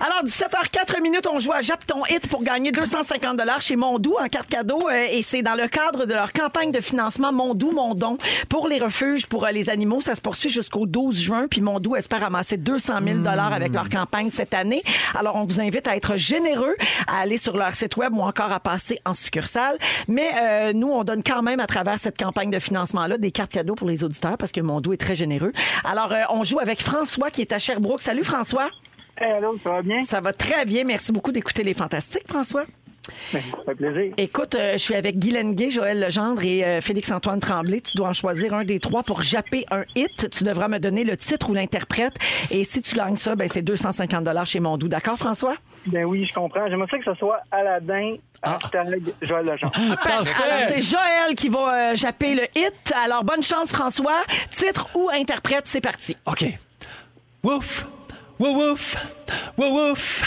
[SPEAKER 7] Alors, 17h04 minutes, on joue à Jappe ton hit pour gagner 250 chez Mondou en carte cadeau. euh, et c'est dans le cadre de leur campagne de financement Mondou Mondon pour les refuges pour euh, les animaux. Ça se poursuit jusqu'au 12 juin. Puis Mondou espère amasser 200 000 avec leur campagne cette année. Alors, on vous invite à être généreux, à aller sur leur site web ou encore à passer en succursale. Mais euh, nous, on donne quand même à travers cette campagne de financement-là des cartes cadeaux pour les auditeurs parce que Mondou est très généreux. Alors, euh, on joue avec François qui est à Sherbrooke. Salut François.
[SPEAKER 9] Hello, ça va bien?
[SPEAKER 7] Ça va très bien. Merci beaucoup d'écouter Les Fantastiques, François.
[SPEAKER 9] Ben, ça fait plaisir.
[SPEAKER 7] Écoute, euh, je suis avec Guylaine Gay, Joël Legendre et euh, Félix-Antoine Tremblay. Tu dois en choisir un des trois pour japper un hit. Tu devras me donner le titre ou l'interprète. Et si tu gagnes ça, ben, c'est 250 chez Mondou. D'accord, François?
[SPEAKER 9] Ben oui, je comprends. J'aimerais ça que ce soit Aladdin, hashtag Joël Legendre.
[SPEAKER 5] Ah.
[SPEAKER 7] Alors,
[SPEAKER 5] Parfait!
[SPEAKER 7] c'est Joël qui va euh, japper le hit. Alors, bonne chance, François. Titre ou interprète, c'est parti.
[SPEAKER 5] OK. Wouf! Wou wouf! Wou wouf!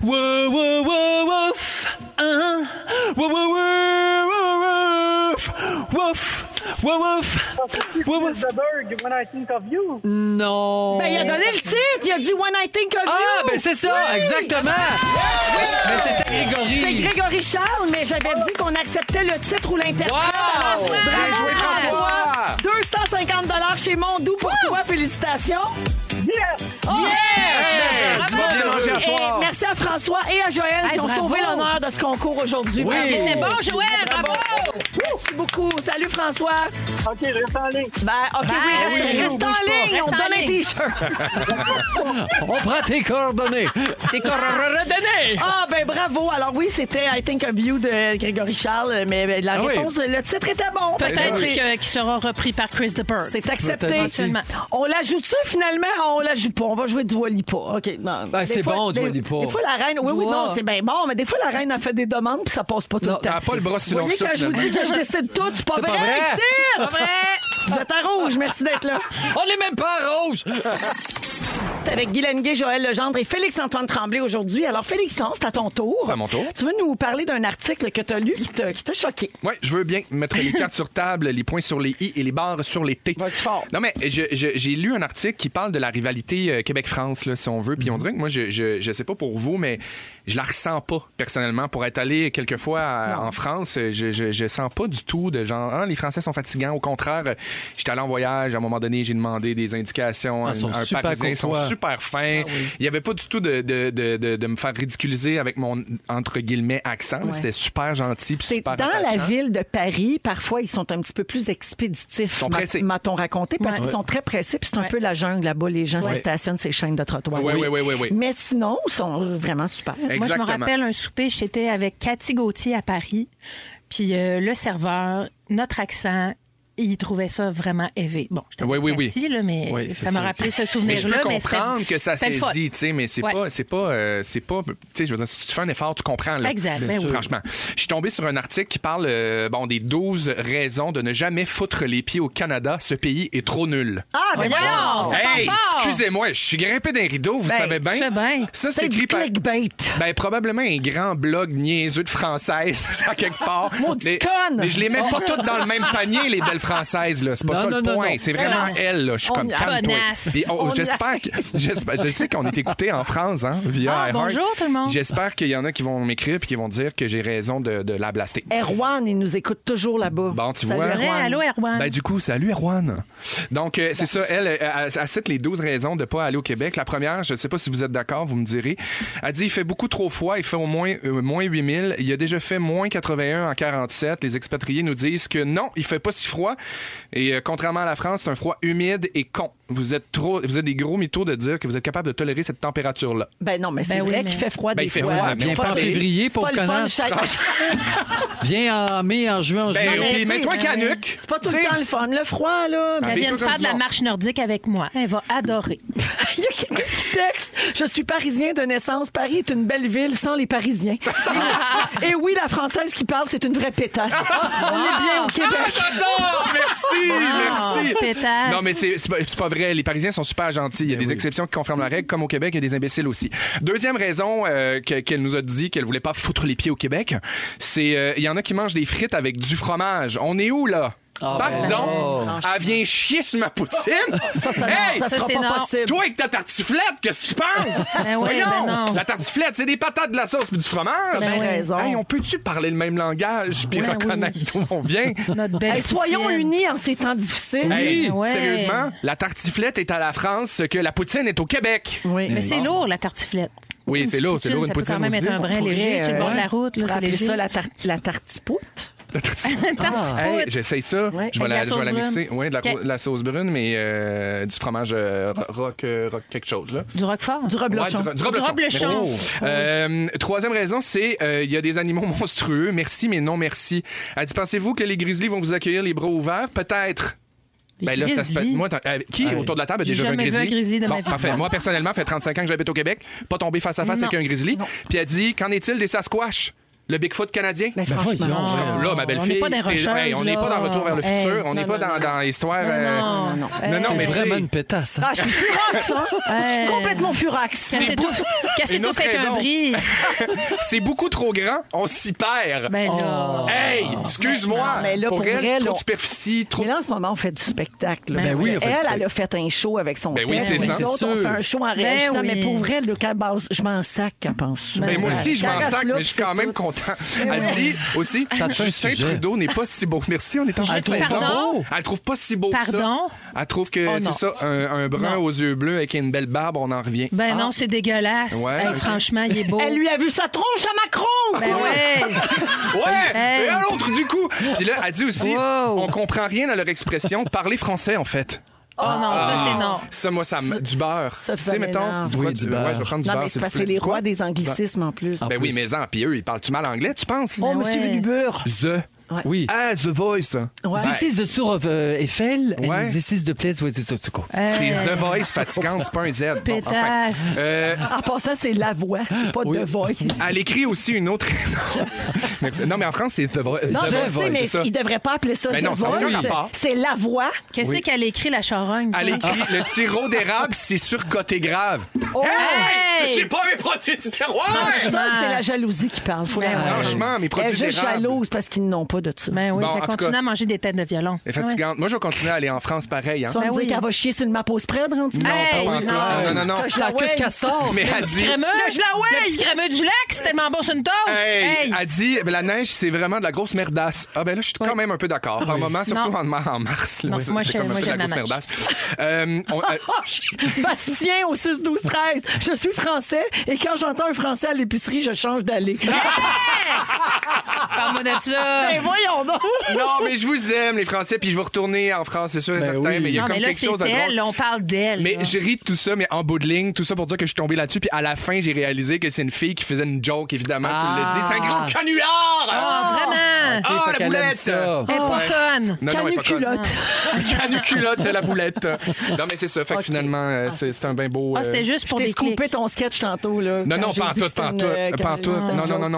[SPEAKER 5] Wou wou wou wouf! Hein? Wou wou wou wouf! Wouf! Wou wouf! Wou wouf!
[SPEAKER 9] The Bird, When I Think of You.
[SPEAKER 5] Non!
[SPEAKER 7] Ben, il a donné le titre. Il a dit When I Think of
[SPEAKER 5] Oh. Ah,
[SPEAKER 7] You.
[SPEAKER 5] ben c'est ça,
[SPEAKER 7] Oui!
[SPEAKER 5] exactement! Mais c'était Grégory!
[SPEAKER 7] C'est Grégory Charles, mais j'avais dit qu'on acceptait le titre ou l'interprète.
[SPEAKER 5] Wow!
[SPEAKER 7] Alors, bravo,
[SPEAKER 4] joué, François!
[SPEAKER 7] 250 chez Mondou pour toi. Félicitations.
[SPEAKER 9] Yes!
[SPEAKER 5] Oh! Hey,
[SPEAKER 7] Bravo.
[SPEAKER 4] tu vas bien manger à
[SPEAKER 7] Et
[SPEAKER 4] soir.
[SPEAKER 7] Merci à François et à Joël qui ont
[SPEAKER 6] bravo.
[SPEAKER 7] sauvé l'honneur de ce concours aujourd'hui.
[SPEAKER 5] Oui.
[SPEAKER 7] Bravo.
[SPEAKER 10] C'était bon, Joël, bravo!
[SPEAKER 7] Merci beaucoup. Salut François.
[SPEAKER 9] OK, je reste en ligne.
[SPEAKER 7] Ben, OK, oui, reste, reste en ligne.
[SPEAKER 10] Reste
[SPEAKER 7] on te
[SPEAKER 10] en
[SPEAKER 7] donne un
[SPEAKER 10] ligne.
[SPEAKER 7] T-shirt.
[SPEAKER 5] On prend tes coordonnées!
[SPEAKER 10] T'es coordonné!
[SPEAKER 7] Ah, ben bravo. Alors oui, c'était I Think of You de Grégory Charles, mais ben, la
[SPEAKER 5] Ah oui.
[SPEAKER 7] réponse, le titre était bon. Fait que
[SPEAKER 10] Peut-être
[SPEAKER 7] c'est-
[SPEAKER 10] que- qu'il sera repris par Chris de Burgh.
[SPEAKER 7] C'est accepté.
[SPEAKER 5] Peut-être aussi.
[SPEAKER 7] On la joue-tu finalement? Ah, On la joue pas. On va jouer du Walipa. OK. Non.
[SPEAKER 5] Ben,
[SPEAKER 7] Des
[SPEAKER 5] c'est
[SPEAKER 7] fois-
[SPEAKER 5] bon, du
[SPEAKER 7] des-
[SPEAKER 5] Walipa.
[SPEAKER 7] Des fois, la reine. Oui, oui,
[SPEAKER 10] Wow.
[SPEAKER 7] non, c'est bien bon, mais des fois, la reine a fait des demandes puis ça passe pas tout
[SPEAKER 5] Non,
[SPEAKER 7] le temps.
[SPEAKER 4] elle a pas le bras si
[SPEAKER 7] Vous
[SPEAKER 4] long que
[SPEAKER 7] voyez,
[SPEAKER 4] ça,
[SPEAKER 7] quand je vous dis
[SPEAKER 4] finalement.
[SPEAKER 7] que je décide tout, c'est pas
[SPEAKER 5] C'est
[SPEAKER 7] vrai.
[SPEAKER 5] pas vrai.
[SPEAKER 7] ici.
[SPEAKER 10] Pas vrai?
[SPEAKER 7] Vous êtes en rouge. Merci d'être là.
[SPEAKER 5] On n'est même pas à rouge!
[SPEAKER 7] T'es avec Guylaine Gay, Joël Legendre et Félix-Antoine Tremblay aujourd'hui. Alors, Félixon, c'est à ton tour.
[SPEAKER 4] C'est à mon tour.
[SPEAKER 7] Tu veux nous parler d'un article que tu as lu qui t'a qui t'a choqué.
[SPEAKER 4] Oui, je veux bien mettre les cartes sur table, les points sur les i et les barres sur les t.
[SPEAKER 7] Vas-y fort.
[SPEAKER 4] Non, mais je- je- j'ai lu un article qui parle de la rivalité euh, Québec-France, là, si on veut. Puis
[SPEAKER 7] Mhm.
[SPEAKER 4] on dirait que moi, je, je, je sais pas pour vous, mais je la ressens pas, personnellement. Pour être allé quelquefois à- en France, je, je, je sens pas du tout de genre, Ah, les Français sont fatigants. Au contraire, euh, j'étais allé en voyage. À un moment donné, j'ai demandé des indications.
[SPEAKER 5] Ah,
[SPEAKER 4] à
[SPEAKER 5] ils sont
[SPEAKER 4] un
[SPEAKER 5] super
[SPEAKER 4] Parisien, ils sont
[SPEAKER 5] courtois.
[SPEAKER 4] super fins. Il y avait pas du tout de, de, de, de, de me faire ridiculiser avec mon, entre guillemets, accent. là. C'était super gentil. puis
[SPEAKER 7] C'est dans
[SPEAKER 4] super
[SPEAKER 7] la
[SPEAKER 4] attachant.
[SPEAKER 7] ville de Paris, parfois ils sont un petit peu plus expéditifs,
[SPEAKER 4] sont
[SPEAKER 7] m'a-
[SPEAKER 4] pressés.
[SPEAKER 7] m'a-t-on raconté, parce qu'ils sont très pressés, puis c'est un peu la jungle là-bas, les gens se stationnent ces chaînes de trottoirs.
[SPEAKER 4] Oui, oui, oui, oui, oui.
[SPEAKER 7] Mais sinon, ils sont vraiment super.
[SPEAKER 4] Exactement.
[SPEAKER 6] Moi, je me rappelle un souper, j'étais avec Cathy Gauthier à Paris. Puis euh, le serveur, notre accent, il trouvait ça vraiment élevé. Bon, j'étais
[SPEAKER 4] Oui,
[SPEAKER 6] avec
[SPEAKER 4] oui, oui.
[SPEAKER 6] Cathy, là, mais
[SPEAKER 5] Oui, c'est
[SPEAKER 6] ça m'a
[SPEAKER 5] sûr.
[SPEAKER 6] rappelé ce
[SPEAKER 4] Mais je
[SPEAKER 6] souvenir-là.
[SPEAKER 4] peux
[SPEAKER 6] c'était-
[SPEAKER 4] comprendre que ça
[SPEAKER 6] c'était le fun.
[SPEAKER 4] saisit, tu sais, mais c'est
[SPEAKER 6] Ouais.
[SPEAKER 4] pas, c'est pas, euh, c'est pas, tu sais, je veux dire, si tu fais un effort, tu comprends. Là,
[SPEAKER 6] Exact, Bien ben sûr. oui.
[SPEAKER 4] Franchement, je suis tombé sur un article qui parle, euh, bon, des 12 raisons de ne jamais foutre les pieds au Canada. Ce pays est trop nul.
[SPEAKER 7] Ah, ben,
[SPEAKER 10] Voyons, ça part
[SPEAKER 4] Hey,
[SPEAKER 10] fort.
[SPEAKER 4] excusez-moi, je suis grimpé d'un rideau, vous
[SPEAKER 7] Ben,
[SPEAKER 4] savez bien.
[SPEAKER 6] tu sais bien.
[SPEAKER 4] Ça, c'est
[SPEAKER 7] c'est du
[SPEAKER 4] écrit par.
[SPEAKER 7] clickbait.
[SPEAKER 4] Ben, probablement un grand blog niaiseux de françaises à quelque part.
[SPEAKER 7] Maudite
[SPEAKER 4] mais,
[SPEAKER 7] conne!
[SPEAKER 4] mais je les mets pas toutes dans le même panier, les belles françaises. là. C'est pas
[SPEAKER 5] Non,
[SPEAKER 4] ça
[SPEAKER 5] non,
[SPEAKER 4] le
[SPEAKER 5] non,
[SPEAKER 4] point.
[SPEAKER 5] non.
[SPEAKER 4] C'est vraiment
[SPEAKER 7] Non.
[SPEAKER 4] elles. Là. Je suis
[SPEAKER 7] On
[SPEAKER 4] comme
[SPEAKER 7] y
[SPEAKER 4] calme
[SPEAKER 10] connasse.
[SPEAKER 7] On y
[SPEAKER 4] J'espère que. j'espère- Je sais qu'on est écouté en France, hein, via
[SPEAKER 6] Ah,
[SPEAKER 4] iHeart.
[SPEAKER 6] bonjour tout le monde.
[SPEAKER 4] J'espère qu'il y en a qui vont m'écrire et qui vont dire que j'ai raison de, de la blaster.
[SPEAKER 7] Erwan, il nous écoute toujours là-bas.
[SPEAKER 4] Bon, tu
[SPEAKER 7] Salut,
[SPEAKER 4] vois.
[SPEAKER 6] Vrai,
[SPEAKER 7] Erwan.
[SPEAKER 6] allô, Erwan.
[SPEAKER 4] Ben, du coup, salut Erwan. Donc, euh, c'est ça, elle, euh, elle, elle cite les 12 raisons de ne pas aller au Québec. La première, je ne sais pas si vous êtes d'accord, vous me direz. Elle dit il fait beaucoup trop froid, il fait au moins, euh, moins 8000. Il a déjà fait moins 81 en 47. Les expatriés nous disent que non, il fait pas si froid. Et euh, contrairement à la France, c'est un froid humide et con. Vous êtes, trop, vous êtes des gros mythos de dire que vous êtes capable de tolérer cette température-là.
[SPEAKER 7] Ben non, mais c'est
[SPEAKER 6] Ben oui,
[SPEAKER 7] vrai
[SPEAKER 6] mais-
[SPEAKER 7] qu'il fait froid
[SPEAKER 4] Ben,
[SPEAKER 7] des
[SPEAKER 4] il fait
[SPEAKER 7] fois.
[SPEAKER 4] froid, mais
[SPEAKER 7] C'est
[SPEAKER 5] Viens
[SPEAKER 4] pas
[SPEAKER 5] pas en
[SPEAKER 4] le-
[SPEAKER 5] février,
[SPEAKER 7] c'est pas
[SPEAKER 5] pauvre
[SPEAKER 7] le fun,
[SPEAKER 5] connasse.
[SPEAKER 7] chaque-
[SPEAKER 5] Viens en mai, en juin, en
[SPEAKER 4] Ben,
[SPEAKER 5] juillet.
[SPEAKER 4] puis mets-toi qu'à nuque.
[SPEAKER 7] C'est pas tout
[SPEAKER 4] T'sais,
[SPEAKER 7] le temps le fun. Le froid, là.
[SPEAKER 4] Ah,
[SPEAKER 6] Elle vient de
[SPEAKER 4] Habille-toi
[SPEAKER 6] faire de la
[SPEAKER 4] comme du
[SPEAKER 6] marche nordique avec moi. Elle va adorer.
[SPEAKER 7] Il y a quelqu'un qui texte Je suis parisien de naissance. Paris est une belle ville sans les Parisiens. Et oui, la Française qui parle, c'est une vraie pétasse. On est bien au Québec.
[SPEAKER 4] J'adore!
[SPEAKER 6] Ah,
[SPEAKER 4] Merci, merci.
[SPEAKER 7] Ah,
[SPEAKER 6] pétasse.
[SPEAKER 4] Non, mais c'est c'est pas, c'est pas vrai. Les Parisiens sont super gentils. Il y a des exceptions qui confirment la règle, comme au Québec, il y a des imbéciles aussi. Deuxième raison euh, que- qu'elle nous a dit qu'elle voulait pas foutre les pieds au Québec, c'est euh, il y en a qui mangent des frites avec du fromage. On est où là?
[SPEAKER 7] Ah,
[SPEAKER 4] Pardon, elle vient chier sur ma poutine.
[SPEAKER 7] ben Ça, ça,
[SPEAKER 4] hey,
[SPEAKER 7] ça sera
[SPEAKER 10] c'est
[SPEAKER 7] pas
[SPEAKER 10] non.
[SPEAKER 7] possible.
[SPEAKER 4] toi avec ta tartiflette, qu'est-ce que tu penses?
[SPEAKER 6] Ben oui, ben
[SPEAKER 4] Voyons,
[SPEAKER 6] non.
[SPEAKER 4] La tartiflette, c'est des patates, de la sauce puis du fromage.
[SPEAKER 7] Ben oui. raison.
[SPEAKER 4] Hey, on peut-tu parler le même langage puis
[SPEAKER 6] Ben oui.
[SPEAKER 4] reconnaître d'où on vient?
[SPEAKER 6] Notre belle
[SPEAKER 7] Hey, soyons
[SPEAKER 6] poutine.
[SPEAKER 7] unis en ces temps difficiles.
[SPEAKER 4] Hey,
[SPEAKER 6] Ouais.
[SPEAKER 4] Sérieusement, la tartiflette est à la France ce que la poutine est au Québec.
[SPEAKER 7] Oui.
[SPEAKER 6] Mais c'est lourd, la tartiflette.
[SPEAKER 4] Oui, c'est lourd, c'est lourd, une
[SPEAKER 6] Ça peut
[SPEAKER 4] poutine
[SPEAKER 6] quand même
[SPEAKER 4] aussi.
[SPEAKER 6] être un brin
[SPEAKER 7] pourrait,
[SPEAKER 6] léger sur le bord de la route. là, C'est
[SPEAKER 7] Rappelez
[SPEAKER 6] léger.
[SPEAKER 7] ça la, tar- la tartipoute.
[SPEAKER 4] La tartine.
[SPEAKER 6] Tartipoute.
[SPEAKER 4] Hey, J'essaye ça.
[SPEAKER 7] Ouais.
[SPEAKER 4] Je vais la,
[SPEAKER 6] Avec de la
[SPEAKER 4] je vais
[SPEAKER 6] sauce
[SPEAKER 4] la
[SPEAKER 6] brune.
[SPEAKER 4] mixer. Oui, de la,
[SPEAKER 6] OK.
[SPEAKER 4] de la sauce brune, mais euh, du fromage euh, ro- rock, euh, rock quelque chose. Là.
[SPEAKER 6] Du roquefort. Du
[SPEAKER 4] Ouais, du ro- du reblochon.
[SPEAKER 6] reblochon.
[SPEAKER 4] Merci. Euh, troisième raison, c'est euh, il y a des animaux monstrueux. Merci, mais non merci. Elle dit pensez-vous que les grizzlies vont vous accueillir les bras ouverts Peut-être. Ben là, c'est à se faire-
[SPEAKER 6] grizzlies? Ah
[SPEAKER 4] moi, t'as- euh, qui autour de la table a
[SPEAKER 6] J'ai
[SPEAKER 4] déjà vu un
[SPEAKER 6] jamais vu
[SPEAKER 4] grizzly?
[SPEAKER 6] un grizzly de ma
[SPEAKER 4] Bon,
[SPEAKER 6] vie.
[SPEAKER 4] parfait.
[SPEAKER 6] Non.
[SPEAKER 4] Moi, personnellement, ça fait 35 ans que j'habite au Québec, pas tombé face à face
[SPEAKER 6] Non.
[SPEAKER 4] avec un grizzly. Puis elle dit Qu'en est-il des Sasquatch Le Bigfoot canadien
[SPEAKER 7] Ben,
[SPEAKER 5] Ben
[SPEAKER 7] franchement.
[SPEAKER 5] voyons.
[SPEAKER 4] Je suis comme, là, ma belle fille.
[SPEAKER 6] On n'est pas dans
[SPEAKER 4] t'es-
[SPEAKER 6] Rocheuses,
[SPEAKER 4] hey, on n'est pas
[SPEAKER 6] là.
[SPEAKER 4] dans Retour vers le
[SPEAKER 6] Hey,
[SPEAKER 4] futur, on n'est
[SPEAKER 7] non,
[SPEAKER 4] pas
[SPEAKER 7] non,
[SPEAKER 4] dans, dans l'histoire. euh,
[SPEAKER 6] Non, non,
[SPEAKER 4] non, non,
[SPEAKER 5] C'est
[SPEAKER 4] mais tu
[SPEAKER 5] vraiment
[SPEAKER 4] sais-
[SPEAKER 5] une pétasse. hein?
[SPEAKER 7] Ah, je suis furax, hein? Je suis
[SPEAKER 6] Hey.
[SPEAKER 7] complètement furax.
[SPEAKER 6] Cassez-tout
[SPEAKER 4] Une autre
[SPEAKER 6] avec
[SPEAKER 4] raison.
[SPEAKER 6] un bris.
[SPEAKER 4] C'est beaucoup trop grand, on s'y perd.
[SPEAKER 6] Ben
[SPEAKER 7] Oh.
[SPEAKER 6] oh. là.
[SPEAKER 4] Hey, excuse-moi.
[SPEAKER 7] mais là,
[SPEAKER 4] pour
[SPEAKER 7] pour
[SPEAKER 4] elle,
[SPEAKER 7] vrai,
[SPEAKER 4] trop
[SPEAKER 7] là,
[SPEAKER 4] de superficie, trop
[SPEAKER 7] Mais là, en ce moment, on fait du spectacle. là.
[SPEAKER 5] Ben
[SPEAKER 7] Parce
[SPEAKER 5] oui,
[SPEAKER 7] que
[SPEAKER 5] on fait du
[SPEAKER 7] elle,
[SPEAKER 5] spectacle.
[SPEAKER 7] elle a fait un show avec son
[SPEAKER 4] Ben oui,
[SPEAKER 7] thème.
[SPEAKER 4] c'est
[SPEAKER 7] Nous
[SPEAKER 4] ça. Ben
[SPEAKER 7] autres,
[SPEAKER 5] C'est
[SPEAKER 7] on fait
[SPEAKER 5] sûr.
[SPEAKER 7] un show en réagissant.
[SPEAKER 6] oui.
[SPEAKER 7] Mais pour vrai, le à base, je m'en sac, elle pense.
[SPEAKER 4] Mais
[SPEAKER 7] Ben
[SPEAKER 4] moi
[SPEAKER 7] ouais.
[SPEAKER 4] aussi, je m'en
[SPEAKER 7] Caresse-la,
[SPEAKER 4] sac, mais je suis
[SPEAKER 7] puis
[SPEAKER 4] quand même
[SPEAKER 7] c'est tout. Ben
[SPEAKER 4] content. Elle dit aussi,
[SPEAKER 5] Ça te fait un
[SPEAKER 4] Justin
[SPEAKER 5] sujet.
[SPEAKER 4] Trudeau n'est pas si beau. Merci, on est en
[SPEAKER 5] Elle
[SPEAKER 4] saison.
[SPEAKER 5] trouve
[SPEAKER 6] ça beau.
[SPEAKER 4] Elle trouve pas si beau que
[SPEAKER 6] Pardon?
[SPEAKER 4] ça. Elle trouve que
[SPEAKER 6] Oh
[SPEAKER 4] c'est
[SPEAKER 6] non.
[SPEAKER 4] ça, un, un brun aux yeux bleus avec une belle barbe, on en revient.
[SPEAKER 6] Ben non, c'est dégueulasse.
[SPEAKER 4] Ouais,
[SPEAKER 6] Hey,
[SPEAKER 4] ok.
[SPEAKER 6] Franchement, il est beau.
[SPEAKER 7] Ah. Elle lui a vu sa tronche à
[SPEAKER 4] Ah,
[SPEAKER 7] Macron!
[SPEAKER 6] Ben ouais.
[SPEAKER 7] Ben
[SPEAKER 4] Ouais!
[SPEAKER 6] Hey.
[SPEAKER 4] Et à l'autre, du coup! Puis là, elle dit aussi,
[SPEAKER 6] Wow.
[SPEAKER 4] on comprend rien à leur expression, parler français, en fait.
[SPEAKER 6] Oh non, ça,
[SPEAKER 4] Ah.
[SPEAKER 6] c'est non.
[SPEAKER 4] Ça, moi, ça me. Du beurre.
[SPEAKER 7] Ça,
[SPEAKER 4] Tu
[SPEAKER 7] ça
[SPEAKER 4] sais, mettons.
[SPEAKER 7] m'énerve.
[SPEAKER 4] vois,
[SPEAKER 5] Oui, du beurre.
[SPEAKER 4] Ouais, je vais prendre du
[SPEAKER 7] Non,
[SPEAKER 4] beurre.
[SPEAKER 7] mais c'est
[SPEAKER 4] s'il
[SPEAKER 7] parce
[SPEAKER 4] vous
[SPEAKER 7] que c'est
[SPEAKER 4] plaît.
[SPEAKER 7] les
[SPEAKER 4] Du quoi?
[SPEAKER 7] rois des anglicismes en plus.
[SPEAKER 4] Bah, Ben oui, mais en, puis eux, ils parlent-tu mal anglais, tu penses? Ah,
[SPEAKER 7] Oh,
[SPEAKER 6] Ben
[SPEAKER 7] monsieur
[SPEAKER 6] ouais.
[SPEAKER 7] Lubur!
[SPEAKER 4] The.
[SPEAKER 5] Oui.
[SPEAKER 4] Ah, The Voice.
[SPEAKER 5] This is the tour of uh, Eiffel and
[SPEAKER 4] Ouais.
[SPEAKER 5] this is the place where you to go.
[SPEAKER 7] Euh,
[SPEAKER 4] C'est The Voice fatigante, c'est pas un Z. Bon, enfin.
[SPEAKER 6] Euh, Pétasse.
[SPEAKER 4] Euh,
[SPEAKER 7] En passant, c'est la voix, c'est pas
[SPEAKER 5] Oui.
[SPEAKER 7] de voice.
[SPEAKER 4] elle écrit aussi une autre raison. Merci. Non, mais en France, c'est The Voice.
[SPEAKER 7] Non,
[SPEAKER 4] The
[SPEAKER 7] je
[SPEAKER 4] Voice,
[SPEAKER 7] sais, mais
[SPEAKER 4] c'est ça.
[SPEAKER 7] ils devraient pas appeler ça
[SPEAKER 4] Ben
[SPEAKER 7] The
[SPEAKER 4] non, ça n'a aucun rapport.
[SPEAKER 7] Voice. C'est la voix.
[SPEAKER 6] Qu'est-ce
[SPEAKER 4] Oui.
[SPEAKER 6] qu'elle écrit, la charogne?
[SPEAKER 4] Elle écrit le sirop d'érable, c'est surcoté grave.
[SPEAKER 7] Oh!
[SPEAKER 6] Hey!
[SPEAKER 4] Je sais pas mes produits du terroir!
[SPEAKER 7] Ça, c'est la jalousie qui parle. Faut la
[SPEAKER 4] Ben Franchement, mes
[SPEAKER 7] Elle est
[SPEAKER 4] produits
[SPEAKER 7] juste
[SPEAKER 4] d'érable.
[SPEAKER 7] jalouse parce qu'ils n'ont pas de ça.
[SPEAKER 6] Ben oui,
[SPEAKER 4] Bon, en
[SPEAKER 6] elle
[SPEAKER 4] tout
[SPEAKER 6] continue
[SPEAKER 4] cas-
[SPEAKER 6] à manger des têtes de violon.
[SPEAKER 4] Elle est fatigante. Moi, je vais continuer à aller en France pareil. Hein.
[SPEAKER 7] Tu vas
[SPEAKER 6] Ben
[SPEAKER 7] me dire
[SPEAKER 6] oui. Ben
[SPEAKER 7] qu'elle va chier sur une map au spread, rendu là?
[SPEAKER 6] Hey,
[SPEAKER 4] Pas encore. non, non, non.
[SPEAKER 7] Que je
[SPEAKER 5] La queue de
[SPEAKER 7] ah ouais.
[SPEAKER 5] castor.
[SPEAKER 4] Mais elle dit,
[SPEAKER 6] Crémeux,
[SPEAKER 7] Que je la ouaille!
[SPEAKER 6] le petit crémeux du lac, c'est tellement bon sur une toast.
[SPEAKER 4] Hey,
[SPEAKER 6] Hey.
[SPEAKER 4] Elle dit, ben, la neige, c'est vraiment de la grosse merdasse. Ah, ben là, je suis quand même un peu d'accord. Par moment, surtout
[SPEAKER 6] Non.
[SPEAKER 4] en, en mars. là,
[SPEAKER 6] Non,
[SPEAKER 4] c'est
[SPEAKER 6] moi,
[SPEAKER 4] c'est
[SPEAKER 6] je-
[SPEAKER 4] comme un
[SPEAKER 6] moi,
[SPEAKER 4] peu de la
[SPEAKER 6] j'aime
[SPEAKER 4] grosse
[SPEAKER 6] la
[SPEAKER 4] merdasse.
[SPEAKER 6] neige.
[SPEAKER 4] Euh, on- euh,
[SPEAKER 7] Ah, Bastien au 6 12 13. Je suis français et quand j'entends un français à l'épicerie, je change d'allée.
[SPEAKER 6] Ah! Parle-moi de ça.
[SPEAKER 7] Mais Ben voyons donc.
[SPEAKER 4] non, mais je vous aime, les Français, puis je vais retourner en France, c'est sûr et
[SPEAKER 5] Ben
[SPEAKER 4] certain,
[SPEAKER 5] oui.
[SPEAKER 4] mais il y a
[SPEAKER 6] Non,
[SPEAKER 4] comme
[SPEAKER 6] mais là,
[SPEAKER 4] quelque chose de
[SPEAKER 6] c'est
[SPEAKER 4] drôle.
[SPEAKER 6] elle. là, On parle d'elle.
[SPEAKER 4] Mais
[SPEAKER 6] là.
[SPEAKER 4] j'ai ri de tout ça, mais en bout de ligne, tout ça pour dire que je suis tombé là-dessus. Puis à la fin, j'ai réalisé que c'est une fille qui faisait une joke, évidemment.
[SPEAKER 5] Ah.
[SPEAKER 4] Tu l'as dit, c'est un gros canular!
[SPEAKER 6] Ah, vraiment.
[SPEAKER 4] Ah,
[SPEAKER 5] fait
[SPEAKER 4] la
[SPEAKER 5] qu'elle aime
[SPEAKER 4] boulette!
[SPEAKER 5] ça.
[SPEAKER 6] Elle est pas conne. Ah,
[SPEAKER 4] Non, non, elle est pas conne.
[SPEAKER 7] Canuculotte. Ah.
[SPEAKER 4] Canuculotte, la boulette. Non, mais c'est ça. Fait que finalement, euh, c'est c'est un bien beau.
[SPEAKER 6] Ah, c'était
[SPEAKER 4] euh,
[SPEAKER 6] juste
[SPEAKER 7] Je
[SPEAKER 6] pour
[SPEAKER 7] t'ai
[SPEAKER 6] des clics.
[SPEAKER 7] scoopé ton sketch tantôt. Là,
[SPEAKER 4] Non,
[SPEAKER 7] quand
[SPEAKER 4] non,
[SPEAKER 7] j'ai
[SPEAKER 4] pas en
[SPEAKER 7] dit
[SPEAKER 4] tout,
[SPEAKER 7] que
[SPEAKER 4] pas en
[SPEAKER 7] c'était
[SPEAKER 4] tout.
[SPEAKER 7] une- euh, quand
[SPEAKER 4] Pas en
[SPEAKER 7] j'ai
[SPEAKER 4] tout.
[SPEAKER 7] dit que c'était
[SPEAKER 4] Non,
[SPEAKER 7] une
[SPEAKER 4] non, non,
[SPEAKER 7] joke.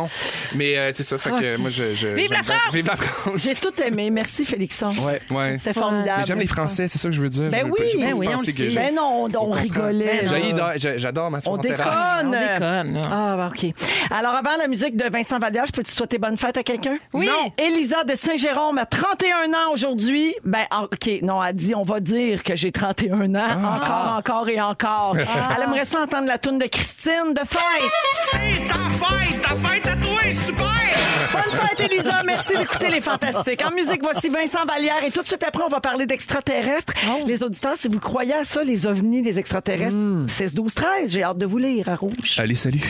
[SPEAKER 4] non. Mais euh, c'est ça. Fait que moi, je. je-
[SPEAKER 6] Vive la
[SPEAKER 4] j'aime bien-
[SPEAKER 6] France!
[SPEAKER 4] Vive la France!
[SPEAKER 7] J'ai tout aimé. Merci, Félixon.
[SPEAKER 4] Ouais, ouais.
[SPEAKER 7] C'était formidable.
[SPEAKER 4] Mais j'aime les Français, c'est ça que je veux dire.
[SPEAKER 7] Ben
[SPEAKER 4] Je veux
[SPEAKER 7] oui.
[SPEAKER 4] pas- je veux
[SPEAKER 7] Ben
[SPEAKER 4] pas
[SPEAKER 6] oui, on
[SPEAKER 4] penser
[SPEAKER 6] le
[SPEAKER 4] que
[SPEAKER 6] sait.
[SPEAKER 4] je-
[SPEAKER 7] Mais non, on, on
[SPEAKER 4] Ben,
[SPEAKER 7] rigolait. là.
[SPEAKER 4] J'adore- j'a- J'adore ma
[SPEAKER 7] On
[SPEAKER 4] soirée en
[SPEAKER 7] déconne.
[SPEAKER 4] terrasse.
[SPEAKER 6] On déconne.
[SPEAKER 7] Ah, bah, OK. Alors, avant la musique de Vincent Vallière, je peux-tu souhaiter bonne fête à quelqu'un?
[SPEAKER 6] Oui. Non.
[SPEAKER 7] Elisa de Saint-Jérôme a 31 ans aujourd'hui. Ben, ah, OK, non, elle dit, on va dire que j'ai 31 ans. Encore, encore et encore. Elle aimerait ça entendre la toune de Christine de fête.
[SPEAKER 3] C'est ta fête! Ta fête à toi! Super!
[SPEAKER 7] Bonne fête, Elisa. Merci d'écouter les Fantastiques. En musique, voici Vincent Vallière. Et tout de suite après, on va parler d'extraterrestres. Les auditeurs, si vous croyez à ça, les ovnis, les extraterrestres, 16, 12, 13, j'ai hâte de vous lire à rouge.
[SPEAKER 4] Allez, salut.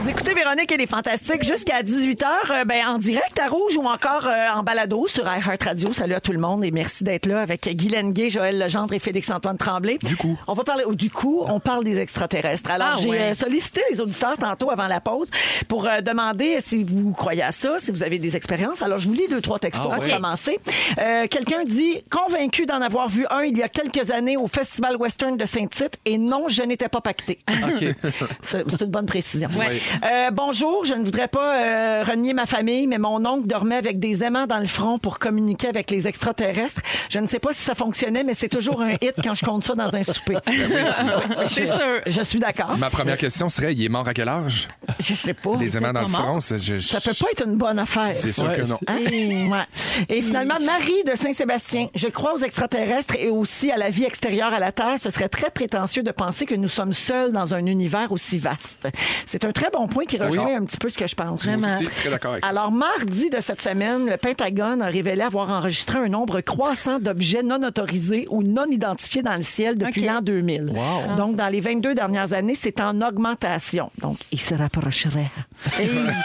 [SPEAKER 7] Vous écoutez Véronique et les Fantastiques jusqu'à 18h, euh, ben, en direct à Rouge ou encore euh, en balado sur iHeartRadio. Salut à tout le monde et merci d'être là avec Guylaine Gay, Joël Legendre et Félix-Antoine Tremblay. Du
[SPEAKER 4] coup.
[SPEAKER 7] On va parler, oh, du coup, on parle des extraterrestres. Alors,
[SPEAKER 6] Ah
[SPEAKER 7] j'ai
[SPEAKER 6] ouais.
[SPEAKER 7] euh, sollicité les auditeurs tantôt avant la pause pour euh, demander si vous croyez à ça, si vous avez des expériences. Alors, je vous lis deux, trois textos
[SPEAKER 5] Ah
[SPEAKER 7] pour
[SPEAKER 5] ouais.
[SPEAKER 7] commencer. Euh, Quelqu'un dit « Convaincu d'en avoir vu un il y a quelques années au Festival Western de Saint-Tite et non, je n'étais pas pacté. C'est c'est une bonne précision. Euh, bonjour, je ne voudrais pas euh, renier ma famille, mais mon oncle dormait avec des aimants dans le front pour communiquer avec les extraterrestres. Je ne sais pas si ça fonctionnait, mais c'est toujours un hit quand je compte ça dans un souper.
[SPEAKER 6] C'est sûr.
[SPEAKER 7] Je suis d'accord.
[SPEAKER 4] Ma première question serait il est mort à quel âge?
[SPEAKER 7] Je sais Oh, pas.
[SPEAKER 4] Les aimants dans le
[SPEAKER 6] peut-être pas
[SPEAKER 4] front, c'est- je-
[SPEAKER 7] Ça peut pas être une bonne affaire.
[SPEAKER 4] C'est sûr
[SPEAKER 5] Ouais,
[SPEAKER 4] que non.
[SPEAKER 7] Hein? Ouais. Et finalement, Marie de Saint-Sébastien. Je crois aux extraterrestres et aussi à la vie extérieure à la Terre. Ce serait très prétentieux de penser que nous sommes seuls dans un univers aussi vaste. C'est un très bon point qui rejoint un petit peu ce que je pense.
[SPEAKER 4] Vraiment. Ben aussi très d'accord avec ça.
[SPEAKER 7] Alors, mardi de cette semaine, le Pentagone a révélé avoir enregistré un nombre croissant d'objets non autorisés ou non identifiés dans le ciel depuis
[SPEAKER 6] OK.
[SPEAKER 7] l'an 2000. Donc, dans les 22 dernières années, c'est en augmentation. Donc, il se rapprocherait. Le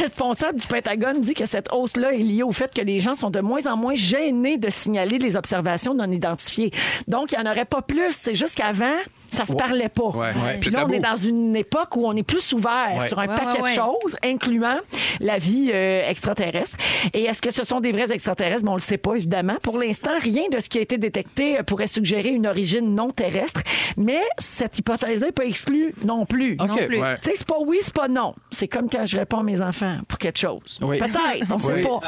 [SPEAKER 7] responsable du Pentagone dit que cette hausse-là est liée au fait que les gens sont de moins en moins gênés de signaler les observations non identifiées. Donc, il n'y en aurait pas plus. C'est juste qu'avant, ça se parlait pas.
[SPEAKER 4] Ouais, ouais,
[SPEAKER 7] Puis
[SPEAKER 4] c'était
[SPEAKER 7] là, on
[SPEAKER 4] tabou.
[SPEAKER 7] est dans une époque où on est plus ouvert
[SPEAKER 4] Ouais.
[SPEAKER 7] sur un
[SPEAKER 6] Ouais,
[SPEAKER 7] paquet de
[SPEAKER 6] ouais, ouais.
[SPEAKER 7] choses, incluant la vie euh, extraterrestre. Et est-ce que ce sont des vrais extraterrestres? Bon, on le sait pas, évidemment. Pour l'instant, rien de ce qui a été détecté euh, pourrait suggérer une origine non terrestre. Mais cette hypothèse-là n'est pas exclue non plus.
[SPEAKER 5] OK. Non plus.
[SPEAKER 4] Ouais.
[SPEAKER 7] Tu sais, c'est pas oui, c'est pas non. C'est comme quand je réponds à mes enfants pour quelque chose.
[SPEAKER 5] Oui.
[SPEAKER 7] Peut-être, on sait
[SPEAKER 4] Oui.
[SPEAKER 7] pas.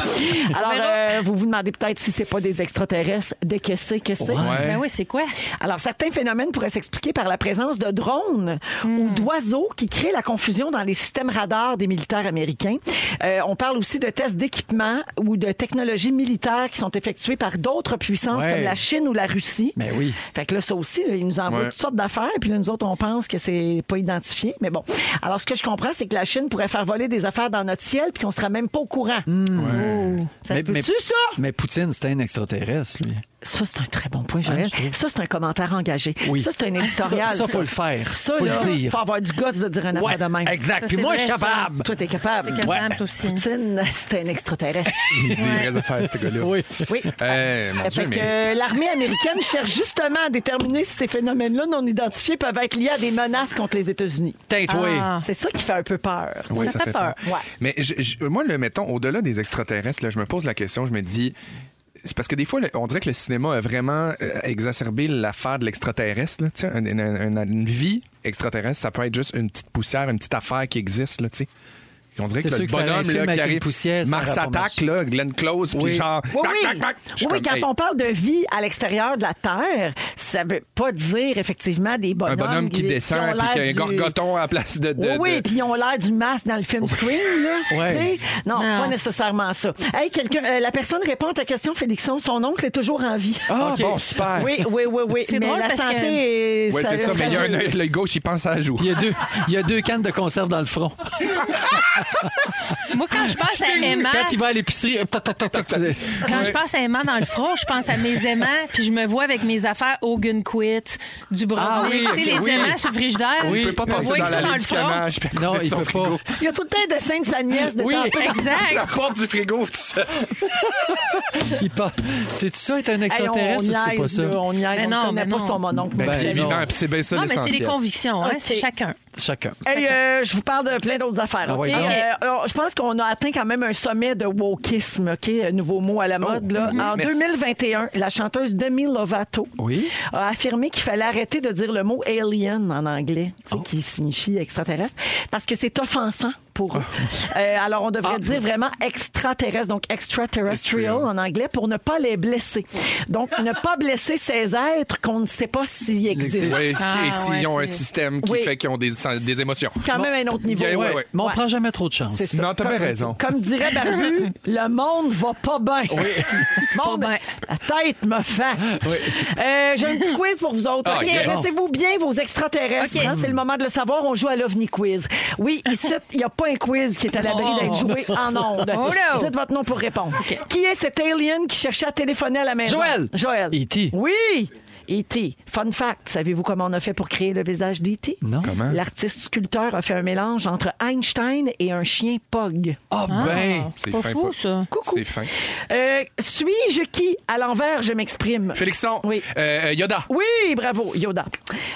[SPEAKER 7] Alors, euh, vous vous demandez peut-être si c'est pas des extraterrestres, de que c'est, que c'est.
[SPEAKER 6] Ben oui, c'est quoi?
[SPEAKER 7] Alors, certains phénomènes pourraient s'expliquer par la présence de drones ou
[SPEAKER 5] Hmm.
[SPEAKER 7] d'oiseaux qui créent la confusion dans les systèmes radars des militaires américains. Euh, on parle aussi de tests d'équipement ou de technologies militaires qui sont effectuées par d'autres puissances
[SPEAKER 5] Ouais.
[SPEAKER 7] comme la Chine ou la Russie.
[SPEAKER 5] Mais oui.
[SPEAKER 7] Fait que là, ça aussi, là, ils nous envoient
[SPEAKER 4] Ouais.
[SPEAKER 7] toutes sortes d'affaires, puis là, nous autres, on pense que c'est pas identifié. Mais bon. Alors, ce que je comprends, c'est que la Chine pourrait faire voler des affaires dans notre ciel, puis qu'on sera même pas au courant. Oh, Ça se peut-tu, ça?
[SPEAKER 5] Hmm. mais Poutine, c'était un extraterrestre, lui.
[SPEAKER 7] Ça, c'est un très bon point, Joël.
[SPEAKER 5] Hein, je trouve.
[SPEAKER 7] ça, c'est un commentaire engagé.
[SPEAKER 5] Oui.
[SPEAKER 7] Ça, c'est un éditorial.
[SPEAKER 5] Ça, ça, faut le faire.
[SPEAKER 7] Ça,
[SPEAKER 5] Faut
[SPEAKER 7] là,
[SPEAKER 5] le dire.
[SPEAKER 7] faut avoir du gosse de dire un affaire de même.
[SPEAKER 5] exact.
[SPEAKER 6] Ça,
[SPEAKER 5] Puis
[SPEAKER 6] c'est
[SPEAKER 5] moi,
[SPEAKER 6] vrai,
[SPEAKER 5] je suis
[SPEAKER 6] ça.
[SPEAKER 5] capable.
[SPEAKER 7] Toi, t'es capable.
[SPEAKER 6] C'est capable, toi aussi.
[SPEAKER 7] Poutine, c'est un extraterrestre.
[SPEAKER 4] Il dit les vraies affaires, ce gars-là.
[SPEAKER 5] Oui.
[SPEAKER 7] Oui.
[SPEAKER 4] Eh, mon
[SPEAKER 7] Fait
[SPEAKER 4] Dieu,
[SPEAKER 7] que
[SPEAKER 4] mais...
[SPEAKER 7] euh, l'armée américaine cherche justement à déterminer si ces phénomènes-là non identifiés peuvent être liés à des menaces contre les États-Unis.
[SPEAKER 5] Peut-être,
[SPEAKER 6] Ah.
[SPEAKER 7] C'est ça qui fait un peu peur.
[SPEAKER 4] Oui,
[SPEAKER 6] Ça fait peur.
[SPEAKER 7] Ouais.
[SPEAKER 4] Mais je- je- moi, le mettons, au-delà des extraterrestres, là, je me pose la question, je me dis. C'est parce que des fois, le- on dirait que le cinéma a vraiment euh, exacerbé l'affaire de l'extraterrestre. là, tu sais, un- un- un- un- une vie extraterrestre, ça peut être juste une petite poussière, une petite affaire qui existe. Là, tu sais. Et on dirait
[SPEAKER 5] C'est
[SPEAKER 4] que
[SPEAKER 5] sûr
[SPEAKER 4] le
[SPEAKER 5] que faire un
[SPEAKER 4] bonhomme
[SPEAKER 5] film
[SPEAKER 4] là,
[SPEAKER 5] avec
[SPEAKER 4] qui
[SPEAKER 5] une
[SPEAKER 4] arrive,
[SPEAKER 5] poussière, ça
[SPEAKER 4] Mars
[SPEAKER 5] aura pas
[SPEAKER 4] attaque,
[SPEAKER 5] marché.
[SPEAKER 4] là, Glenn Close, puis genre...
[SPEAKER 7] Oui,
[SPEAKER 4] tac,
[SPEAKER 7] oui.
[SPEAKER 4] tac, tac. Je suis
[SPEAKER 7] Oui, oui,
[SPEAKER 4] comme,
[SPEAKER 7] quand
[SPEAKER 4] hey,
[SPEAKER 7] on parle de vie à l'extérieur de la Terre, ça veut pas dire effectivement des bonhommes.
[SPEAKER 4] Un bonhomme qui descend,
[SPEAKER 7] ont
[SPEAKER 4] puis qui a
[SPEAKER 7] l'air
[SPEAKER 4] un
[SPEAKER 7] du-
[SPEAKER 4] gorgoton à la place de... de-
[SPEAKER 7] oui, oui,
[SPEAKER 4] de-
[SPEAKER 7] puis ils ont l'air du masque dans le film Scream. Là,
[SPEAKER 5] Ouais.
[SPEAKER 7] tu sais. Non, c'est
[SPEAKER 6] Non.
[SPEAKER 7] pas nécessairement ça. Hey, quelqu'un, euh, la personne répond à ta question, Félixon. Son oncle est toujours en vie.
[SPEAKER 4] Ah, bon, super.
[SPEAKER 7] Oui, oui, oui, oui.
[SPEAKER 6] C'est
[SPEAKER 7] mais
[SPEAKER 6] drôle
[SPEAKER 7] la
[SPEAKER 6] parce
[SPEAKER 7] santé
[SPEAKER 6] que-
[SPEAKER 7] est-
[SPEAKER 4] Ouais, c'est ça, mais il y a un
[SPEAKER 7] fragile.
[SPEAKER 4] œil l'œil gauche, il pense à la joue.
[SPEAKER 5] Il y, a deux, il y a deux cannes de conserve dans le front.
[SPEAKER 7] Ah,
[SPEAKER 6] Moi, quand je pense à Emma,
[SPEAKER 5] Quand il va à l'épicerie, euh, toc, toc, toc, toc, toc.
[SPEAKER 6] quand je pense à Emma dans le front, je pense à mes aimants, puis je me vois avec mes affaires Hogan Quit, du brownie.
[SPEAKER 5] Ah oui,
[SPEAKER 6] tu sais,
[SPEAKER 5] ok,
[SPEAKER 6] les
[SPEAKER 5] oui.
[SPEAKER 6] aimants sur le frigidaire.
[SPEAKER 5] Oui,
[SPEAKER 4] Il peut pas
[SPEAKER 6] je me
[SPEAKER 4] passer
[SPEAKER 6] vois
[SPEAKER 4] dans
[SPEAKER 6] avec
[SPEAKER 4] la
[SPEAKER 6] ça dans
[SPEAKER 4] ligne
[SPEAKER 6] le
[SPEAKER 4] du
[SPEAKER 6] front.
[SPEAKER 4] canage, puis à côté
[SPEAKER 5] Non,
[SPEAKER 4] de
[SPEAKER 5] il
[SPEAKER 4] son
[SPEAKER 5] peut
[SPEAKER 4] frigo.
[SPEAKER 5] pas.
[SPEAKER 7] Il y a tout le temps un dessin de sa nièce de
[SPEAKER 5] Oui.
[SPEAKER 7] temps en temps.
[SPEAKER 4] La
[SPEAKER 6] Exact.
[SPEAKER 4] porte du frigo, tout ça.
[SPEAKER 5] Il part. C'est ça être un
[SPEAKER 7] Hey, on-
[SPEAKER 5] extraterrestre ou c'est
[SPEAKER 7] niaise,
[SPEAKER 5] pas ça?
[SPEAKER 7] là, on niaise,
[SPEAKER 6] Mais
[SPEAKER 7] on
[SPEAKER 6] non,
[SPEAKER 7] connaît
[SPEAKER 6] mais
[SPEAKER 7] pas
[SPEAKER 6] non.
[SPEAKER 7] son mononcle.
[SPEAKER 4] Ben,
[SPEAKER 5] Ben
[SPEAKER 4] il est
[SPEAKER 5] non.
[SPEAKER 4] vivant, puis c'est bien ça
[SPEAKER 6] Non, mais c'est
[SPEAKER 4] l'essentiel.
[SPEAKER 6] les convictions, hein,
[SPEAKER 7] Ok.
[SPEAKER 6] c'est chacun.
[SPEAKER 5] Chacun.
[SPEAKER 7] Hey, euh, je vous parle de plein d'autres affaires.
[SPEAKER 5] Ah
[SPEAKER 7] ok?
[SPEAKER 5] ouais, donc.
[SPEAKER 7] Euh, alors, je pense qu'on a atteint quand même un sommet de wokisme, ok, Un nouveau mot à la mode.
[SPEAKER 4] Oh,
[SPEAKER 7] là.
[SPEAKER 4] mhm.
[SPEAKER 7] En
[SPEAKER 4] Merci.
[SPEAKER 7] 2021, la chanteuse Demi Lovato
[SPEAKER 5] Oui.
[SPEAKER 7] a affirmé qu'il fallait arrêter de dire le mot alien en anglais, tu sais,
[SPEAKER 4] Oh.
[SPEAKER 7] qui signifie extraterrestre, parce que c'est offensant pour
[SPEAKER 4] Ah.
[SPEAKER 7] eux. Euh, alors, on devrait dire vraiment extraterrestre, donc extraterrestrial en anglais, pour ne pas les blesser. Donc, ne pas blesser ces êtres qu'on ne sait pas s'ils existent.
[SPEAKER 4] Oui,
[SPEAKER 6] Ah,
[SPEAKER 4] et s'ils
[SPEAKER 6] ouais,
[SPEAKER 4] ont un
[SPEAKER 6] c'est-
[SPEAKER 4] système qui
[SPEAKER 7] Oui.
[SPEAKER 4] fait qu'ils ont des, des émotions.
[SPEAKER 7] Quand même un autre niveau.
[SPEAKER 4] Yeah, Eh ouais, ouais.
[SPEAKER 5] Mais on
[SPEAKER 7] Ouais.
[SPEAKER 5] prend jamais trop de chance.
[SPEAKER 7] C'est ça.
[SPEAKER 4] Non, t'as bien raison.
[SPEAKER 7] Comme dirait Barbu, le monde va pas bien. Monde,
[SPEAKER 6] Pas bien.
[SPEAKER 7] La tête me fait. Euh, J'ai un petit quiz pour vous autres.
[SPEAKER 4] Ah,
[SPEAKER 7] OK?
[SPEAKER 4] yes.
[SPEAKER 7] Connaissez-vous bien vos extraterrestres?
[SPEAKER 6] OK.
[SPEAKER 7] hein? C'est le moment de le savoir. On joue à l'OVNI quiz. Oui, ici, il n'y a pas un quiz qui est à l'abri
[SPEAKER 6] Oh.
[SPEAKER 7] d'être joué en ondes.
[SPEAKER 6] Oh, no.
[SPEAKER 7] Dites votre nom pour répondre. Qui est cet alien qui cherchait à téléphoner à la maison?
[SPEAKER 5] Joël.
[SPEAKER 7] Joël.
[SPEAKER 4] E
[SPEAKER 5] E.T..
[SPEAKER 7] Oui. E.T. Fun fact, savez-vous comment on a fait pour créer le visage d'E.T.?
[SPEAKER 5] Non?
[SPEAKER 4] Comment?
[SPEAKER 7] L'artiste sculpteur a fait un mélange entre Einstein et un chien Pog.
[SPEAKER 5] Ah ben!
[SPEAKER 4] C'est
[SPEAKER 6] Pas
[SPEAKER 4] fin,
[SPEAKER 6] fou,
[SPEAKER 4] pas-
[SPEAKER 6] ça.
[SPEAKER 7] Coucou.
[SPEAKER 4] C'est fin.
[SPEAKER 7] Euh, Suis-je qui? À l'envers, je m'exprime.
[SPEAKER 4] Félixon,
[SPEAKER 7] Oui.
[SPEAKER 4] euh, Yoda.
[SPEAKER 7] Oui, bravo, Yoda.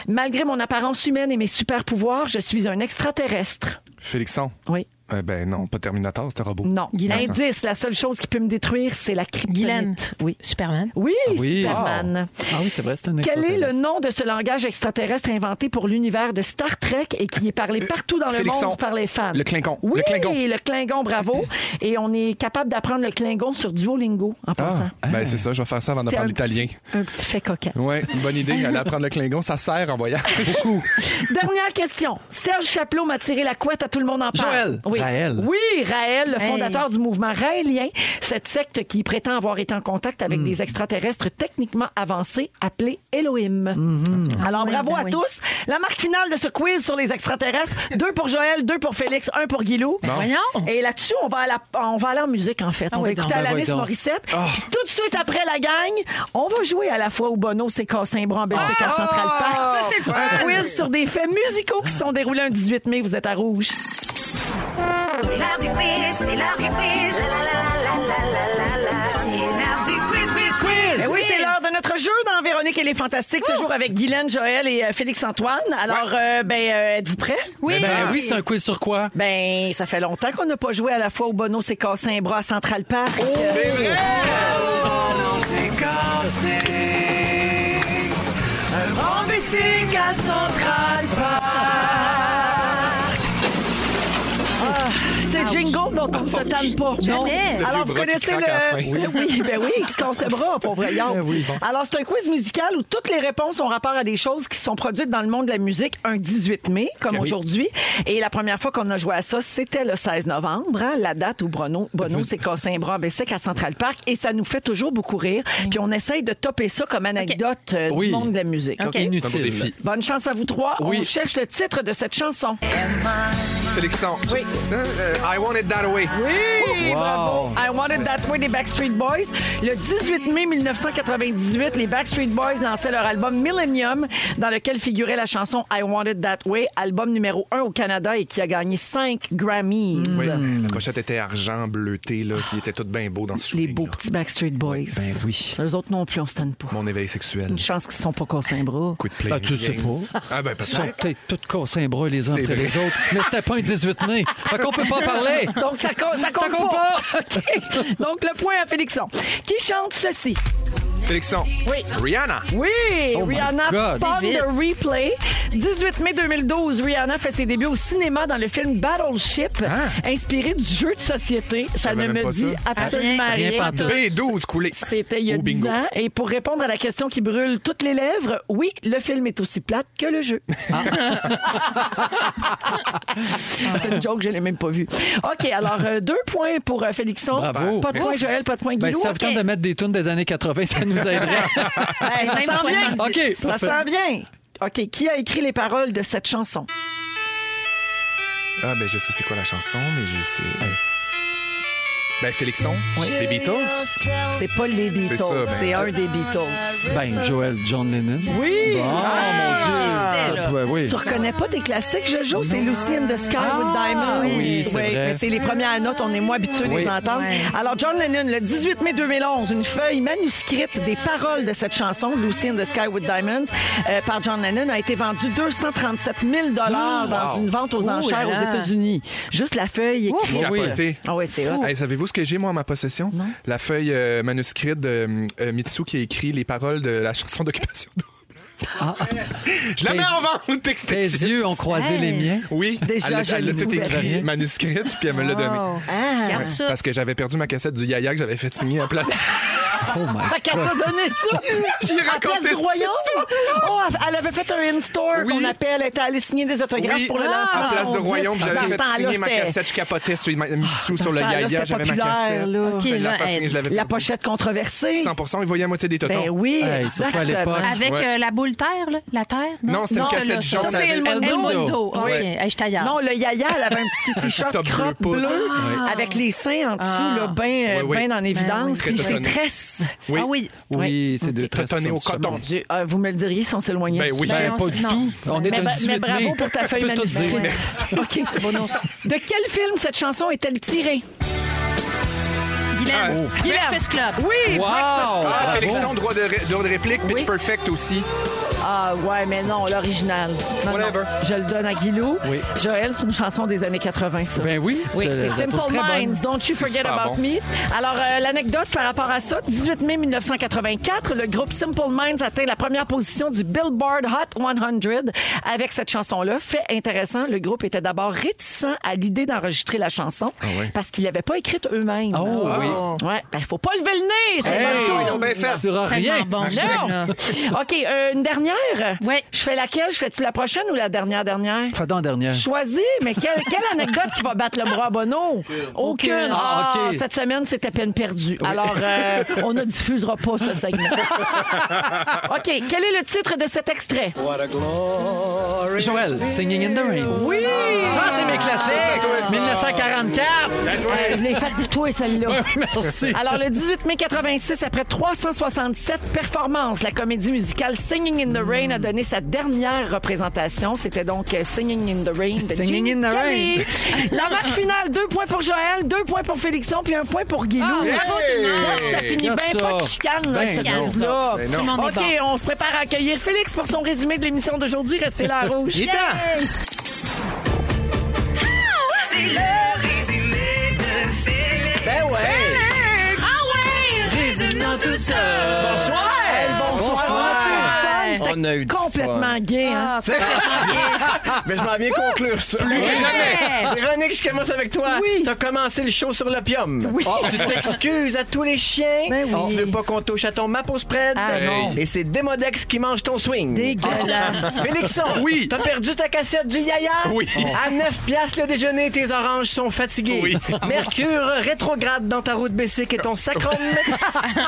[SPEAKER 7] Malgré mon apparence humaine et mes super pouvoirs, je suis un extraterrestre.
[SPEAKER 4] Félixon.
[SPEAKER 7] Oui.
[SPEAKER 4] Euh, ben non, pas Terminator, c'est un robot.
[SPEAKER 7] Non.
[SPEAKER 6] Guylaine.
[SPEAKER 7] Indice, la seule chose qui peut me détruire, c'est la
[SPEAKER 6] Guylaine.
[SPEAKER 7] kryptonite. Oui.
[SPEAKER 6] Superman.
[SPEAKER 7] Oui,
[SPEAKER 4] Ah
[SPEAKER 5] oui.
[SPEAKER 7] Superman.
[SPEAKER 5] Ah oui, c'est vrai, c'est un
[SPEAKER 7] Quel est
[SPEAKER 5] extraterrestre.
[SPEAKER 7] le nom de ce langage extraterrestre inventé pour l'univers de Star Trek et qui est parlé partout dans le
[SPEAKER 4] Euh, Félixon.
[SPEAKER 7] monde par les fans?
[SPEAKER 4] Le Klingon.
[SPEAKER 7] Oui,
[SPEAKER 4] Le Klingon.
[SPEAKER 7] le Klingon, bravo. Et on est capable d'apprendre le Klingon sur Duolingo, en passant.
[SPEAKER 4] Ben c'est ça, je vais faire ça avant
[SPEAKER 7] C'était
[SPEAKER 4] d'apprendre
[SPEAKER 7] un petit-
[SPEAKER 4] l'italien.
[SPEAKER 7] Un petit fait coquin.
[SPEAKER 4] Oui, bonne idée, aller apprendre le Klingon, ça sert en voyage.
[SPEAKER 7] Dernière question. Serge Chaplot m'a tiré la couette à tout le monde en parle.
[SPEAKER 5] Joël.
[SPEAKER 7] Oui. oui.
[SPEAKER 5] Raël.
[SPEAKER 7] Oui, Raël, le
[SPEAKER 6] Hey.
[SPEAKER 7] fondateur du mouvement raélien, cette secte qui prétend avoir été en contact avec
[SPEAKER 5] Hmm.
[SPEAKER 7] des extraterrestres techniquement avancés appelés Elohim.
[SPEAKER 5] Hmm.
[SPEAKER 7] Alors,
[SPEAKER 6] Ah oui,
[SPEAKER 7] bravo
[SPEAKER 6] ben
[SPEAKER 7] à
[SPEAKER 6] oui.
[SPEAKER 7] tous. La marque finale de ce quiz sur les extraterrestres, deux pour Joël, deux pour Félix, un pour Guilou.
[SPEAKER 6] Ben, Voyons.
[SPEAKER 7] Et là-dessus, on va, à la- on va aller en musique, en fait. on va
[SPEAKER 5] oui, donc.
[SPEAKER 7] écouter
[SPEAKER 5] Ben oui,
[SPEAKER 7] Alanis
[SPEAKER 5] donc.
[SPEAKER 7] Morissette. Puis tout de suite après la gang, on va jouer à la fois au Bono, c'est cassé un bras en Belgique à Central Park.
[SPEAKER 11] Ça, c'est le fun!
[SPEAKER 7] Un quiz sur des faits musicaux qui se sont déroulés un 18 mai. Vous êtes à rouge.
[SPEAKER 2] C'est l'heure du quiz, c'est l'heure du quiz. La, la, la, la, la, la, la, la. C'est l'heure du quiz, quiz, quiz.
[SPEAKER 7] Eh oui, c'est l'heure de notre jeu dans Véronique et les Fantastiques, toujours avec Guylaine, Joël et euh, Félix-Antoine. Alors, euh, ben, euh, êtes-vous prêts?
[SPEAKER 5] Oui, ben, oui c'est un quiz sur quoi?
[SPEAKER 7] Ben, ça fait longtemps qu'on n'a pas joué à la fois au Bono s'est cassé un bras à Central Park.
[SPEAKER 11] C'est vrai! Oh, c'est cassé. Un grand bicycle à Central Park.
[SPEAKER 7] C'est jingle dont on ne se tanne pas.
[SPEAKER 6] Jamais.
[SPEAKER 4] Le
[SPEAKER 7] Alors,
[SPEAKER 4] vieux
[SPEAKER 7] vous
[SPEAKER 4] bras qui
[SPEAKER 7] connaissez
[SPEAKER 4] craque à la
[SPEAKER 7] le.
[SPEAKER 4] fin. Ben
[SPEAKER 7] Oui. ben oui, il se casse le bras, pauvre Yann. Alors, c'est un quiz musical où toutes les réponses ont rapport à des choses qui sont produites dans le monde de la musique un 18 mai, comme aujourd'hui. Et la première fois qu'on a joué à ça, c'était le 16 novembre, hein, la date où Bono, Bono s'est cassé un bras en Bessic à Central Park. Et ça nous fait toujours beaucoup rire.
[SPEAKER 4] Mm.
[SPEAKER 7] Puis on essaye de topper ça comme anecdote euh,
[SPEAKER 5] Oui.
[SPEAKER 7] du monde de la musique.
[SPEAKER 6] OK.
[SPEAKER 7] OK?
[SPEAKER 4] C'est un beau
[SPEAKER 5] Inutile.
[SPEAKER 4] défi.
[SPEAKER 7] Bonne chance à vous trois.
[SPEAKER 5] Oui.
[SPEAKER 7] On cherche le titre de cette chanson.
[SPEAKER 4] Félixon.
[SPEAKER 7] Oui.
[SPEAKER 4] Euh, euh, I want it that way.
[SPEAKER 7] Oui,
[SPEAKER 5] Wow.
[SPEAKER 7] bravo. I Wanted That Way des Backstreet Boys. Le 18 mai 1998, les Backstreet Boys lançaient leur album Millennium, dans lequel figurait la chanson I Wanted That Way, album numéro 1 au Canada et qui a gagné 5 Grammys.
[SPEAKER 4] Oui. La pochette était argent bleuté, là. Ils étaient tout bien beaux dans ce
[SPEAKER 7] Les
[SPEAKER 4] shooting.
[SPEAKER 7] beaux
[SPEAKER 4] là.
[SPEAKER 7] petits Backstreet Boys.
[SPEAKER 5] Ben oui.
[SPEAKER 7] Eux autres non plus, on se tanne pas.
[SPEAKER 4] Mon éveil sexuel.
[SPEAKER 7] Une chance qu'ils se sont pas cassés un bras.
[SPEAKER 4] Coup de play.
[SPEAKER 5] Ben, tu sais
[SPEAKER 4] Games.
[SPEAKER 5] pas.
[SPEAKER 4] Ah, ben, parce
[SPEAKER 5] Ils sont peut-être tous cassés un bras les uns
[SPEAKER 4] C'est
[SPEAKER 5] après
[SPEAKER 4] vrai.
[SPEAKER 5] les autres. Mais c'était pas un 18 mai. Fait qu'on peut pas parler.
[SPEAKER 7] Donc, ça, co- ça compte,
[SPEAKER 5] Ça compte
[SPEAKER 7] OK. Donc, le point à Félixon. Qui chante ceci?
[SPEAKER 4] Félixon. Oui. Rihanna.
[SPEAKER 7] Oui,
[SPEAKER 5] my
[SPEAKER 7] Rihanna
[SPEAKER 5] God.
[SPEAKER 7] Pond
[SPEAKER 6] C'est vite.
[SPEAKER 7] the Replay. 18 mai 2012, Rihanna fait ses débuts au cinéma dans le film Battleship, inspiré du jeu de société. Ça ne
[SPEAKER 4] savais même
[SPEAKER 7] me
[SPEAKER 4] pas
[SPEAKER 7] dit
[SPEAKER 4] ça.
[SPEAKER 7] absolument
[SPEAKER 5] Rien,
[SPEAKER 7] rien.
[SPEAKER 5] rien pantoute.
[SPEAKER 4] B12 coulé.
[SPEAKER 7] C'était il y a
[SPEAKER 4] Au
[SPEAKER 7] 10
[SPEAKER 4] bingo.
[SPEAKER 7] ans. Et pour répondre à la question qui brûle toutes les lèvres, oui, le film est aussi plate que le jeu. C'est une joke, je ne l'ai même pas vue. OK, alors euh, deux points pour euh, Félixon.
[SPEAKER 5] Bravo.
[SPEAKER 7] Pas de
[SPEAKER 5] Merci.
[SPEAKER 7] point, Joël, pas de point,
[SPEAKER 5] Ben,
[SPEAKER 7] Guilou.
[SPEAKER 5] si ça vous tente
[SPEAKER 7] OK.
[SPEAKER 5] de mettre des tunes des années 80, ça nous aiderait.
[SPEAKER 6] Ben, même
[SPEAKER 7] Ça sent bien.
[SPEAKER 6] 70.
[SPEAKER 5] OK.
[SPEAKER 7] Ça
[SPEAKER 5] parfait.
[SPEAKER 7] sent bien. OK, qui a écrit les paroles de cette chanson?
[SPEAKER 4] Ah, ben, je sais c'est quoi la chanson, mais je sais. Ben, Félixon. Les Beatles.
[SPEAKER 7] C'est pas les Beatles,
[SPEAKER 4] C'est ça, ben.
[SPEAKER 7] c'est un des Beatles.
[SPEAKER 5] Ben, Joël, John Lennon.
[SPEAKER 7] Oui! Ah,
[SPEAKER 5] Oh mon Dieu.
[SPEAKER 6] j'hésitais, là.
[SPEAKER 5] Ouais, oui.
[SPEAKER 7] Tu reconnais pas tes classiques, Jojo? C'est Lucy in the Sky with
[SPEAKER 4] Ah!
[SPEAKER 7] Diamonds.
[SPEAKER 5] oui, c'est vrai.
[SPEAKER 7] mais c'est les premières notes, on est moins habitué de
[SPEAKER 5] Oui.
[SPEAKER 7] les entendre.
[SPEAKER 6] Ouais.
[SPEAKER 7] Alors, John Lennon, le 18 mai 2011, une feuille manuscrite des paroles de cette chanson, Lucy in the Sky with Diamonds, euh, par John Lennon, a été vendue 237 000 dans
[SPEAKER 4] Wow.
[SPEAKER 7] une vente aux enchères
[SPEAKER 6] là.
[SPEAKER 7] aux États-Unis. Juste la feuille écrite.
[SPEAKER 5] Oui.
[SPEAKER 4] Capoté.
[SPEAKER 7] Ah ouais, c'est hot.
[SPEAKER 4] Hey, Savez-vous ce que j'ai, moi, en ma possession? La feuille euh, manuscrite de hum, euh, Mitsu qui a écrit les paroles de la chanson d'Occupation Double. je la
[SPEAKER 5] Tes-
[SPEAKER 4] mets en vente,
[SPEAKER 5] Ah. Tes
[SPEAKER 4] textile.
[SPEAKER 5] yeux ont croisé les miens.
[SPEAKER 4] Oui,
[SPEAKER 7] Déjà,
[SPEAKER 4] elle l'a-
[SPEAKER 7] je
[SPEAKER 4] elle
[SPEAKER 7] le
[SPEAKER 4] l'a tout
[SPEAKER 7] nouvelle.
[SPEAKER 4] écrit, manuscrite, puis elle me l'a donné.
[SPEAKER 6] Regarde ça.
[SPEAKER 4] Parce que j'avais perdu ma cassette du Yaya que j'avais fait signer en place.
[SPEAKER 5] Oh my
[SPEAKER 7] Fait qu'elle t'a donné ça
[SPEAKER 4] J'ai
[SPEAKER 7] à
[SPEAKER 4] raconté
[SPEAKER 7] place du
[SPEAKER 4] cette
[SPEAKER 7] royaume.
[SPEAKER 4] histoire.
[SPEAKER 7] Oh, elle avait fait un in-store
[SPEAKER 4] Oui.
[SPEAKER 7] qu'on appelle. Elle était allée signer des autographes
[SPEAKER 4] Oui,
[SPEAKER 7] pour le lancement.
[SPEAKER 4] en place
[SPEAKER 7] On
[SPEAKER 4] de
[SPEAKER 7] dit,
[SPEAKER 4] royaume,
[SPEAKER 7] dans
[SPEAKER 4] j'avais
[SPEAKER 7] ce
[SPEAKER 4] fait
[SPEAKER 7] temps-là,
[SPEAKER 4] signer ma
[SPEAKER 7] c'était-
[SPEAKER 4] cassette, je capotais sur ma- Mitsu sur
[SPEAKER 7] ce
[SPEAKER 4] le
[SPEAKER 7] temps-là,
[SPEAKER 4] Yaya,
[SPEAKER 7] c'était
[SPEAKER 4] j'avais ma
[SPEAKER 7] populaire,
[SPEAKER 4] cassette.
[SPEAKER 7] là.
[SPEAKER 4] Je l'ai
[SPEAKER 6] là,
[SPEAKER 4] fait signer,
[SPEAKER 6] elle-
[SPEAKER 4] je l'avais
[SPEAKER 7] La
[SPEAKER 4] perdu.
[SPEAKER 7] pochette controversée.
[SPEAKER 4] 100 il voyait moitié des totons.
[SPEAKER 7] Ben oui,
[SPEAKER 5] Hey, surtout à
[SPEAKER 7] exactement.
[SPEAKER 5] l'époque.
[SPEAKER 6] Avec
[SPEAKER 4] Ouais.
[SPEAKER 6] euh, la boule terre, là, la terre?
[SPEAKER 4] Non, c'était une cassette
[SPEAKER 6] ça,
[SPEAKER 4] jaune
[SPEAKER 6] ça,
[SPEAKER 4] avec-
[SPEAKER 6] c'est El Mundo.
[SPEAKER 5] El Mundo.
[SPEAKER 6] El Mundo. OK,
[SPEAKER 4] Ouais.
[SPEAKER 6] Hey, je t'ailleurs.
[SPEAKER 7] Non, le Yaya, elle avait un petit t-shirt
[SPEAKER 4] top bleu
[SPEAKER 7] crop bleu,
[SPEAKER 4] poudre.
[SPEAKER 7] avec les seins en dessous, là, bien
[SPEAKER 4] Oui, oui.
[SPEAKER 7] en évidence.
[SPEAKER 4] Très
[SPEAKER 7] Puis ses
[SPEAKER 4] tâtonné.
[SPEAKER 7] tresses.
[SPEAKER 4] Oui.
[SPEAKER 6] Ah oui.
[SPEAKER 5] Oui, c'est deux très
[SPEAKER 4] Tâtonné au coton.
[SPEAKER 7] Dieu, euh, vous me le diriez si on s'éloignait.
[SPEAKER 4] Ben
[SPEAKER 7] du
[SPEAKER 4] oui.
[SPEAKER 7] sujet.
[SPEAKER 5] Ben,
[SPEAKER 6] on
[SPEAKER 5] pas
[SPEAKER 6] sait-
[SPEAKER 5] du
[SPEAKER 6] non.
[SPEAKER 5] tout. On est
[SPEAKER 7] Mais,
[SPEAKER 5] un
[SPEAKER 7] bra-
[SPEAKER 5] 18
[SPEAKER 7] mais bravo
[SPEAKER 5] mai.
[SPEAKER 7] pour ta feuille
[SPEAKER 5] Je peux tout
[SPEAKER 7] manuscrite.
[SPEAKER 5] dire.
[SPEAKER 7] OK. De quel film cette chanson est-elle tirée?
[SPEAKER 6] Guylaine. Breakfast Club.
[SPEAKER 7] Oui!
[SPEAKER 5] Wow!
[SPEAKER 4] Ah,
[SPEAKER 5] Bravo.
[SPEAKER 4] Félixon, droit de, ré- droit de réplique, Pitch Perfect aussi.
[SPEAKER 7] Ah ouais, mais non, l'original. Non,
[SPEAKER 4] Whatever.
[SPEAKER 7] non. Je le donne à Guilou.
[SPEAKER 5] Oui.
[SPEAKER 7] Joël, c'est une chanson des années 80, ça.
[SPEAKER 5] Ben oui,
[SPEAKER 7] Oui,
[SPEAKER 5] je
[SPEAKER 7] c'est
[SPEAKER 5] la trouve
[SPEAKER 7] Simple
[SPEAKER 5] très
[SPEAKER 7] Minds,
[SPEAKER 5] bonne.
[SPEAKER 7] Don't You
[SPEAKER 4] C'est
[SPEAKER 7] Forget
[SPEAKER 4] super
[SPEAKER 7] About
[SPEAKER 4] bon.
[SPEAKER 7] Me. Alors, euh, l'anecdote par rapport à ça, 18 mai 1984, le groupe Simple Minds atteint la première position du Billboard Hot 100 avec cette chanson-là. Fait intéressant, le groupe était d'abord réticent à l'idée d'enregistrer la chanson
[SPEAKER 4] ouais.
[SPEAKER 7] parce qu'ils l'avaient pas écrite eux-mêmes.
[SPEAKER 5] Ah Oh, oui.
[SPEAKER 7] Ouais, ben, faut pas lever le nez, c'est
[SPEAKER 5] Hey,
[SPEAKER 7] pas le tour.
[SPEAKER 4] ils l'ont bien fait.
[SPEAKER 5] Tu sauras rien.
[SPEAKER 6] Tellement bon.
[SPEAKER 7] Non. OK, euh, une dernière dernière?
[SPEAKER 12] Oui.
[SPEAKER 7] Je fais laquelle? Je fais-tu la prochaine ou la dernière dernière?
[SPEAKER 5] Fais donc dernière.
[SPEAKER 7] Choisis, mais quelle, quelle anecdote qui va battre le bras à Bono? Aucune.
[SPEAKER 5] Ah,
[SPEAKER 7] Ah,
[SPEAKER 5] ok.
[SPEAKER 7] Cette semaine, c'était peine perdue. Alors, euh, on ne diffusera pas ce segment. OK. Quel est le titre de cet extrait?
[SPEAKER 5] Joël, Singing in the Rain. Oui! Ça, c'est mes classiques! 1944!
[SPEAKER 7] Euh, je l'ai fait pour toi,
[SPEAKER 5] Oui,
[SPEAKER 7] celle-là.
[SPEAKER 5] merci.
[SPEAKER 7] Alors, le 18 mai 86, après 367 performances, la comédie musicale Singing in the Rain a donné sa dernière représentation. C'était donc euh, Singing in the Rain de
[SPEAKER 5] Singing
[SPEAKER 7] Gene
[SPEAKER 5] in the
[SPEAKER 7] Kelly. La marque finale, deux points pour Joël, deux points pour Félixon, puis un point pour Guilou.
[SPEAKER 6] Ah, bravo tout le monde.
[SPEAKER 7] Ça finit bien,
[SPEAKER 5] Regarde ça.
[SPEAKER 7] pas de chicane, là,
[SPEAKER 5] Ben
[SPEAKER 7] cette
[SPEAKER 5] non.
[SPEAKER 7] chose-là.
[SPEAKER 4] Ben
[SPEAKER 6] Tout le
[SPEAKER 4] non.
[SPEAKER 6] monde est
[SPEAKER 7] OK,
[SPEAKER 6] bon.
[SPEAKER 7] on se prépare à accueillir Félix pour son résumé de l'émission d'aujourd'hui. Restez là, à rouge.
[SPEAKER 13] C'est le résumé de Félix. Ben ouais. Ah ouais. Résumons tout ça.
[SPEAKER 7] Bonsoir! Bonsoir! C'était
[SPEAKER 11] On a eu du
[SPEAKER 7] complètement
[SPEAKER 11] fun. Ah,
[SPEAKER 7] gay, hein?
[SPEAKER 11] Mais je m'en viens conclure ça. Plus que jamais. Véronique, je commence avec toi.
[SPEAKER 7] Oui.
[SPEAKER 11] T'as commencé le show sur l'opium.
[SPEAKER 7] Oui.
[SPEAKER 11] Oh, tu t'excuses à tous les chiens.
[SPEAKER 7] Ben oui.
[SPEAKER 11] Tu veux pas qu'on touche à ton map au spread.
[SPEAKER 7] Ah, non.
[SPEAKER 11] Et c'est Demodex qui mange ton swing.
[SPEAKER 7] Dégueulasse.
[SPEAKER 11] Félixon, oui. t'as perdu ta cassette du yaya.
[SPEAKER 4] Oui.
[SPEAKER 11] À 9 piastres le déjeuner, tes oranges sont fatiguées.
[SPEAKER 4] Oui.
[SPEAKER 11] Mercure rétrograde dans ta route bessique et ton sacrum.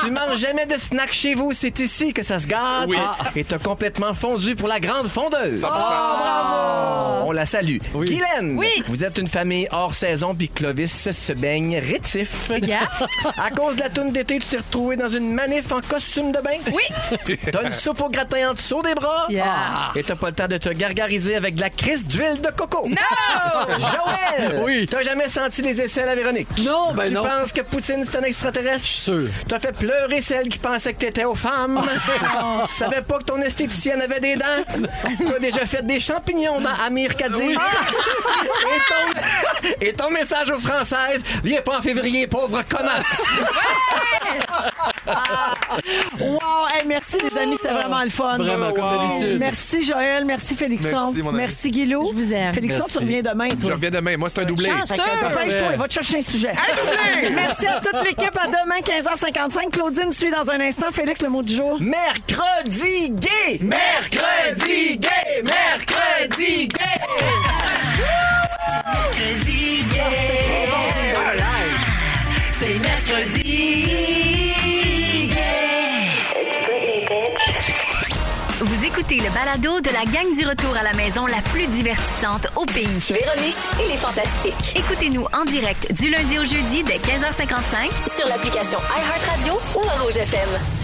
[SPEAKER 11] tu manges jamais de snack chez vous, c'est ici que ça se garde.
[SPEAKER 4] Oui.
[SPEAKER 11] Et t'as complètement fondu pour la grande fondeuse. On la salue. Guylaine,
[SPEAKER 6] Oui.
[SPEAKER 11] vous êtes une famille hors saison, puis Clovis se baigne rétif. À cause de la toune d'été, tu t'es retrouvé dans une manif en costume de bain. Oui. T'as une soupe au gratin en dessous des bras. Ah.
[SPEAKER 6] Yeah.
[SPEAKER 11] Et t'as pas le temps de te gargariser avec de la crise d'huile de coco.
[SPEAKER 6] No!
[SPEAKER 11] Joël!
[SPEAKER 5] Oui.
[SPEAKER 11] T'as jamais senti des aisselles à Véronique?
[SPEAKER 5] Non, ben
[SPEAKER 11] tu
[SPEAKER 5] non.
[SPEAKER 11] penses que Poutine, c'est un extraterrestre? Je suis
[SPEAKER 5] sûr.
[SPEAKER 11] T'as fait pleurer celle qui pensait que t'étais aux femmes. tu savais pas que ton esthéticienne avait des dents. T'as déjà fait des champignons dans Amir Kadir. et, ton, et ton message aux Françaises, viens pas en février, pauvre connasse.
[SPEAKER 7] Wow! Oh, Hey, merci, les amis,
[SPEAKER 12] Ah.
[SPEAKER 7] c'était vraiment le fun.
[SPEAKER 5] Vraiment, comme d'habitude.
[SPEAKER 7] Merci, Joël. Merci, Félixon.
[SPEAKER 4] Merci, mon ami.
[SPEAKER 7] Guilou.
[SPEAKER 12] Je vous aime. Ah,
[SPEAKER 7] Félixon,
[SPEAKER 5] Merci.
[SPEAKER 7] tu reviens demain,
[SPEAKER 4] Je
[SPEAKER 7] toi.
[SPEAKER 4] reviens demain. Moi, c'est un doublé.
[SPEAKER 7] Chance, fait que dépêche-toi, va te chercher un sujet. Merci à toute l'équipe. À demain, 15h55. Claudine suit dans un instant. Félix, le mot du jour.
[SPEAKER 11] Mercredi gay! Mercredi gay! Mercredi gay!
[SPEAKER 14] Mercredi gay. C'est mercredi gay.
[SPEAKER 2] Vous écoutez le balado de la gang du retour à la maison la plus divertissante au pays. Véronique et les Fantastiques. Écoutez-nous en direct du lundi au jeudi dès 15h55 sur l'application iHeartRadio ou à Rouge FM.